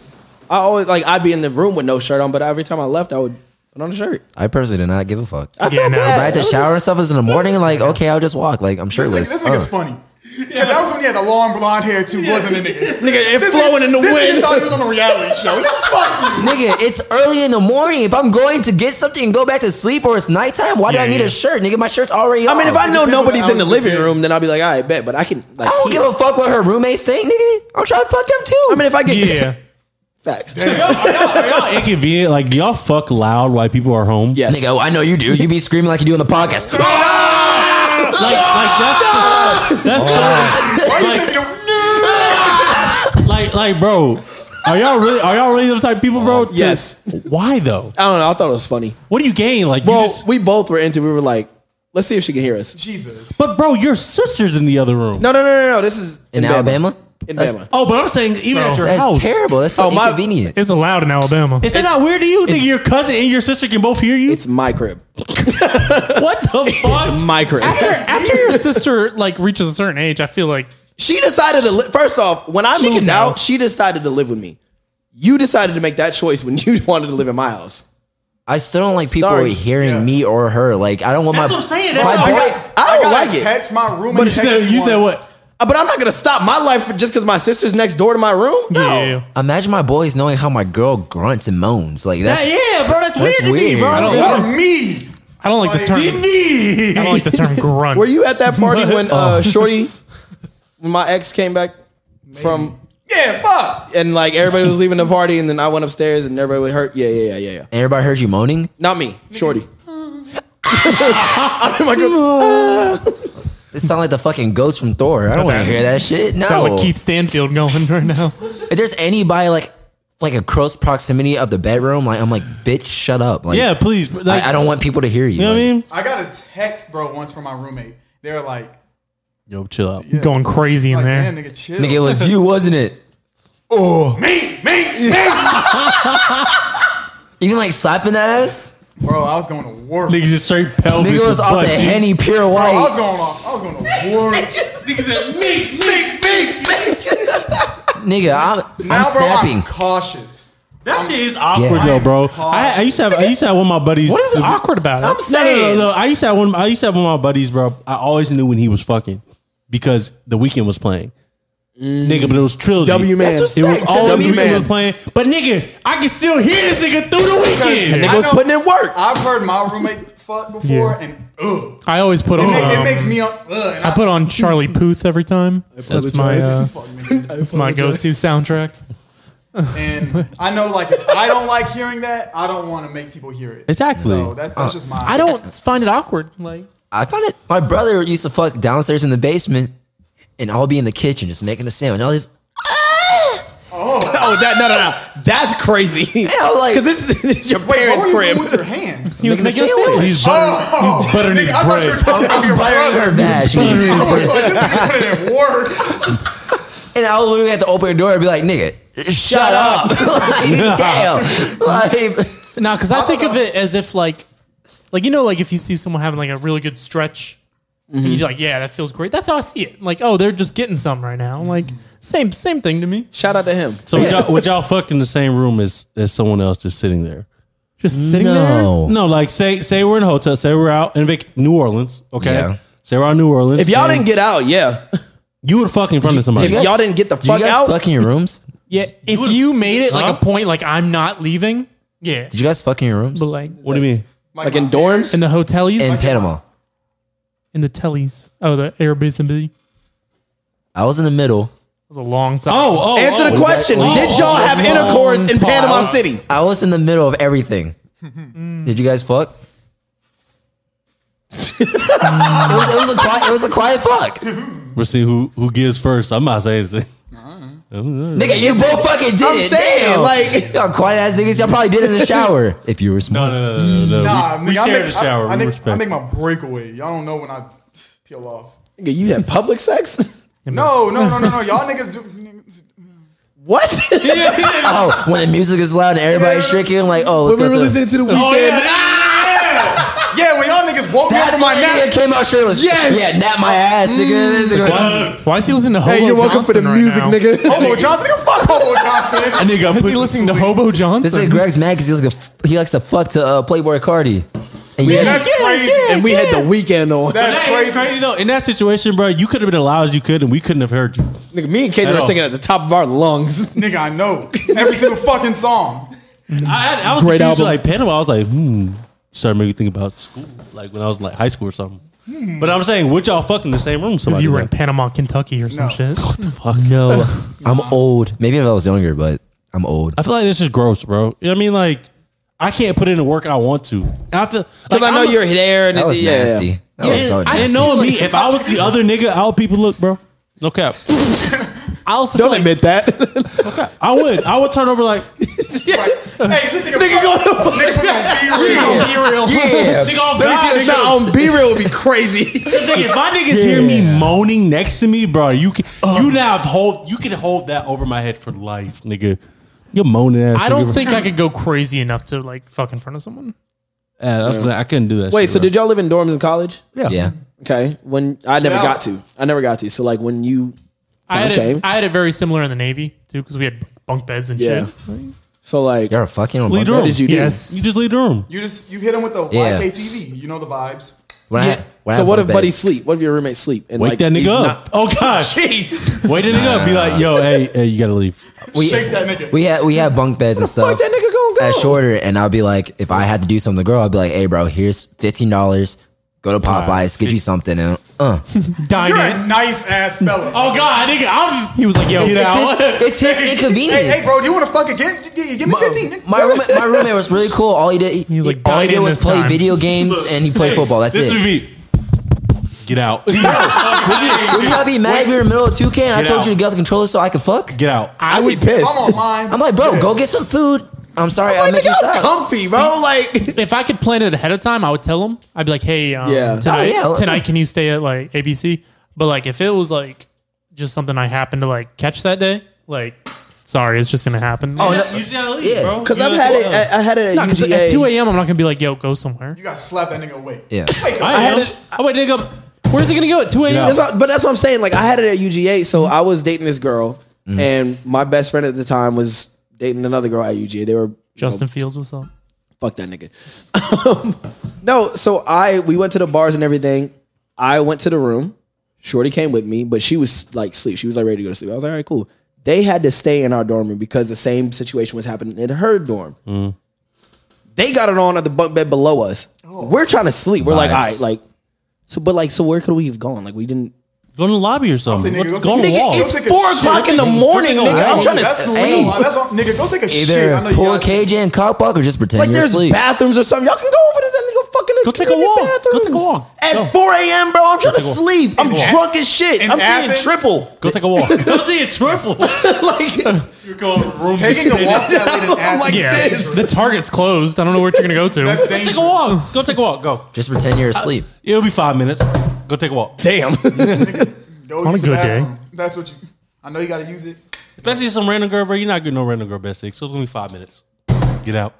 Speaker 3: I always like I'd be in the room with no shirt on, but every time I left, I would put on a shirt.
Speaker 2: I personally did not give a fuck.
Speaker 3: I
Speaker 2: I,
Speaker 3: felt
Speaker 6: no.
Speaker 3: bad.
Speaker 2: had
Speaker 3: I
Speaker 2: to
Speaker 3: was
Speaker 2: shower and stuff. Is in the morning. Like okay, I'll just walk. Like I'm
Speaker 4: This, nigga,
Speaker 2: shirtless.
Speaker 4: this nigga's
Speaker 2: Uh.
Speaker 4: funny. Because that was when he had the long blonde hair too, wasn't it, nigga?
Speaker 3: Nigga, it flowing in the
Speaker 4: This nigga
Speaker 3: wind.
Speaker 4: thought he was on a reality show. Yeah, fuck you.
Speaker 2: Nigga, it's early in the morning. If I'm going to get something and go back to sleep or it's nighttime, why
Speaker 6: Yeah,
Speaker 2: do I need
Speaker 6: yeah.
Speaker 2: a shirt? Nigga, my shirt's already
Speaker 3: I mean,
Speaker 2: on.
Speaker 3: if I know
Speaker 4: Depends on the
Speaker 3: nobody's in
Speaker 4: hours
Speaker 3: the
Speaker 4: of
Speaker 3: living
Speaker 4: the day.
Speaker 3: room, then I'll be like, all right, bet. But I can like.
Speaker 2: I don't
Speaker 3: hear.
Speaker 2: give a fuck what her roommates think, nigga. I'm trying to fuck them too.
Speaker 3: I mean, if I get
Speaker 6: Yeah.
Speaker 3: facts,
Speaker 1: Are y'all inconvenient? Like, do y'all fuck loud while people are home?
Speaker 3: yes.
Speaker 2: <laughs> nigga, I know you do. You be screaming like you do on the
Speaker 3: <laughs>
Speaker 2: podcast.
Speaker 1: Like, like that's that's
Speaker 4: Why you saying no?
Speaker 1: like like bro. Are y'all really are y'all really the type of people, bro? to-
Speaker 3: Yes.
Speaker 1: why though?
Speaker 3: I don't know. I thought it was funny.
Speaker 1: What do you gain? Like, you
Speaker 3: Well,
Speaker 1: just,
Speaker 3: we both were into. We were like, let's see if she can hear us.
Speaker 4: Jesus.
Speaker 1: but bro, your sister's in the other room.
Speaker 3: No, no, no, no, no. This is
Speaker 2: In Alabama?
Speaker 3: In
Speaker 2: That's-
Speaker 3: Bama.
Speaker 1: Oh, but I'm saying even
Speaker 6: Bro,
Speaker 1: at your
Speaker 2: That's
Speaker 1: house.
Speaker 2: terrible. That's so
Speaker 3: Oh, my-
Speaker 2: inconvenient.
Speaker 6: It's allowed in Alabama.
Speaker 1: Is it not weird to you? Nigga, your cousin and your sister can both hear you.
Speaker 3: It's my crib.
Speaker 1: What the fuck?
Speaker 3: My crib.
Speaker 6: after, after your sister like reaches a certain age, I feel like
Speaker 3: She decided to. Li- First off, when I
Speaker 6: She
Speaker 3: moved
Speaker 6: can know.
Speaker 3: out, she decided to live with me. You decided to make that choice when <laughs> you wanted to live in my house.
Speaker 2: I still don't like people
Speaker 3: Sorry.
Speaker 2: hearing me or her. Like, I don't want
Speaker 1: That's
Speaker 2: my.
Speaker 1: what I'm saying. That's
Speaker 2: my
Speaker 1: what
Speaker 3: I,
Speaker 1: I'm-
Speaker 2: boy-
Speaker 3: got, I don't
Speaker 4: got
Speaker 3: like
Speaker 4: a
Speaker 3: it.
Speaker 4: text my roommate.
Speaker 1: You said, you said what?
Speaker 3: Uh, But I'm not gonna stop my life for- just because my sister's next door to my room. No.
Speaker 6: yeah.
Speaker 2: imagine my boys knowing how my girl grunts and moans. Like that's
Speaker 1: yeah, bro, that's, weird to me,
Speaker 2: weird.
Speaker 1: bro.
Speaker 2: I
Speaker 6: don't-
Speaker 4: What a me?
Speaker 6: I don't like the
Speaker 4: Like,
Speaker 6: term.
Speaker 4: give
Speaker 1: me.
Speaker 6: I don't like the term grunt.
Speaker 3: Were you at that party
Speaker 2: <laughs>
Speaker 3: when
Speaker 2: Oh.
Speaker 3: uh, Shorty, when my ex came back from,
Speaker 4: Yeah, fuck.
Speaker 3: and like everybody was leaving the party, and then I went upstairs and everybody was hurt. Yeah, yeah, yeah, yeah, yeah.
Speaker 2: And everybody heard you moaning.
Speaker 3: Not me, Shorty. I'm like, uh,
Speaker 2: It sounded like the fucking ghost from Thor. I don't want to hear that shit. No.
Speaker 6: Got like Keith Stanfield going right now.
Speaker 2: if there's anybody like like a close proximity of the bedroom, like I'm like, bitch, shut up. Like,
Speaker 1: Yeah, please. Like,
Speaker 2: I, I don't want people to hear you.
Speaker 1: You know what I
Speaker 2: like,
Speaker 1: mean?
Speaker 4: I got a text, bro, once from my roommate. They were like,
Speaker 1: Yo, chill out.
Speaker 6: Going crazy in
Speaker 4: like
Speaker 6: there.
Speaker 4: damn, nigga, chill. Oh.
Speaker 2: Nigga, it was you, wasn't it?
Speaker 4: me, me, me.
Speaker 2: Even like slapping that ass.
Speaker 4: Bro, I was going to work.
Speaker 1: Nigga just straight pelvis.
Speaker 2: Nigga was
Speaker 1: and
Speaker 2: off
Speaker 1: butt
Speaker 2: the
Speaker 1: cheek.
Speaker 2: henny pure
Speaker 4: Bro, I was
Speaker 2: white.
Speaker 4: going off. I was going to work.
Speaker 1: Nigga said, me,
Speaker 4: me, me, me.
Speaker 2: Nigga, I'm, I'm
Speaker 4: Now, bro,
Speaker 2: snapping.
Speaker 4: I'm cautious.
Speaker 1: That shit is awkward
Speaker 2: Yeah.
Speaker 1: though, bro. I, I used to have I used to have one of my buddies.
Speaker 6: What is awkward about it?
Speaker 3: I'm
Speaker 1: No, no, no,
Speaker 3: saying.
Speaker 1: no. I used to have one. I used to have one of my buddies, bro. I always knew when he was fucking because the weekend was playing. Nigga, but it was trilogy.
Speaker 3: W Man.
Speaker 1: It was all
Speaker 3: W
Speaker 1: W
Speaker 3: Man.
Speaker 1: Man playing. But nigga, I can still hear this nigga through the
Speaker 4: <laughs>
Speaker 1: weekend.
Speaker 3: Nigga was
Speaker 4: I know-
Speaker 3: putting in work.
Speaker 4: I've heard my roommate fuck before,
Speaker 6: Yeah.
Speaker 4: and ugh,
Speaker 6: I always put
Speaker 4: it,
Speaker 6: on.
Speaker 4: ma- it
Speaker 6: um,
Speaker 4: makes me. uh, Ugh, and
Speaker 6: I put on Charlie Puth every time. That's my uh,
Speaker 1: <laughs>
Speaker 6: that's my go-to soundtrack.
Speaker 4: And I know, like, if I don't like hearing that, I don't want to make people hear it.
Speaker 1: Exactly.
Speaker 4: So that's,
Speaker 1: Uh,
Speaker 4: that's just my.
Speaker 6: I don't find it awkward. Like
Speaker 2: I found it. My brother used to fuck downstairs in the basement, and I'll be in the kitchen just making a sandwich. And all these,
Speaker 3: Oh, that no no no. That's crazy. <laughs>
Speaker 2: Yeah, like-
Speaker 3: because this, is- this is your
Speaker 4: Wait,
Speaker 3: parents'
Speaker 4: what were you
Speaker 3: crib.
Speaker 4: doing with your hands?
Speaker 6: he was
Speaker 2: Making
Speaker 6: making
Speaker 2: a
Speaker 6: a
Speaker 2: sandwich.
Speaker 6: sandwich.
Speaker 1: He's buttering, he's buttering his
Speaker 4: Nigga, I thought you were
Speaker 1: bread.
Speaker 4: talking about your
Speaker 2: buttering her
Speaker 4: brother.
Speaker 2: vag, and
Speaker 4: I was like, <laughs> this nigga put it in work.
Speaker 2: and I'll literally have to open the door and be like, "Nigga, shut up!" <laughs> like, damn. Like,
Speaker 6: No, because I think of it as if like, like you know, like if you see someone having like a really good stretch, and you're like, yeah, that feels great. That's how I see it. Like, oh, they're just getting some right now. Like, same same thing to me.
Speaker 3: Shout out to him.
Speaker 1: So would y'all, would y'all fuck in the same room as, as someone else just sitting there?
Speaker 6: Just sitting
Speaker 2: No.
Speaker 1: No, like say say we're in a hotel, say we're out in vac- New Orleans, okay?
Speaker 2: Yeah.
Speaker 1: Say we're out in New Orleans.
Speaker 3: If y'all
Speaker 1: and
Speaker 3: didn't get out, yeah.
Speaker 1: you would fuck in front of somebody.
Speaker 3: If y'all didn't get the
Speaker 2: do you
Speaker 3: fuck
Speaker 2: guys
Speaker 3: out,
Speaker 2: fuck in your rooms?
Speaker 6: Yeah, if you made it like
Speaker 1: Huh?
Speaker 6: a point, like I'm not leaving. Yeah,
Speaker 2: Did you guys fuck in your rooms
Speaker 6: but like
Speaker 1: what do you mean?
Speaker 3: like in dorms.
Speaker 6: in the hotelies,
Speaker 2: in Panama?
Speaker 6: in the tellies. Oh, the Airbnb. That
Speaker 2: I was in the middle.
Speaker 6: was a long time.
Speaker 1: Oh, oh,
Speaker 3: Answer
Speaker 1: oh.
Speaker 3: the question. Did y'all have intercourse in Panama City?
Speaker 2: I was in the middle of
Speaker 3: <laughs>
Speaker 2: everything. Did you guys fuck? it, was, it was a quiet, it was a quiet fuck.
Speaker 1: We're seeing who who gives first. I'm not saying anything. <laughs>
Speaker 2: Nigga, you both fucking did
Speaker 3: I'm
Speaker 2: it.
Speaker 3: saying,
Speaker 2: Damn.
Speaker 3: like-
Speaker 2: y'all quiet ass niggas, y'all probably did it in
Speaker 3: <laughs>
Speaker 2: the shower. if you were
Speaker 1: No,
Speaker 2: smart.
Speaker 1: no, no, no, no.
Speaker 4: Nah,
Speaker 1: we, we
Speaker 4: nigga, I
Speaker 1: share
Speaker 4: make-
Speaker 1: the shower.
Speaker 4: I,
Speaker 1: we
Speaker 4: I, make, I
Speaker 1: respect.
Speaker 4: make my breakaway. Y'all don't know when I peel off.
Speaker 3: Nigga, you had public sex? <laughs>
Speaker 4: No, no, no, no, no. Y'all niggas do.
Speaker 3: What? <laughs>
Speaker 2: Oh, when the music is loud and everybody's shaking, like, oh, let's
Speaker 3: we were
Speaker 2: go to
Speaker 3: listening
Speaker 2: the-
Speaker 3: to the weekend.
Speaker 1: Oh, yeah.
Speaker 4: Yeah, when y'all niggas woke me up
Speaker 2: That's
Speaker 4: from
Speaker 2: my
Speaker 4: my
Speaker 2: nigga
Speaker 4: nap.
Speaker 2: came out shirtless.
Speaker 3: Yes. Mm.
Speaker 2: Yeah, nap my ass, nigga. This nigga-
Speaker 6: why is he listening to Hobo
Speaker 3: Hey, you're welcome for the
Speaker 6: Johnson right
Speaker 3: music,
Speaker 6: now?
Speaker 4: <laughs>
Speaker 3: nigga.
Speaker 4: Hobo Johnson, nigga, fuck Hobo Johnson.
Speaker 1: nigga, I'm
Speaker 6: Is he listening to Hobo
Speaker 2: This
Speaker 6: Johnson?
Speaker 2: nigga Greg's mad because he, likes to f- he likes to fuck to uh, Playboy Cardi. And yeah,
Speaker 4: That's crazy.
Speaker 3: And we had the weekend on.
Speaker 4: That's
Speaker 1: Hey, it's
Speaker 4: crazy.
Speaker 1: crazy though. In that situation, bro, you could have been as loud as you could, and we couldn't have heard you.
Speaker 3: Nigga, me and KJ
Speaker 1: At
Speaker 3: were
Speaker 1: all.
Speaker 3: singing at the top of our lungs. <laughs>
Speaker 4: Nigga, I know every single fucking song.
Speaker 1: I, I, I was Great
Speaker 3: Great
Speaker 1: confused.
Speaker 3: album.
Speaker 1: Like Panama, I was like, hmm. Started making me think about school, like when I was in, like high school or something.
Speaker 4: Hmm.
Speaker 1: But I'm saying, would y'all fuck in the same room? with Somebody
Speaker 6: you were in
Speaker 1: like,
Speaker 6: Panama, Kentucky, or some
Speaker 4: No.
Speaker 6: shit.
Speaker 2: No, <laughs> I'm old. Maybe if I was younger, but I'm old.
Speaker 1: <laughs> I feel like this is gross, bro. You know what I mean? Like, I can't put in the work I want to. I feel like
Speaker 3: Because I know
Speaker 1: I'm-
Speaker 3: you're there. And
Speaker 2: That was
Speaker 3: yeah, yeah.
Speaker 2: nasty. That was so
Speaker 1: I
Speaker 2: nasty.
Speaker 1: didn't know me. If I was the other nigga, how would people look, bro? No <laughs> cap.
Speaker 6: I also
Speaker 3: Don't
Speaker 6: feel like,
Speaker 3: admit that.
Speaker 1: I would. I would turn over <laughs> like,
Speaker 4: Right. Hey, this nigga,
Speaker 3: Nigga, go
Speaker 4: fuck- nigga, we gonna be real.
Speaker 6: Be real.
Speaker 3: Yeah.
Speaker 1: nigga, on God, nigga.
Speaker 3: Nah, on B real would be
Speaker 1: <laughs>
Speaker 3: crazy.
Speaker 1: Cause nigga, if my niggas hear me moaning next to me, bro, you can
Speaker 3: Oh.
Speaker 1: you now have hold you can hold that over my head for life, nigga. You're moaning ass.
Speaker 6: I don't
Speaker 1: nigga.
Speaker 6: think I could go crazy enough to like fuck in front of someone.
Speaker 1: Yeah, that's what I'm saying. I couldn't do that.
Speaker 3: Wait, so did y'all live in dorms in college?
Speaker 1: you?
Speaker 2: yeah.
Speaker 3: Okay. When I never
Speaker 4: No.
Speaker 3: got to. I never got to. So like when you
Speaker 6: I had
Speaker 3: Okay.
Speaker 6: it, I had it very similar in the Navy too because we had bunk beds and
Speaker 3: Yeah.
Speaker 6: shit.
Speaker 3: So like
Speaker 2: Y'all are fucking on
Speaker 1: Lead
Speaker 2: bunk
Speaker 1: room.
Speaker 3: what did you do?
Speaker 6: Yes.
Speaker 1: You just leave the room.
Speaker 4: You just you hit him with the
Speaker 2: Yeah.
Speaker 4: YKTV. You know the
Speaker 2: bed?
Speaker 4: vibes.
Speaker 2: When I- when I
Speaker 3: So
Speaker 2: had
Speaker 3: what
Speaker 2: bunk
Speaker 3: if buddy
Speaker 2: beds-
Speaker 3: sleep? What if your roommate sleep? And
Speaker 1: Wake
Speaker 3: like,
Speaker 1: that
Speaker 3: he's
Speaker 1: nigga up.
Speaker 3: not-
Speaker 1: oh
Speaker 3: <laughs>
Speaker 1: gosh.
Speaker 3: Jeez.
Speaker 1: Wake that nigga up. Be like, yo, hey, hey, you gotta leave.
Speaker 2: We,
Speaker 4: Shake that nigga.
Speaker 2: We had we had bunk beds and
Speaker 3: the
Speaker 2: stuff.
Speaker 3: fuck that nigga gonna go?
Speaker 2: At shorter, and I'd be like, if I had to do something, to the girl, I'd be like, hey, bro, here's fifteen dollars. Go to Popeyes, get you something, and uh,
Speaker 6: Dine
Speaker 4: You're
Speaker 6: in.
Speaker 4: a nice ass fella.
Speaker 1: Oh god, nigga, I'm just
Speaker 6: He was like,
Speaker 2: <laughs>
Speaker 6: "Yo,
Speaker 1: Get out.
Speaker 2: it's his inconvenience.
Speaker 4: Hey, hey, bro, do you want to fuck again? G- g- Give me fifteen.
Speaker 2: My roommate, my roommate was really cool. All he did, he
Speaker 6: was like,
Speaker 2: all he
Speaker 6: "Dine
Speaker 2: did
Speaker 6: in
Speaker 2: was
Speaker 6: this
Speaker 2: play
Speaker 6: time."
Speaker 2: video games and he played football. That's
Speaker 1: this
Speaker 2: it.
Speaker 1: would
Speaker 2: Would
Speaker 1: be Get out.
Speaker 2: you not be mad if you're in the middle of 2K and I
Speaker 1: Get
Speaker 2: told
Speaker 1: out.
Speaker 2: you to get off the controller so I could fuck?
Speaker 1: Get out.
Speaker 6: I
Speaker 3: I'd be
Speaker 6: would."
Speaker 3: pissed.
Speaker 4: I'm on mine.
Speaker 3: <laughs>
Speaker 2: I'm like, bro, go get some food. I'm sorry, I'll make you
Speaker 3: nigga, I'm
Speaker 2: stop.
Speaker 3: comfy, bro. Like
Speaker 6: If I could plan it ahead of time, I would tell him. I'd be like, "Hey, um,
Speaker 3: Yeah.
Speaker 6: tonight,
Speaker 2: Oh, yeah.
Speaker 6: tonight, can you stay at like ABC?" But like, if it was like just something I happened to like catch that day, like, sorry, it's just gonna happen.
Speaker 2: Oh,
Speaker 6: Oh,
Speaker 2: no.
Speaker 1: You just gotta leave,
Speaker 2: Yeah,
Speaker 1: bro.
Speaker 3: because
Speaker 1: You
Speaker 3: I've
Speaker 1: know,
Speaker 3: had it.
Speaker 1: uh,
Speaker 3: I, I had it at
Speaker 6: because
Speaker 3: UGA.
Speaker 6: at two a.m., I'm not gonna be like, "Yo, go somewhere."
Speaker 4: You got to slap that nigga awake.
Speaker 2: Yeah.
Speaker 4: Wake up.
Speaker 1: I
Speaker 4: I
Speaker 1: am.
Speaker 4: had
Speaker 3: it-
Speaker 1: Oh wait, nigga.
Speaker 6: Where's he gonna go at two a.m.?
Speaker 1: Yeah.
Speaker 3: That's what- but that's what I'm saying. Like I had it at UGA, so I was dating this girl,
Speaker 1: Mm-hmm.
Speaker 3: and my best friend at the time was dating another girl at UGA. They were you
Speaker 6: Justin
Speaker 3: know,
Speaker 6: Fields was up.
Speaker 3: fuck that nigga. Um, no, so I we went to the bars and everything. I went to the room. Shorty came with me, but she was like sleep. She was like ready to go to sleep. I was like, all right, cool. They had to stay in our dorm room because the same situation was happening in her dorm.
Speaker 1: Mm.
Speaker 3: They got it on at the bunk bed below us.
Speaker 4: Oh.
Speaker 3: We're trying to sleep. We're like, all right,
Speaker 8: Nice.
Speaker 3: like, so, but like, so where could we have gone? Like, we didn't.
Speaker 1: Go to the lobby or something.
Speaker 4: say,
Speaker 1: What-
Speaker 4: nigga,
Speaker 1: go on the
Speaker 4: take-
Speaker 1: wall.
Speaker 3: Nigga, it's
Speaker 4: Take a
Speaker 3: four
Speaker 4: shit.
Speaker 3: o'clock in the morning,
Speaker 4: Go take a-
Speaker 3: nigga. I'm
Speaker 4: Hey,
Speaker 3: trying to
Speaker 4: that's
Speaker 3: sleep.
Speaker 4: Why, that's why, nigga, go take a shit. I
Speaker 2: Either
Speaker 4: know you
Speaker 2: pull a
Speaker 4: got-
Speaker 2: cage in, cock block, or just pretend
Speaker 3: Like
Speaker 2: you're
Speaker 3: there's
Speaker 2: asleep.
Speaker 3: bathrooms or something. Y'all can go over to them and go fucking
Speaker 1: Go take a walk. Go take a walk.
Speaker 3: At
Speaker 1: Go.
Speaker 3: 4 a.m., bro, I'm trying to
Speaker 1: take a walk.
Speaker 3: sleep. I'm
Speaker 1: walk.
Speaker 3: drunk as shit.
Speaker 4: In
Speaker 3: I'm
Speaker 4: Athens?
Speaker 3: seeing triple.
Speaker 1: Go take a walk. Go see a <laughs> triple.
Speaker 3: <laughs> like,
Speaker 1: You're going to room.
Speaker 4: Taking a walk that
Speaker 3: <laughs>
Speaker 4: late in
Speaker 3: I'm
Speaker 4: Athens.
Speaker 3: like
Speaker 6: Yeah,
Speaker 3: this.
Speaker 6: the target's closed. I don't know where you're gonna go to.
Speaker 4: That's
Speaker 1: Take
Speaker 4: dangerous.
Speaker 1: a walk. Go take a walk. Go.
Speaker 2: Just pretend you're asleep.
Speaker 1: It'll be five minutes. Go take a walk.
Speaker 3: Damn.
Speaker 4: Don't
Speaker 6: On a
Speaker 4: use the
Speaker 6: good day.
Speaker 4: bathroom. That's what you. I know you got to use it.
Speaker 1: Especially some random girl, bro. You're not getting no random girl best egg. So it's gonna be five minutes. Get out.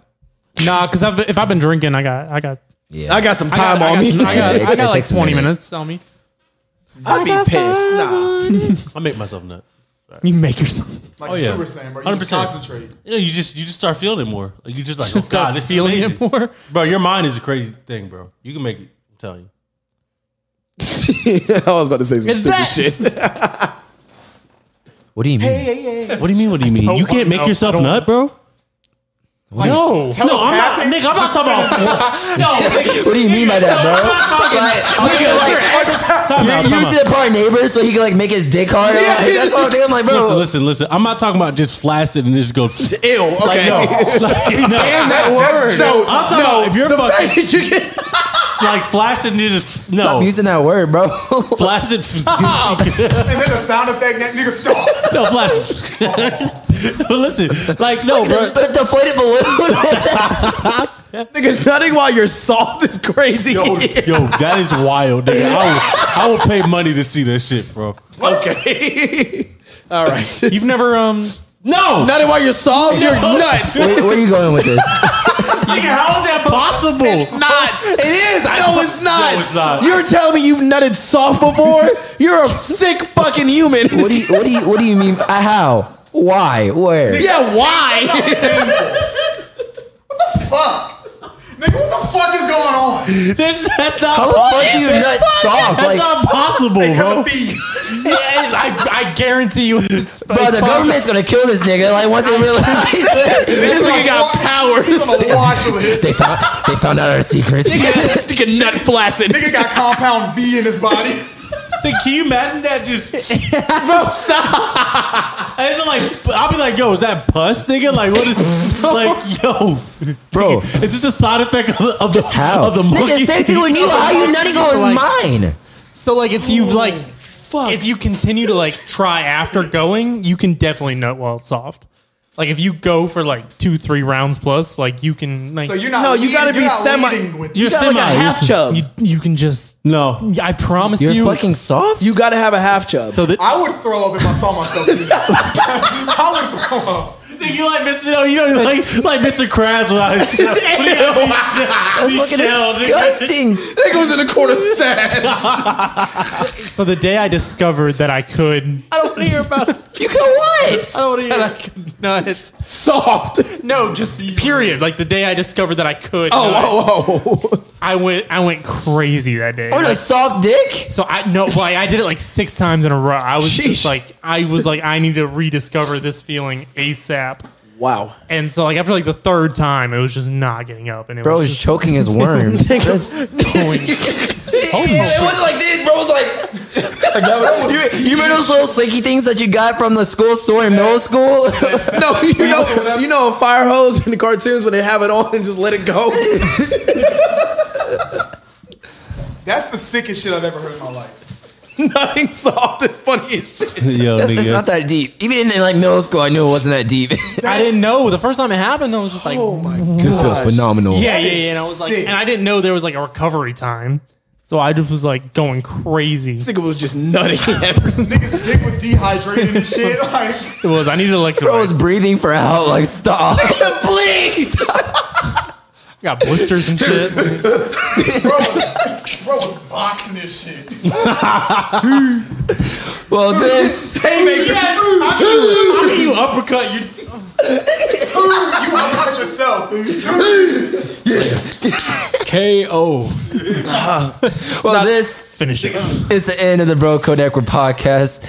Speaker 6: nah, because I've, if I've been drinking, I got I got
Speaker 2: Yeah,
Speaker 3: I got some
Speaker 6: I got-
Speaker 3: time
Speaker 6: I
Speaker 3: on
Speaker 6: got
Speaker 3: me.
Speaker 6: some- I
Speaker 2: <laughs>
Speaker 6: got,
Speaker 2: It-
Speaker 6: I
Speaker 2: it
Speaker 6: got like
Speaker 2: takes a
Speaker 6: 20
Speaker 2: minute.
Speaker 6: minutes on me.
Speaker 3: I'd be pissed. <laughs> Nah.
Speaker 1: I make myself nut.
Speaker 6: You make yourself. <laughs>
Speaker 4: Like
Speaker 1: Oh,
Speaker 4: oh,
Speaker 1: yeah.
Speaker 4: Super Saiyan, bro. You just
Speaker 1: 100%.
Speaker 4: concentrate.
Speaker 1: You know, you just you just start feeling it more. Like, you just like,
Speaker 6: Just
Speaker 1: oh god,
Speaker 6: start
Speaker 1: this
Speaker 6: feeling
Speaker 1: is
Speaker 6: it
Speaker 1: amazing.
Speaker 6: more?
Speaker 1: Bro, your mind is a crazy thing, bro. You can make it. I'm telling you.
Speaker 3: I was about to say some
Speaker 6: Is
Speaker 3: stupid
Speaker 6: that-
Speaker 3: shit.
Speaker 6: <laughs>
Speaker 2: What do you mean?
Speaker 1: What do you mean? What do you mean?
Speaker 6: don't
Speaker 1: You can't
Speaker 6: wanna
Speaker 1: make
Speaker 6: know.
Speaker 1: yourself
Speaker 6: I don't-
Speaker 1: nut, bro.
Speaker 6: No.
Speaker 1: No, I'm not, nigga. I'm not talking about. No,
Speaker 2: What do you mean by that, bro?
Speaker 1: nigga. Time out,
Speaker 2: you
Speaker 1: time
Speaker 2: ever
Speaker 1: out.
Speaker 2: see the part neighbor so he can like make his dick hard? I'm like, that's all I'm thinking. I'm like, bro,
Speaker 1: Listen, listen, listen. I'm not talking about just flaccid and just go.
Speaker 3: Ew,
Speaker 4: <laughs>
Speaker 3: okay.
Speaker 1: No, like, no.
Speaker 3: No,
Speaker 1: I'm talking
Speaker 3: no,
Speaker 1: about if you're
Speaker 3: the
Speaker 1: fucking
Speaker 3: fact that you get-
Speaker 1: <laughs> like flaccid and you just
Speaker 2: stop
Speaker 1: no
Speaker 2: using that word, bro.
Speaker 1: flaccid. <laughs>
Speaker 4: And there's a sound effect. That nigga stop.
Speaker 1: No, flaccid. <laughs> but listen, like no, bro.
Speaker 2: but a deflated balloon.
Speaker 3: <laughs> Nigga, nutting while you're soft is crazy. <laughs>
Speaker 1: Yo, yo, that is wild, nigga. I would, I would pay money to see that shit, bro.
Speaker 3: <laughs> okay. All right.
Speaker 6: You've never um.
Speaker 1: No,
Speaker 3: Nutting while you're soft, you're <laughs>
Speaker 2: <laughs>
Speaker 3: nuts.
Speaker 2: Where- where are you going with this?
Speaker 1: nigga, how is that possible?
Speaker 3: It's not.
Speaker 6: It is. I
Speaker 3: No, it's not.
Speaker 1: No, it's not.
Speaker 3: You're telling me you've nutted soft <laughs> before? You're a sick fucking human.
Speaker 2: What do you what do you what do you mean? by uh, How? Why? Where?
Speaker 3: <laughs> yeah, <laughs> why?
Speaker 4: Fuck. Nigga, what the fuck is going on?
Speaker 1: There's, that's not
Speaker 2: How the
Speaker 1: possible.
Speaker 2: fuck do you nut soft?
Speaker 1: That's
Speaker 2: Like,
Speaker 1: not possible, bro.
Speaker 4: Come feed.
Speaker 6: I, I guarantee you, it's
Speaker 2: bro, the <laughs> government's gonna kill this nigga. Like, once they realize
Speaker 3: this nigga got
Speaker 4: He's on
Speaker 3: <laughs> powers.
Speaker 4: a watch list.
Speaker 2: they found they found out our secrets.
Speaker 3: Nigga nut flaccid.
Speaker 4: Nigga got compound V in his body. <laughs>
Speaker 1: Can you imagine that?
Speaker 2: <laughs>
Speaker 1: Just
Speaker 3: Bro, stop.
Speaker 1: And it's like I'll be like, yo, is that pus, nigga? Like what is like, yo,
Speaker 2: Bro.
Speaker 1: Is this the side effect of the of the,
Speaker 2: How?
Speaker 1: of the monkey?
Speaker 2: nigga, same thing with you. How you nutting on
Speaker 6: Like-
Speaker 2: mine?
Speaker 6: So like, if you like,
Speaker 3: Fuck.
Speaker 6: if you continue to like try after going, you can definitely nut while it's soft. Like if you go for like two, three rounds plus, like you can like
Speaker 4: So you're not.
Speaker 3: No, you
Speaker 4: leading-
Speaker 3: gotta be
Speaker 4: you're not
Speaker 3: semi-
Speaker 4: leading With
Speaker 1: You're
Speaker 3: you got like a
Speaker 1: semi.
Speaker 3: half chub.
Speaker 6: you,
Speaker 3: You,
Speaker 6: you can just.
Speaker 1: no.
Speaker 6: I promise
Speaker 2: You're
Speaker 6: you.
Speaker 2: fucking soft.
Speaker 3: gotta have a half
Speaker 2: <laughs>
Speaker 4: <laughs>
Speaker 3: chub.
Speaker 6: so that
Speaker 4: I would throw up if I saw myself do that. <laughs> I would throw up.
Speaker 1: Nigga, you like Mr. No, you know, you
Speaker 2: <laughs>
Speaker 1: like like Mr. Krabs without his shell.
Speaker 2: That's fucking disgusting.
Speaker 3: Nigga was in the corner sad.
Speaker 6: so the day I discovered that I
Speaker 2: <laughs>
Speaker 6: could
Speaker 1: I don't want to hear about it.
Speaker 2: You can what?
Speaker 1: I don't want to hear.
Speaker 6: <laughs> that I
Speaker 1: About it.
Speaker 6: could nut.
Speaker 3: Soft.
Speaker 6: No, just period. Like the day I discovered that I could. nut,
Speaker 3: Oh, oh, oh.
Speaker 6: I went I went crazy that day.
Speaker 2: On a soft dick?
Speaker 6: So I no, like I did it like six times in a row. I was
Speaker 3: Sheesh.
Speaker 6: just like, I was like, I need to rediscover this feeling ASAP.
Speaker 3: Wow.
Speaker 6: And so like after like the third time, it was just not getting up. And it
Speaker 2: Bro
Speaker 6: was
Speaker 2: is
Speaker 6: just
Speaker 2: choking his <laughs> worm. That's- <laughs>
Speaker 3: it wasn't like this, bro. It was like,
Speaker 2: <laughs> you, you remember those little slinky things that you got from the school store in middle <laughs> school?
Speaker 3: no, you know, you know, a fire hose in the cartoons when they have it on and just let it go.
Speaker 4: That's the sickest shit I've ever heard in my life.
Speaker 3: Nothing soft is funny as shit.
Speaker 1: Yo,
Speaker 2: That's, it's not
Speaker 1: nigga.
Speaker 2: that deep. Even in like middle school, I knew it wasn't that deep.
Speaker 6: I didn't know the first time it happened. I was just like,
Speaker 2: this feels phenomenal.
Speaker 6: yeah, yeah,
Speaker 4: that is
Speaker 6: yeah. And I was like,
Speaker 4: sick.
Speaker 6: and I didn't know there was like a recovery time. So I just was like going crazy.
Speaker 3: This nigga was just nutting
Speaker 4: Nigga's dick was dehydrated and shit. <laughs> Like,
Speaker 6: It was I needed electrolytes.
Speaker 2: Bro was breathing for out. Like stop.
Speaker 3: Please.
Speaker 6: I got blisters and shit.
Speaker 4: bro, was- bro was boxing this shit.
Speaker 2: well, this.
Speaker 4: Yes,
Speaker 1: How can you uppercut? You
Speaker 4: you uppercut yourself.
Speaker 8: KO.
Speaker 2: Well, this
Speaker 6: Finish it.
Speaker 2: is the end of the Bro Code Equid podcast.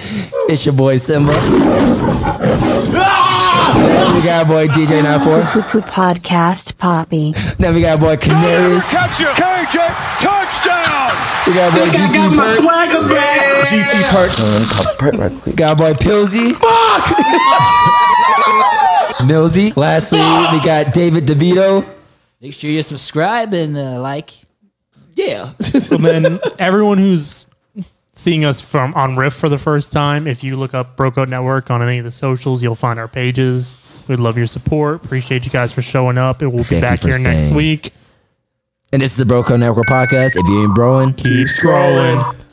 Speaker 2: It's your boy Simba. Then we got our boy DJ 94.
Speaker 7: Cuckoo Podcast Poppy.
Speaker 2: Then we got our boy Canaries. We got our boy
Speaker 5: I got
Speaker 2: GT
Speaker 5: my
Speaker 2: Perk.
Speaker 5: swagger back.
Speaker 3: GT Perk.
Speaker 2: We got our boy Pilsy. <laughs> Millsy. Lastly, we got David DeVito.
Speaker 8: Make sure you subscribe and uh, like.
Speaker 3: Yeah.
Speaker 6: And then everyone who's seeing us from on Riff for the first time, if you look up Broco Network on any of the socials, you'll find our pages. We'd love your support. Appreciate you guys for showing up. And we'll be
Speaker 2: Thank you
Speaker 6: back
Speaker 2: for
Speaker 6: here next
Speaker 2: staying.
Speaker 6: week.
Speaker 2: And this is the Bro Code Network podcast. If you ain't broing,
Speaker 6: Keep scrolling.